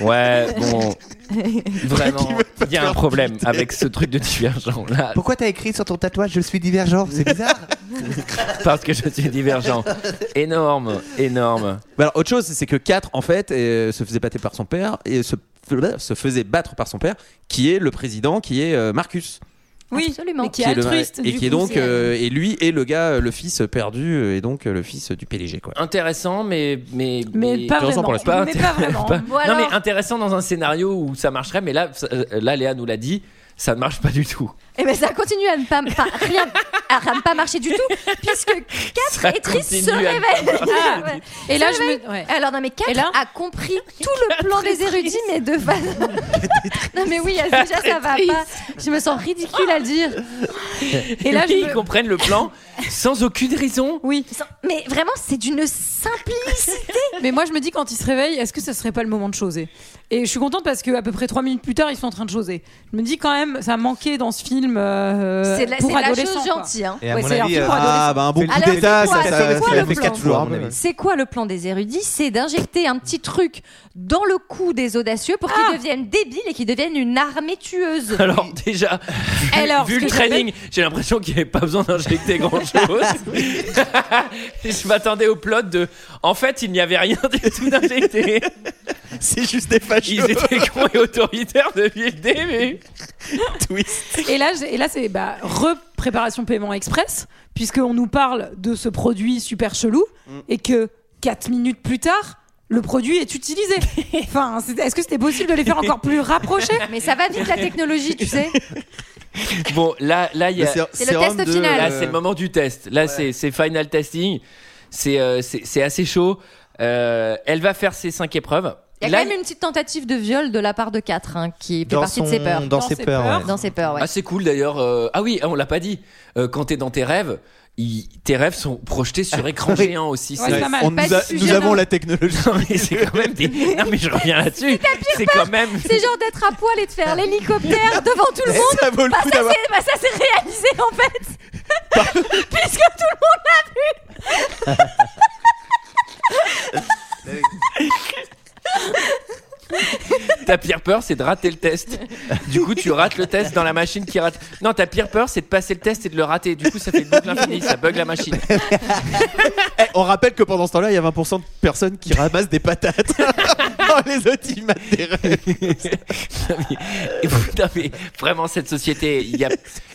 A: ouais, bon, Vraiment, il y a un problème avec ce truc de divergent là.
G: Pourquoi t'as écrit sur ton tatouage Je suis divergent C'est bizarre.
A: *laughs* Parce que je suis divergent. Énorme, énorme.
L: Bah alors, autre chose, c'est que 4, en fait, euh, se faisait battre par son père, et se, euh, se faisait battre par son père, qui est le président, qui est euh, Marcus.
F: oui,
K: absolument.
F: mais qui est
L: le-
F: altruiste.
L: et
F: du
L: qui est
F: coup,
L: donc,
F: c'est-
L: euh, et lui est le gars, euh, le fils perdu, euh, et donc euh, le fils du PDG, quoi.
A: Intéressant, mais. Mais,
F: Mais pas
L: Intéressant pour la
A: Pas
F: vraiment. Mais pas
A: intér- *laughs*
F: vraiment.
A: pas-
F: Bon, alors-
A: Non, mais intéressant dans un scénario où ça marcherait, mais là, ça- euh, là Léa nous l'a dit, ça ne marche pas du tout.
K: Et ben ça continue à ne pas, enfin, rien, à ne pas marcher du tout, puisque 4
A: Ça
K: et triste se
A: continue à ne pas
K: réveille.
A: marcher
K: *laughs* Ah,
A: du
K: ouais.
F: Et
K: Se
F: là, je me-
K: réveille.
F: ouais.
K: Alors non mais 4 a compris tout le plan des érudits mais de *laughs* façon. non mais oui, elle- déjà ça va pas. Oh Je me sens ridicule à le dire.
A: Et là, ils comprennent le plan sans aucune raison.
F: Oui.
K: Mais vraiment, c'est d'une simplicité.
F: Mais moi, je me dis quand ils se réveillent, est-ce que ça serait pas le moment de choser Et je suis contente parce que à peu près trois minutes plus tard, ils sont en train de choser. Je me dis quand même, ça manquait dans ce film. euh,
K: C'est de la-
F: pour
K: c'est de la
F: adolescents,
K: chose
F: quoi.
K: gentille, hein.
G: Et à
F: Ouais,
G: mon
F: c'est un
G: avis,
F: film
G: euh,
F: pour adolescents.
L: Ah, bah un bon
K: Alors,
L: coup
K: c'est
L: d'état,
K: quoi-
L: ça,
K: c'est
L: ça-
K: quoi
L: ça
K: le
L: fait
K: plan
L: 4 jours, à mon avis.
K: C'est quoi le plan des érudits C'est d'injecter un petit truc dans le cou des audacieux pour qu'ils deviennent débiles et qu'ils deviennent une armée *laughs* tueuse.
A: Alors déjà, vu,
K: Alors,
A: vu
K: ce
A: le
K: que j'avais-
A: training, j'ai l'impression qu'il n'y avait pas besoin d'injecter grand-chose.
K: *laughs*
A: *laughs* je m'attendais au plot de... En fait, il n'y avait rien du tout
K: *laughs*
A: d'injecté.
L: C'est juste des fachos.
A: Ils étaient cons et autoritaires depuis le début.
F: Et là, j'ai- et là c'est bah, repréparation paiement express, puisqu'on nous parle de ce produit super chelou et que 4 minutes plus tard, le produit est
K: *laughs*
F: utilisé. enfin, c'est- est-ce que c'était possible de les faire encore plus rapprochés
K: Mais ça va vite la technologie, tu sais.
A: Bon, là, là, il y a.
L: Mais c'est-
K: C'est le c'est test round deux, final.
A: Là,
L: euh,
A: c'est le moment du test. Là, c'est- c'est final testing. C'est euh, c'est c'est assez chaud. Euh, elle va faire ses cinq épreuves.
K: Il y a quand même une petite tentative de viol de la part de 4 qui fait
A: Dans
K: partie de
A: son-
K: ses peurs.
A: dans Dans ses ses peurs, peurs. ouais.
K: Dans ses peurs, ouais.
A: Ah, c'est cool d'ailleurs. euh, Ah oui, ah, on l'a pas dit. Euh, quand t'es dans tes rêves, il- tes rêves sont projetés sur écran géant aussi.
K: Ah, Ouais, c'est pas mal. On Pas nous
L: a- de sujet, nous avons non. la technologie.
A: *laughs* Non, mais c'est quand même des. Non, mais je reviens là-dessus. C'est quand même.
K: C'est genre d'être à poil et de
A: Ah.
K: faire l'hélicoptère devant tout le monde.
A: Ça vaut le
K: Bah,
A: coup
K: ça,
A: d'avoir-
K: c'est- bah, ça s'est réalisé en fait. *laughs* Puisque tout le monde l'a vu.
A: *laughs* Ta pire peur, c'est de rater le test. Du coup, tu rates le test dans la machine qui rate. Non, ta pire peur, c'est de passer le test et de le rater. Du coup, ça fait une boucle infinie, ça bug la
K: *laughs*
A: machine.
L: Eh, on rappelle que pendant ce temps-là, il y a 20% de personnes qui ramassent des patates. *laughs* Oh, les autres, ils matent des rêves.
A: Et vous- non, mais vraiment, cette société. il Y a...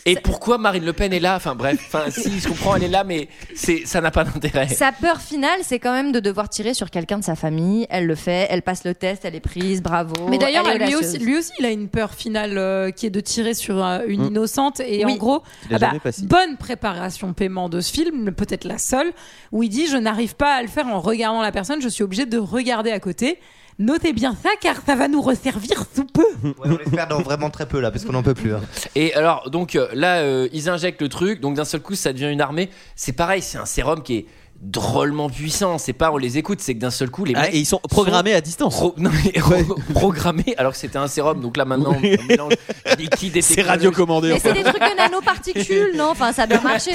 A: Et pourquoi Marine Le Pen est là Enfin, bref, enfin, si, je comprends, elle est là, mais c'est... ça n'a pas d'intérêt.
K: Sa peur finale, c'est quand même de devoir tirer sur quelqu'un de sa famille. Elle le fait, elle passe le test, elle est prise, bravo.
F: Mais d'ailleurs,
K: elle est
F: lui
K: audacieuse.
F: aussi, lui aussi, il a une peur finale euh, qui est de tirer sur euh, une
K: Mm.
F: innocente. Et
K: Oui.
F: en gros, ah bah,
K: Il a jamais passé.
F: bonne préparation paiement de ce film, peut-être la seule, où il dit Je n'arrive pas à le faire en regardant la personne, je suis obligé de regarder à côté. Notez bien ça, car ça va nous resservir sous peu.
G: on l'espère dans vraiment très peu là, parce qu'on n'en peut plus. hein.
A: Et alors, donc euh, là, euh, ils injectent le truc, donc d'un seul coup, ça devient une armée. C'est pareil, c'est un sérum qui est drôlement puissant. C'est pas on les écoute, c'est que d'un seul coup, les
L: Ah,
A: mecs.
L: et ils sont programmés à distance.
A: pro- *laughs* non, mais pro- programmés, alors que c'était un sérum, donc là maintenant, on mélange liquide et
L: C'est radiocommandé. en
K: Mais c'est
L: fait.
K: des trucs de nanoparticules, non Enfin, ça doit marcher.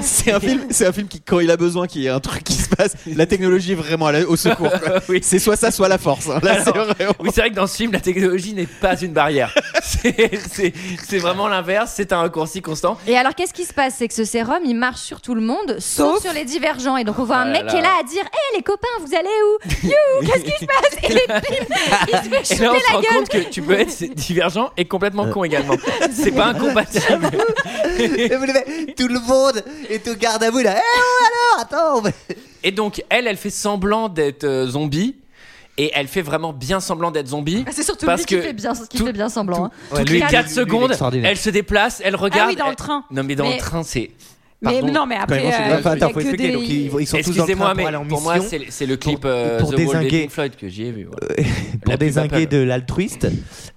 L: C'est un film, c'est un film qui, quand il a besoin qu'il y ait un truc qui se passe, la technologie est vraiment à la- au secours. quoi. C'est soit ça, soit la force. hein. Là,
A: Alors,
L: c'est vraiment-
A: Oui, c'est vrai que dans ce film, la technologie n'est pas une barrière. *laughs* C'est- C'est c'est vraiment l'inverse, c'est un raccourci constant.
K: Et alors, qu'est-ce qui se passe C'est que ce sérum, il marche sur tout le monde, sauf,
A: Sauf-
K: sur les divergents. Et donc, on voit un
A: Ah là
K: mec
A: là.
K: qui est là à dire Hé les copains, vous allez où You Qu'est-ce qui se passe Et les bim Il se fait
A: Et là, on
K: shooter
A: se
K: la
A: rend
K: gueule
A: compte que tu peux être divergent et
L: Euh.
A: complètement con également. C'est pas incompatible.
G: Et vous le faites, tout le monde est au garde à vous là. Eh oh, alors, attends. on va-
A: Et donc, elle, elle fait semblant d'être euh, zombie. Et elle fait vraiment bien semblant d'être zombie.
K: Ah, C'est surtout
A: parce
K: lui qui
A: que
K: fait bien, qui fait bien semblant. hein.
A: toutes les 4 secondes, elle se déplace, elle
F: Ah
A: regarde.
K: Ah dans le
A: elle-
K: train.
A: Non, mais dans
K: Mais-
A: le train, c'est.
F: Mais
A: Pardon.
F: non, mais après, Quand même, c'est- euh, Enfin, attends, il y a faut que expliquer, des- donc, ils-
G: ils sont tous dans le
A: Excusez-moi,
G: train
A: mais
G: pour aller en
A: pour moi,
G: mission.
A: c'est le- c'est le clip euh,
G: pour
A: The Wall des
G: dézinguer.
A: Pink Floyd que j'y ai vu. voilà.
G: *laughs* pour
A: La pub
G: désinguer
A: Apple.
G: de l'altruiste.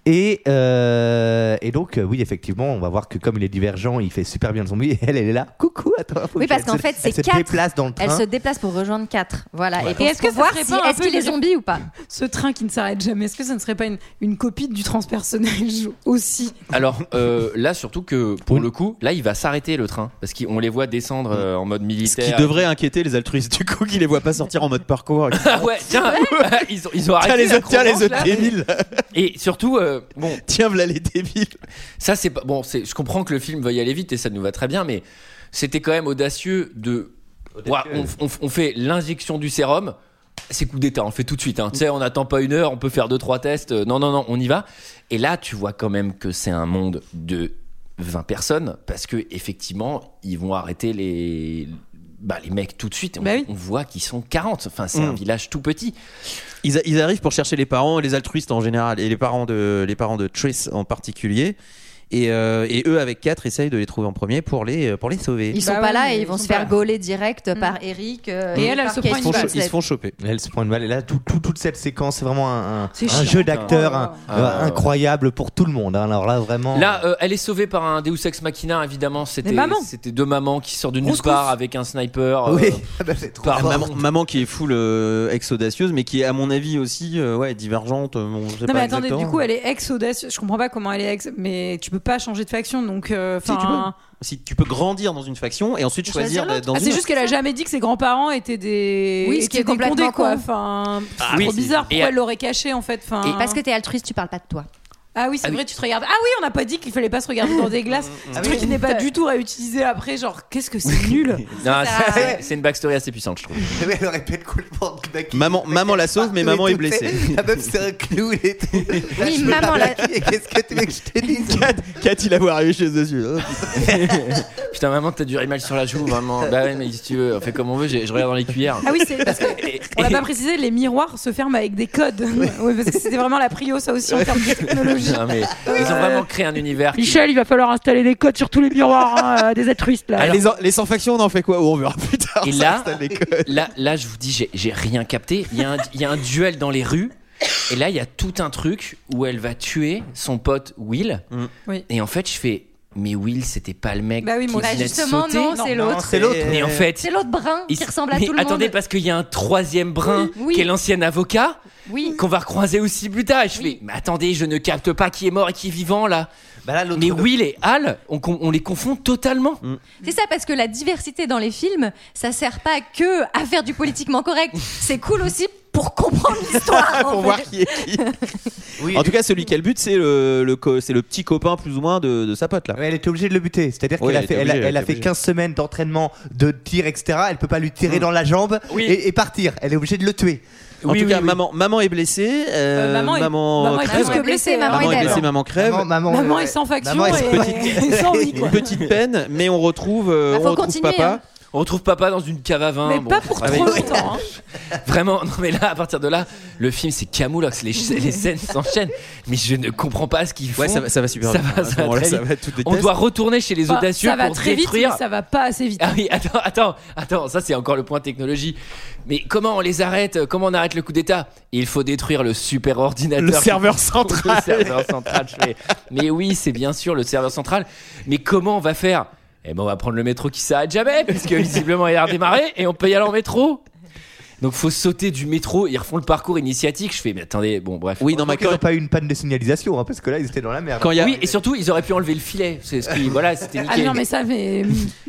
G: Et, euh, et donc, euh, oui, effectivement, on va voir que comme il est divergent, il fait super bien le zombie. Et *laughs* elle, elle est là. Coucou, attends. faut
K: Oui,
G: qu'elle
K: parce qu'en
G: se-
K: fait, c'est
G: Elle se
K: 4.
G: déplace dans le train.
K: Elle
L: Hein
K: se déplace pour rejoindre 4. Voilà.
G: Voilà.
K: Et, pour-
F: Et est-ce que
K: pour
F: ça
K: voir
F: serait
K: si
F: pas un
K: est-ce
F: peu
K: qu'il est
F: une-
K: zombie ou pas
F: Ce train qui ne s'arrête jamais, est-ce que ça ne serait pas une, une copie du transpersonnage *laughs* aussi
A: Alors euh, là, surtout que pour le coup, là, il va s'arrêter le train parce qu'on les voit descendre euh, en mode militaire.
L: Qui devrait inquiéter les altruistes du coup, qui les voient pas sortir en mode *laughs* parcours.
A: *laughs* Ah ouais,
G: *laughs*
A: tiens, *laughs* ils ont, ils ont arrêté.
L: Tiens, les
A: Ah, la
L: autres- tiens, les
A: Provence,
L: autres
A: là.
L: débiles.
A: Et surtout, euh, bon.
L: Tiens, voilà les débiles.
A: Ça, c'est pas. Bon, c'est- je comprends que le film veuille aller vite et ça nous va très bien, mais c'était quand même audacieux de. Ouah, on, on- on fait l'injection du sérum. C'est coup d'état, on le fait tout de suite. hein. Tu sais, on n'attend pas une heure, on peut faire deux, trois tests. Euh, Non, non, non, on y va. Et là, tu vois quand même que c'est un monde de 20 personnes parce que effectivement, ils vont arrêter les. Bah, les mecs tout de suite. On, on voit qu'ils sont 40. Enfin, c'est un
L: Mm.
A: village tout petit.
L: Ils, a- ils arrivent pour chercher les parents, les altruistes en général, et les parents de, les parents de Triss en particulier. Et, euh, et eux, avec 4, essayent de les trouver en premier pour les, euh, pour les sauver.
K: Ils sont pas là et ils vont se faire gauler direct par Eric. euh, par Kate
G: prend une balle.
K: Winslet.
G: Ils se font
L: choper.
G: Elle se prend une balle. Et là, tout- tout- toute cette séquence, c'est vraiment un, un-
A: C'est
G: un
A: chiant.
G: jeu d'acteur un-
A: Oh.
G: euh,
A: Ah.
G: incroyable pour tout le monde. hein. Alors là, vraiment.
F: Ah.
A: Là, euh, elle est sauvée par un Deus Ex Machina, évidemment. C'était
G: Des mamans.
A: c'était deux mamans qui sortent de nulle part avec un sniper. euh,
G: *laughs* Oui.
A: par-
L: Ah, maman, maman qui est full euh, ex-audacieuse, mais qui est, à mon avis, aussi euh, ouais, divergente. euh, on sait
F: Non
L: pas
F: mais attendez,
L: exactement.
F: du coup elle est ex-audacieuse, je comprends pas comment elle est ex, mais tu peux pas changer de faction donc... euh,
L: Si tu, peux,
F: enfin,
L: si tu peux grandir dans une faction et ensuite choisir, d'être dans
F: Ah,
L: une
F: c'est
L: autre.
F: juste qu'elle a jamais dit que ses grands-parents étaient des.
K: Oui, ce
F: étaient
K: qui est
F: des
K: complètement
F: condés, quoi.
K: con.
F: Enfin, c'est
A: Ah, oui.
F: trop bizarre.
A: Et
F: Pourquoi
A: à-
F: elle l'aurait caché en fait enfin...
K: Et parce que t'es altruiste, tu parles pas de toi.
F: Ah oui, c'est
K: Ah oui.
F: vrai, tu te regardes. Ah oui, on n'a pas dit qu'il fallait pas se regarder dans des glaces. Ce truc qui n'est pas du tout réutilisé après, genre, qu'est-ce que c'est nul.
A: Non, c'est-
F: Ça-
A: c'est- c'est une backstory assez puissante, je trouve.
G: elle répète complètement
L: Maman, maman la sauve, mais maman est blessée.
G: La meuf, Ah, bah, c'est un clou et tout.
L: Oui, Bah, je peux maman, la-
G: *laughs* Qu'est-ce que tu veux que je te
L: *laughs*
G: dise
L: Kat, Kat, il a beau arriver chez eux dessus.
A: Putain, maman, t'as du mal sur la joue, vraiment. Bah ouais, mais si tu veux, on fait comme on veut, j'ai- je regarde dans les cuillères.
F: Ah oui, c'est parce que *laughs* on l'a pas précisé, les miroirs se ferment avec des codes. *laughs* Oui, parce que c'était vraiment la prio, ça aussi, en termes de *laughs* technologie.
A: Non, mais ils ont vraiment créé un univers. qui-
F: Michel, il va falloir installer des codes sur tous les miroirs hein, euh, des altruistes là.
L: Ah, les, en- les sans-factions, on en fait quoi Oh, On verra plus tard. tard.
A: Et
L: ça
A: là,
L: reste euh, à l'école.
A: là, là, je vous dis, j'ai- j'ai rien capté. Il y, a un- il y a un duel dans les rues. Et là, il y a tout un truc où elle va tuer son pote Will.
L: Mm.
F: Oui.
A: Et en fait, je fais. Mais Will, c'était pas le mec
K: Bah oui,
A: qui
K: moi aussi.
A: venait de
K: Justement,
A: sauter.
K: non, c'est Non, l'autre. c'est l'autre.
A: Mais en
L: Euh,
A: fait,
K: C'est l'autre brun
A: il
K: qui
A: s-
K: ressemble à
A: mais
K: tout le
A: Attendez,
K: monde.
A: parce qu'il y a un troisième brun
K: Oui.
A: qui est l'ancien avocat
K: Oui.
A: qu'on va recroiser aussi plus tard. Et je fais, mais attendez, je ne capte pas qui est mort et qui est vivant là.
G: Bah
A: mais Will et Hal, on, com- on les confond totalement.
K: C'est ça parce que la diversité dans les films, ça sert pas que à faire du politiquement correct. C'est cool aussi pour comprendre
L: *laughs*
K: l'histoire. en
L: pour
K: fait.
L: voir qui est qui. en tout cas, celui qui a le but, c'est le, le co- c'est le petit copain plus ou moins de, de sa pote là.
G: elle était obligée de le buter, c'est-à-dire
L: Ouais,
G: qu'elle a
L: elle
G: fait,
L: était
G: elle a-
L: obligée,
G: elle a
L: elle
G: fait
L: était
G: 15 semaines d'entraînement de tir, etc. Elle peut pas lui tirer dans la jambe
L: Oui.
G: et, et partir. Elle est obligée de le tuer.
L: En tout cas, maman, maman est blessée. euh,
G: Euh, maman est- maman est
L: crève.
G: plus que blessée, maman
L: Maman
G: est
L: est
G: dead.
L: blessée, maman crève.
G: Maman- maman, Maman euh, est sans faction maman est-
F: *laughs*
L: petite,
G: et
L: *laughs*
G: sans vie, quoi.
L: petite peine, mais on retrouve, euh,
A: Bah, faut
L: on retrouve
A: continuer,
L: papa.
A: hein. On retrouve papa dans une cave à vin.
L: Ah,
A: Ah,
L: Mais pas pour trop
A: longtemps.
F: hein.
L: *laughs*
A: Vraiment, non mais là, à partir de là, le film c'est camoulox,
F: *laughs*
A: les, les scènes s'enchaînent. Mais je ne comprends pas ce qu'ils font.
L: Ouais, ça va- ça va super
A: Ça
L: vite.
A: va,
L: À ce
A: ça va
L: moment-là,
A: très
L: ça
A: vite.
L: va tout des
A: On
L: tests.
A: doit retourner chez les
F: Enfin,
A: audacieux
F: ça va
A: pour
F: très
A: détruire.
F: vite, mais ça va pas assez vite.
A: Ah oui, attends, attends, attends, ça c'est encore le point technologie. Mais comment on les arrête Comment on arrête le coup d'État Il faut détruire le super ordinateur.
L: Le
A: qui-
L: serveur central.
A: Le serveur central, je fais, Mais oui, c'est bien sûr le serveur central. Mais comment on va faire Eh ben on va prendre le métro qui s'arrête jamais, parce que visiblement il a redémarré et on peut y aller en métro. Donc faut sauter du métro, ils refont le parcours initiatique. Je fais, mais attendez, bon bref.
G: Oui, Ils n'ont pas eu une panne de signalisation, hein, parce que là, ils étaient dans la merde.
A: Oui, et surtout, ils auraient pu enlever le filet. C'est ce qui, voilà, c'était
F: Ah
A: nickel.
F: non, mais
L: *laughs*
F: ça, mais.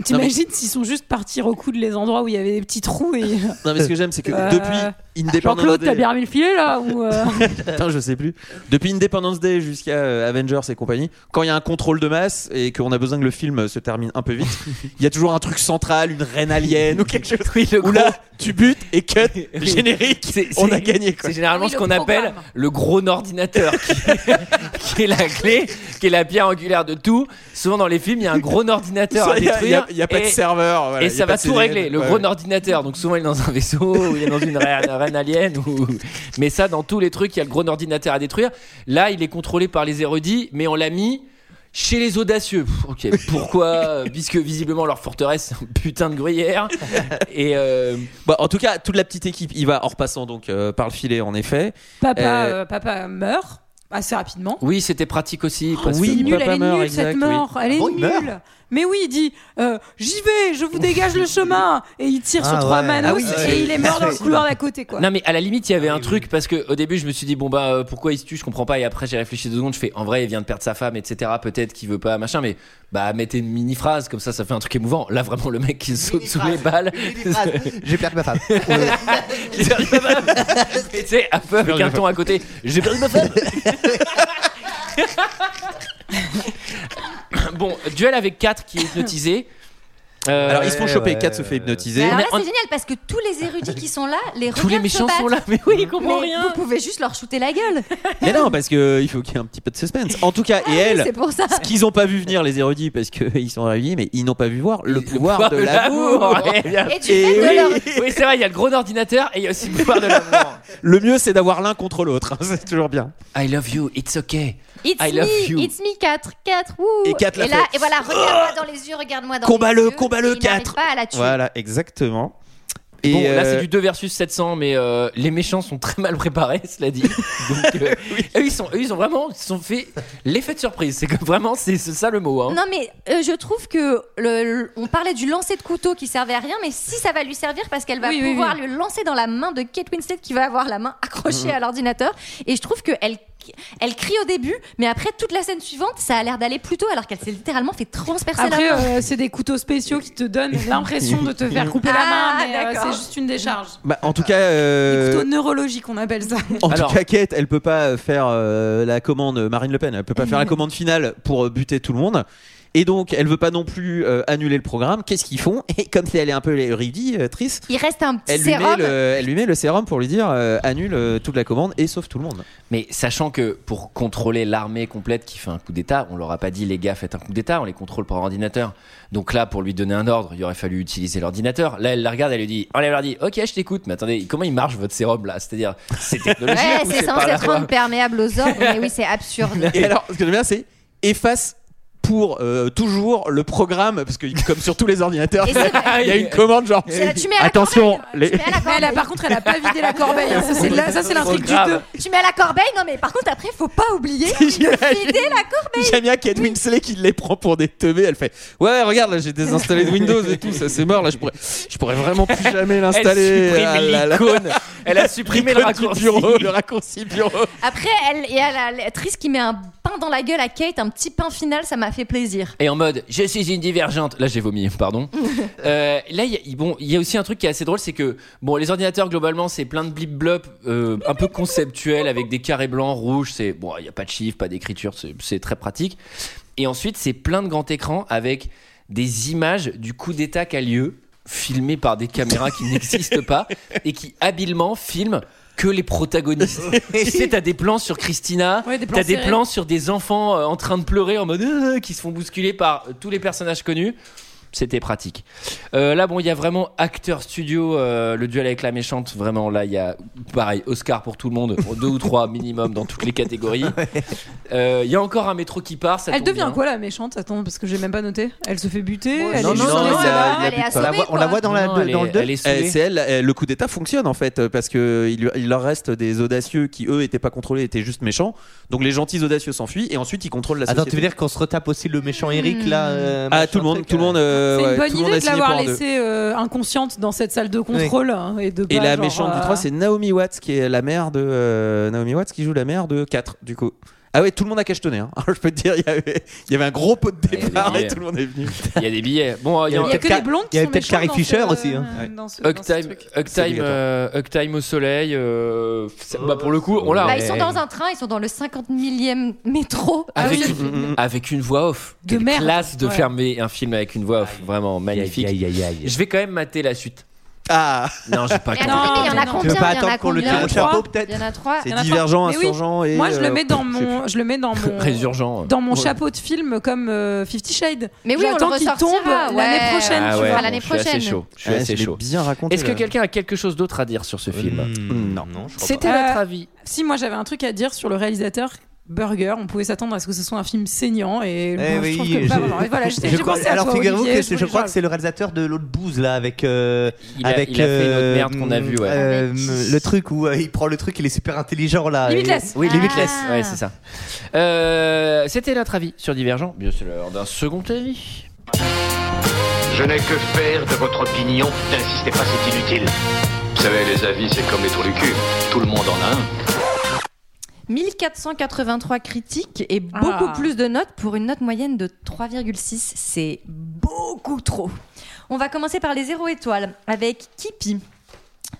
F: T'imagines s'ils sont juste partis recoudre les endroits où il y avait des petits
L: *laughs*
F: trous et.
L: Non, mais ce que j'aime, c'est que
F: Euh,
L: depuis Independence
F: Jean-Claude,
L: Day-
F: t'as bien mis le filet là ou
L: *laughs*
F: euh,
L: Putain, je sais plus. Depuis Independence Day jusqu'à euh, Avengers et compagnie, quand il y a un contrôle de masse et qu'on a besoin que le film euh, se termine un peu vite, *laughs* il y a toujours un truc central, une reine alien ou quelque chose. où là, tu butes et *laughs* cut, générique, on a gagné. quoi.
A: C'est généralement
L: Oui,
A: ce
L: le
A: qu'on appelle le gros ordinateur, qui, qui est la clé, qui est la pierre angulaire de tout. Souvent dans les films, il y a un gros ordinateur
L: Ça,
A: à
L: il y a-
A: détruire.
L: il y a- il y a pas de
A: et-
L: serveur, voilà,
A: et
L: il y a
A: ça
L: pas
A: va
L: de
A: tout
L: CDN,
A: régler. Le
L: ouais,
A: gros
L: ouais.
A: ordinateur, donc souvent il est dans un vaisseau, *laughs* ou il est dans une reine, reine alien. Ou... *laughs* Mais ça, dans tous les trucs, il y a le gros ordinateur à détruire. Là, il est contrôlé par les érudits, mais on l'a mis. Chez les audacieux, Pff, ok. *laughs* Pourquoi Puisque visiblement leur forteresse, *laughs* c'est un putain de gruyère. Et euh,
L: Bah, en tout cas, toute la petite équipe y va en repassant donc euh, par le filet en effet.
F: papa,
L: Euh,
F: euh, papa meurt assez rapidement.
A: Oui, c'était pratique aussi.
L: parce oui,
F: C'est
L: que-
F: nul,
L: papa
F: elle est
L: meurt,
F: nulle
L: exact,
F: cette mort,
L: oui. Ah
F: elle est
L: Bon, il
F: nulle.
L: meurt.
F: Mais oui, il dit euh, j'y vais, je vous dégage le chemin et il
L: Ah
F: tire sur trois manos et il est mort dans
L: *laughs*
F: le couloir d'à côté quoi.
A: Non mais à la limite il y avait un truc parce que au début je me suis dit bon bah euh, pourquoi il se tue je comprends pas et après j'ai réfléchi deux secondes je fais en vrai il vient de perdre sa femme etc peut-être qu'il veut pas machin mais bah mettez une mini phrase comme ça ça fait un truc émouvant là vraiment le mec qui saute sous les balles *laughs*
G: J'ai perdu ma femme.
A: J'ai perdu ma femme. Et tu sais un peu avec un ton à côté j'ai perdu ma femme bon duel avec 4 qui est hypnotisé Euh,
L: Alors ils se font choper, Kat se fait hypnotiser.
K: Mais alors là, c'est génial parce que tous les érudits qui sont là, les
L: Tous les
K: regardent se
L: méchants sont
K: battre.
L: là, mais oui, ils comprennent
K: Mais
L: rien.
K: Vous pouvez juste leur shooter la gueule.
L: Mais non, parce que il faut qu'il y ait un petit peu de suspense. En tout cas, et elle,
K: *laughs* c'est pour ça.
L: ce qu'ils n'ont pas vu venir les érudits, parce qu'ils sont réunis, mais ils n'ont pas vu voir le pouvoir de l'amour.
A: Eh bien.
K: Et tu fais de
A: oui.
K: leur-
A: Oui, c'est vrai, il y a le gros ordinateur et il y a aussi le pouvoir de l'amour.
L: Le mieux, c'est d'avoir l'un contre l'autre. *laughs* C'est toujours bien.
A: I love you, it's okay.
K: It's me, it's me 4, 4, wouh.
L: Et quatre la
K: là,
L: fait.
K: et voilà, regarde-moi dans les yeux, regarde-moi dans les
L: Combat-le,
K: yeux.
L: combat-le,
K: Il n'arrive
L: 4.
K: pas à la tuer.
L: Voilà, exactement. Et
A: bon, là,
L: euh,
A: c'est du 2 versus 700, mais euh, les méchants sont très mal préparés, *laughs* cela dit. Donc,
L: *laughs*
A: euh, eux, ils sont, eux, ils ont vraiment ils se sont fait l'effet de surprise. C'est que vraiment, c'est c'est ça le mot. hein.
K: Non mais euh, je trouve que le, le- on parlait du lancer de couteau qui servait à rien, mais si ça va lui servir parce qu'elle va
F: Oui, oui,
K: pouvoir
F: oui.
K: le lancer dans la main de Kate Winslet qui va avoir la main accrochée
F: Mhm.
K: à l'ordinateur. Et je trouve que elle, elle crie au début, mais après toute la scène suivante, ça a l'air d'aller plus tôt alors qu'elle s'est littéralement fait transpercer
F: Après
K: la main.
F: euh, c'est des couteaux spéciaux qui
L: *laughs*
F: te donnent l'impression de te faire couper la
K: Ah,
F: main mais euh,
K: d'accord.
F: c'est juste une décharge.
L: bah, en tout cas, euh,
F: Couteau neurologique on appelle ça.
L: en tout cas, Kate, elle peut pas faire euh, la commande Marine Le Pen. Elle peut pas faire *laughs* la commande finale pour euh, buter tout le monde. Et donc, elle veut pas non plus euh, annuler le programme. Qu'est-ce qu'ils font Et comme c'est- elle est un peu érudite, euh, triste,
K: Il reste un petit
L: elle lui, met
K: sérum.
L: le, elle lui met le sérum pour lui dire euh, annule euh, toute la commande et sauve tout le monde.
A: Mais sachant que pour contrôler l'armée complète qui fait un coup d'État, on leur a pas dit les gars faites un coup d'État, on les contrôle par ordinateur. Donc là, pour lui donner un ordre, il aurait fallu utiliser l'ordinateur. Là, elle la regarde, elle lui dit, oh, elle leur dit, ok, je t'écoute, mais attendez, comment il marche votre sérum là C'est-à-dire, c'est technologique
K: Ouais,
A: ou
K: c'est
A: par
K: censé
A: la
K: être
A: loi
L: *laughs*
K: imperméable aux ordres, mais oui, c'est absurde.
L: Et alors, ce que j'aime bien, c'est efface pour euh, toujours le programme parce que comme sur tous les ordinateurs
F: Et c'est vrai.
L: il y a une commande genre
F: C'est la- tu mets à la
L: attention les- *laughs*
F: Mais elle a- par contre, elle a pas vidé la corbeille. hein. Ça, c'est de la- ça, c'est l'intrigue du
L: Programme.
F: deux.
K: Tu mets à la corbeille, non mais par contre après faut pas
L: *laughs*
K: oublier de
L: J'imagine.
K: vider la corbeille.
L: J'aime bien Kate Winslet qui les prend pour des teubés. Elle fait Ouais, regarde, là j'ai désinstallé de Windows et tout, ça c'est mort. Là je pourrais, je pourrais vraiment plus jamais l'installer.
A: Elle supprime
L: Ah là là.
A: l'icône. Elle a
L: *laughs*
A: supprimé le
L: L'icône du
A: raccourci.
L: bureau, le raccourci bureau.
K: Après elle il y a la l'actrice qui met un pain dans la gueule à Kate, un petit pain final, ça m'a fait plaisir.
A: Et en mode, je suis une divergente. Là, j'ai vomi, pardon. Euh, là, il y, a- bon, il y a aussi un truc qui est assez drôle, c'est que bon, les ordinateurs globalement, c'est plein de blip blop, un peu conceptuel avec des carrés blancs, rouges. C'est bon, il y a pas de chiffres, pas d'écriture, c'est- c'est très pratique. Et ensuite, c'est plein de grands écrans avec des images du coup d'État qui a lieu, filmées par des caméras qui n'existent pas et qui habilement filment que les protagonistes. tu sais, t'as des plans sur Christina,
F: plans
A: t'as des
F: serrés.
A: plans sur des enfants euh, en train de pleurer en mode euh, qui se font bousculer par euh, tous les personnages connus. C'était pratique. Euh, là, bon, il y a vraiment acteur studio, euh, le duel avec la méchante. Vraiment, là, il y a pareil, Oscar pour tout le monde, deux ou trois minimum dans toutes les catégories. Euh, Il y a encore un métro qui part. Ça
F: Elle
A: tombe
F: devient
A: bien.
F: quoi la méchante Attends, parce que j'ai même pas noté. Elle se fait buter. elle
L: non, non,
F: est juste
L: non,
F: dans les
L: non,
F: salas.
L: elle- elle est
G: On la voit, on la voit dans, la,
L: Elle
G: dans
L: est-
G: le 2.
L: elle est saoulée. Eh, c'est elle, eh, le coup d'état fonctionne en fait euh, parce que il, lui- il leur reste des audacieux qui eux étaient pas contrôlés, étaient juste méchants. Donc les gentils audacieux s'enfuient et ensuite ils contrôlent la société.
G: Attends, Ah, tu veux dire qu'on se retape aussi le méchant Eric là euh,
L: ah tout le monde, tout le monde, euh,
F: C'est
L: ouais,
F: une bonne
L: tout le monde a
F: idée de
L: signé
F: l'avoir
L: pour un deux.
F: laissée euh, inconsciente dans cette salle de contrôle. hein, et de
L: Et
F: pas,
L: la
F: genre,
L: méchante du
F: euh,
L: 3, c'est Naomi Watts, qui est la mère de. euh, Naomi Watts qui joue la mère de 4, du coup. Ah ouais, tout le monde a cachetonné. Hein. *laughs* Je peux te dire, il y avait, il y avait un gros pot de départ et
A: billets.
L: tout le monde est venu.
A: Il y a des billets. Bon,
L: Il y a
A: en-
L: que les blondes qui
G: Il y avait sont peut-être méchantes Carrie dans ce- Fisher aussi, hein.
A: Ouais.
F: euh, dans ce-
A: Uptime, Uptime, euh, Uptime au soleil. euh, c'est- bah, pour le coup, on l'a.
K: Bah, ils sont dans un train, ils sont dans le 50 millième métro.
A: avec,
K: Ah oui.
L: Mm.
A: une, avec une voix off.
K: De
A: Quelle
K: merde.
A: classe de
K: Ouais.
A: fermer un film avec une voix off. Vraiment magnifique. Je vais quand même mater la suite.
L: *laughs* Ah
A: Non, j'ai
K: *laughs*
A: pas
K: Mais attendez, mais il y en a
G: non.
K: combien
G: Tu veux pas
K: Il y en a
G: attendre qu'on le tire
K: combien
G: au chapeau, peut-être
K: Il y en a trois.
L: C'est divergent,
F: Mais oui.
L: insurgent et.
F: Moi, je le
L: euh,
F: mets dans
L: je sais
F: mon, je le mets
A: *laughs*
F: dans mon,
A: Résurgent.
F: dans mon
A: Ouais.
F: chapeau de film comme euh, Fifty Shades.
K: Mais oui, on le
F: J'attends qu'il tombe
K: ressortira,
F: l'année
K: ouais.
F: prochaine.
K: Ah
F: tu
K: ouais,
F: vois.
K: bon, l'année je suis assez prochaine. chaud.
A: Je suis
L: Ah,
A: assez
L: je l'ai
A: chaud.
L: bien raconté,
A: Est-ce que
L: là.
A: quelqu'un a quelque chose d'autre à dire sur
G: Euh,
A: ce film Ah.
L: Non, non,
A: C'était notre
F: Euh,
A: avis.
F: Si moi j'avais un truc à dire sur le réalisateur Burger, on pouvait s'attendre à ce que ce soit un film saignant et bon,
G: Eh
F: je
G: oui,
F: trouve que pas
G: je-
F: vraiment. Et voilà, j'ai-
G: je
F: j'ai
G: crois-
F: pensé à
G: alors
F: toi,
G: figurez-vous
F: Olivier,
G: que c'est- je crois
F: voulais-
G: que c'est le réalisateur de l'autre bouse là avec euh,
A: Il a-
G: avec
A: il a fait une autre merde qu'on a vue, ouais.
G: euh, le truc où euh, il prend le truc il est super intelligent Ah, là
A: Limitless.
G: Et- oui
K: Ah.
G: limitless
A: Ouais, c'est ça. Euh, C'était notre avis sur Divergent. Bien, c'est l'heure d'un second avis.
B: Je n'ai que faire de votre opinion. N'insistez pas, c'est inutile. Vous savez, les avis, c'est comme les trous du cul. Tout le monde en a un.
K: 1483 critiques et beaucoup
F: Ah.
K: plus de notes pour une note moyenne de 3,6. C'est beaucoup trop. On va commencer par les 0 étoiles avec Kipi.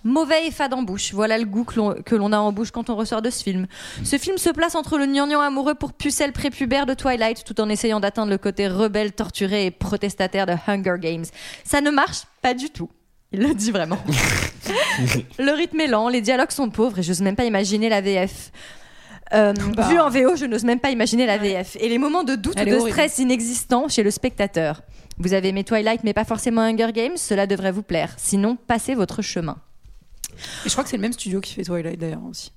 K: Mauvais et fade en bouche, voilà le goût que l'on- que l'on a en bouche quand on ressort de ce film. Ce film se place entre le gnangnan amoureux pour pucelle prépubère de Twilight tout en essayant d'atteindre le côté rebelle, torturé et protestataire de Hunger Games. Ça ne marche pas du tout. Il le
A: *laughs*
K: dit vraiment. le rythme est lent, les dialogues sont pauvres et j'ose même pas imaginer la VF. Euh,
A: Bah.
K: Vu en VO, je n'ose même pas imaginer la VF. Et les moments de doute
F: Elle
K: ou
F: est
K: de
F: horrible.
K: stress inexistants chez le spectateur. Vous avez aimé Twilight mais pas forcément Hunger Games, cela devrait vous plaire. Sinon, passez votre chemin.
F: Et je crois que c'est le même studio qui fait Twilight d'ailleurs aussi.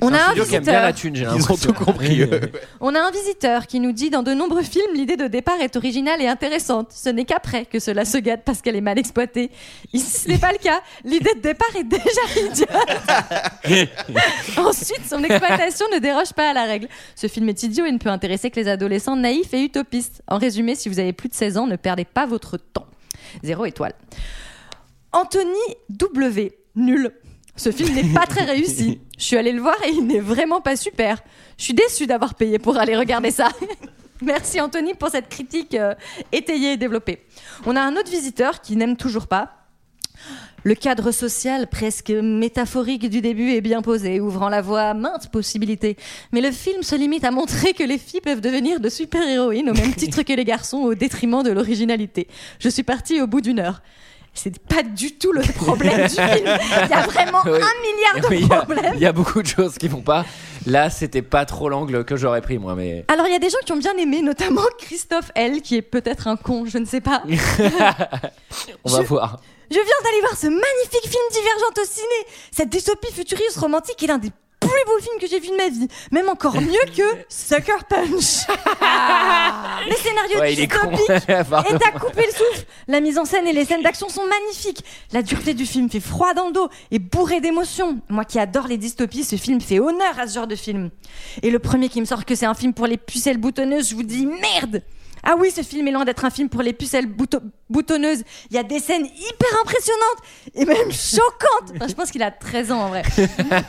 K: On a, un
A: Studio qui aime bien
K: visiteur,
A: la thune, j'ai
L: Ils
F: *laughs*
L: ont
A: l'impression.
L: tout compris. eux.
K: on a un visiteur qui nous dit dans de nombreux films l'idée de départ est originale et intéressante. Ce n'est qu'après que cela se gâte parce qu'elle est mal exploitée. Ici, ce n'est pas le cas. L'idée de départ est déjà idiote. Ensuite, son exploitation ne déroge pas à la règle. Ce film est idiot et ne peut intéresser que les adolescents naïfs et utopistes. En résumé, si vous avez plus de 16 ans, ne perdez pas votre temps. Zéro étoile. Anthony W. Nul. Ce film n'est pas très réussi. Je suis allée le voir et il n'est vraiment pas super. Je suis déçue d'avoir payé pour aller regarder ça. Merci Anthony pour cette critique euh, étayée et développée. On a un autre visiteur qui n'aime toujours pas. Le cadre social presque métaphorique du début est bien posé, ouvrant la voie à maintes possibilités. Mais le film se limite à montrer que les filles peuvent devenir de super-héroïnes
A: *laughs*
K: au même titre que les garçons au détriment de l'originalité. Je suis partie au bout d'une heure. C'est pas du tout le problème du film. Il y a vraiment
A: Oui.
K: un milliard de
A: *laughs* Oui, il y a-
K: problèmes.
A: Il y, a beaucoup de choses qui vont pas. Là, c'était pas trop l'angle que j'aurais pris, moi, mais.
K: Alors, il y a des gens qui ont bien aimé, notamment Christophe L, qui est peut-être un con, je ne sais pas.
A: On va voir.
K: Je viens d'aller voir ce magnifique film Divergente au ciné. Cette dystopie futuriste romantique est l'un des plus plus beau film que j'ai vu de ma vie. Même encore mieux que Sucker Punch. le scénario
A: Ah. Ouais, il Ah est con. *laughs*
K: dystopique
A: Pardon.
K: et t'as coupé le souffle. La mise en scène et les scènes d'action sont magnifiques. La dureté du film fait froid dans le dos et bourré d'émotions. Moi qui adore les dystopies, ce film fait honneur à ce genre de film. Et le premier qui me sort que c'est un film pour les pucelles boutonneuses, je vous dis merde. Ah oui, ce film est loin d'être un film pour les pucelles bouto- boutonneuses. Il y a des scènes hyper impressionnantes et même choquantes. Enfin, je pense qu'il a 13 ans en vrai.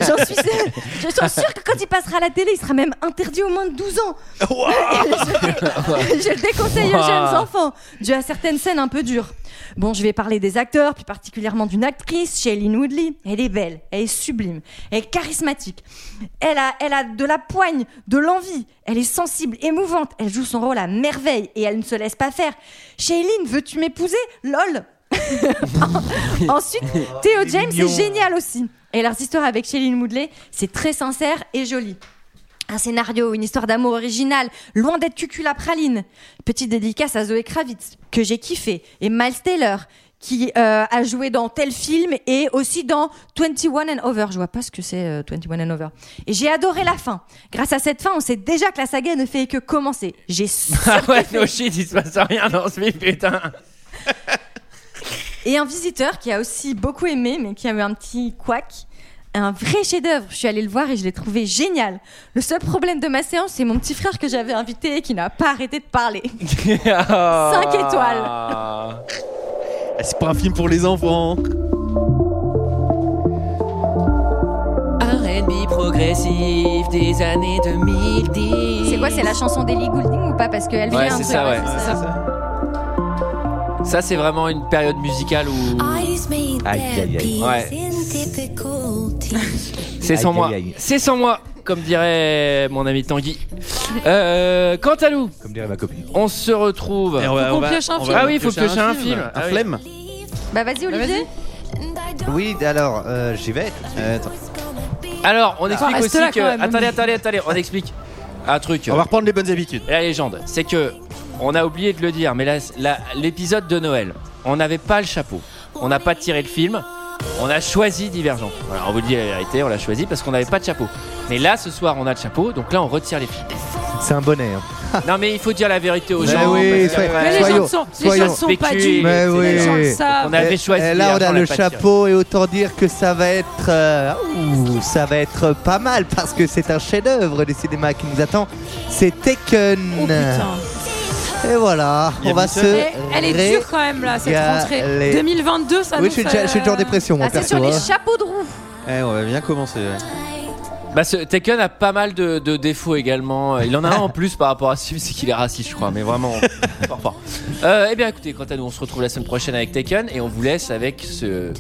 K: J'en suis, je suis sûre que quand il passera à la télé, il sera même interdit au moins de 12 ans. *laughs* je le déconseille aux
O: Ouah.
K: jeunes enfants, dû à certaines scènes un peu dures. Bon, je vais parler des acteurs, plus particulièrement d'une actrice, Shailene Woodley. Elle est belle, elle est sublime, elle est charismatique. Elle a, elle a de la poigne, de l'envie, elle est sensible, émouvante, elle joue son rôle à merveille et elle ne se laisse pas faire. Shailene, veux-tu m'épouser LOL Ensuite, Théo
O: Il est
K: James
O: mignon.
K: est génial aussi. Et leur histoire avec Shailene Woodley, c'est très sincère et joli. Un scénario, une histoire d'amour originale, loin d'être cucul à praline. Petite dédicace à Zoé Kravitz, que j'ai kiffé, et Miles Taylor, qui euh, a joué dans tel film et aussi dans 21 and Over. Je vois pas ce que c'est euh, 21 and Over. Et j'ai adoré la fin. Grâce à cette fin, on sait déjà que la saga ne fait que commencer. J'ai
A: Ah ouais, no shit, il se passe rien dans ce film, putain.
K: Et un visiteur qui a aussi beaucoup aimé, mais qui a eu un petit couac. Un vrai chef-d'œuvre. Je suis allée le voir et je l'ai trouvé génial. Le seul problème de ma séance, c'est mon petit frère que j'avais invité et qui n'a pas arrêté de parler.
L: Cinq
A: Oh.
K: étoiles.
L: *laughs* C'est pas un film pour les enfants.
O: R&B progressif des années 2010.
K: C'est quoi, c'est la chanson d'Ellie Goulding ou pas Parce qu'elle
A: Ouais,
K: vient un
A: c'est
K: peu-
A: ça, ouais. Ça, c'est vraiment une période musicale où.
O: Ah,
A: Ouais. C'est sans moi. C'est sans moi, comme dirait mon ami Tanguy. Euh, quant à nous,
G: Comme dirait ma copine.
A: on se retrouve.
L: on va- Faut qu'on on va- pioche un on va film.
A: Ah oui, il faut
L: piocher un
A: piocher un
L: film.
A: film.
L: Un
A: Ah oui.
L: flemme.
K: Bah vas-y, Olivier.
G: Oui, alors, euh, j'y vais. Euh, attends.
A: Alors, on
G: Ah,
A: explique
G: reste
A: aussi
G: là,
A: que.
G: quand même.
A: Attendez, attendez, attendez, on explique un truc.
L: On va reprendre les bonnes habitudes.
A: La légende, c'est que. On a oublié de le dire, mais la- la- l'épisode de Noël, on n'avait pas le chapeau. On n'a pas tiré le film. On a choisi Divergent. Voilà, on vous dit la vérité, on l'a choisi parce qu'on n'avait pas de chapeau. Mais là, ce soir, on a le chapeau, donc là, on retire les films.
G: C'est un bonnet. hein.
A: non, mais il faut dire la vérité aux
G: Mais
A: gens.
G: oui,
A: parce que-
G: soyons- Mais les gens soyons- sont- les gens soyons- sont
A: PQ,
G: pas dupes. Mais
A: c'est-
G: oui.
A: les gens le
G: Et-
A: savent. On avait
G: et-
A: choisi.
G: et
A: hier,
G: là, on a
A: l'a
G: le
A: pas tiré.
G: chapeau et autant dire que ça va être, euh, ouh, ça va être pas mal parce que c'est un chef-d'œuvre des cinémas qui nous attend. C'est Taken. et voilà,
F: Il y a
G: on va
F: Michel.
G: se.
F: Oh, Mais elle est
G: ré-
F: dure quand même, là, cette rentrée. 2022, ça
G: Oui,
F: nous
G: je suis
F: fait,
G: déjà, je suis déjà en
F: euh,
G: dépression, mon
F: Ah, c'est
G: perso,
F: sur les
G: hein.
K: chapeaux de roue.
L: Eh, on va bien commencer. ouais.
A: Bah, ce- Taken a pas mal de, de défauts également. Il en a un en plus par rapport à ce film, c'est qu'il est raciste, je crois. Mais vraiment, *laughs* fort fort. Euh, eh bien, écoutez, quant à nous, on se retrouve la semaine prochaine avec Taken et on vous laisse avec ce.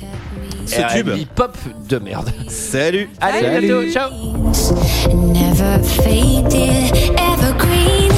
L: Ce
A: R&B
L: tube.
A: pop de merde.
L: Salut.
A: Allez, à
L: Salut.
A: bientôt. Ciao.
O: Never faded, evergreen.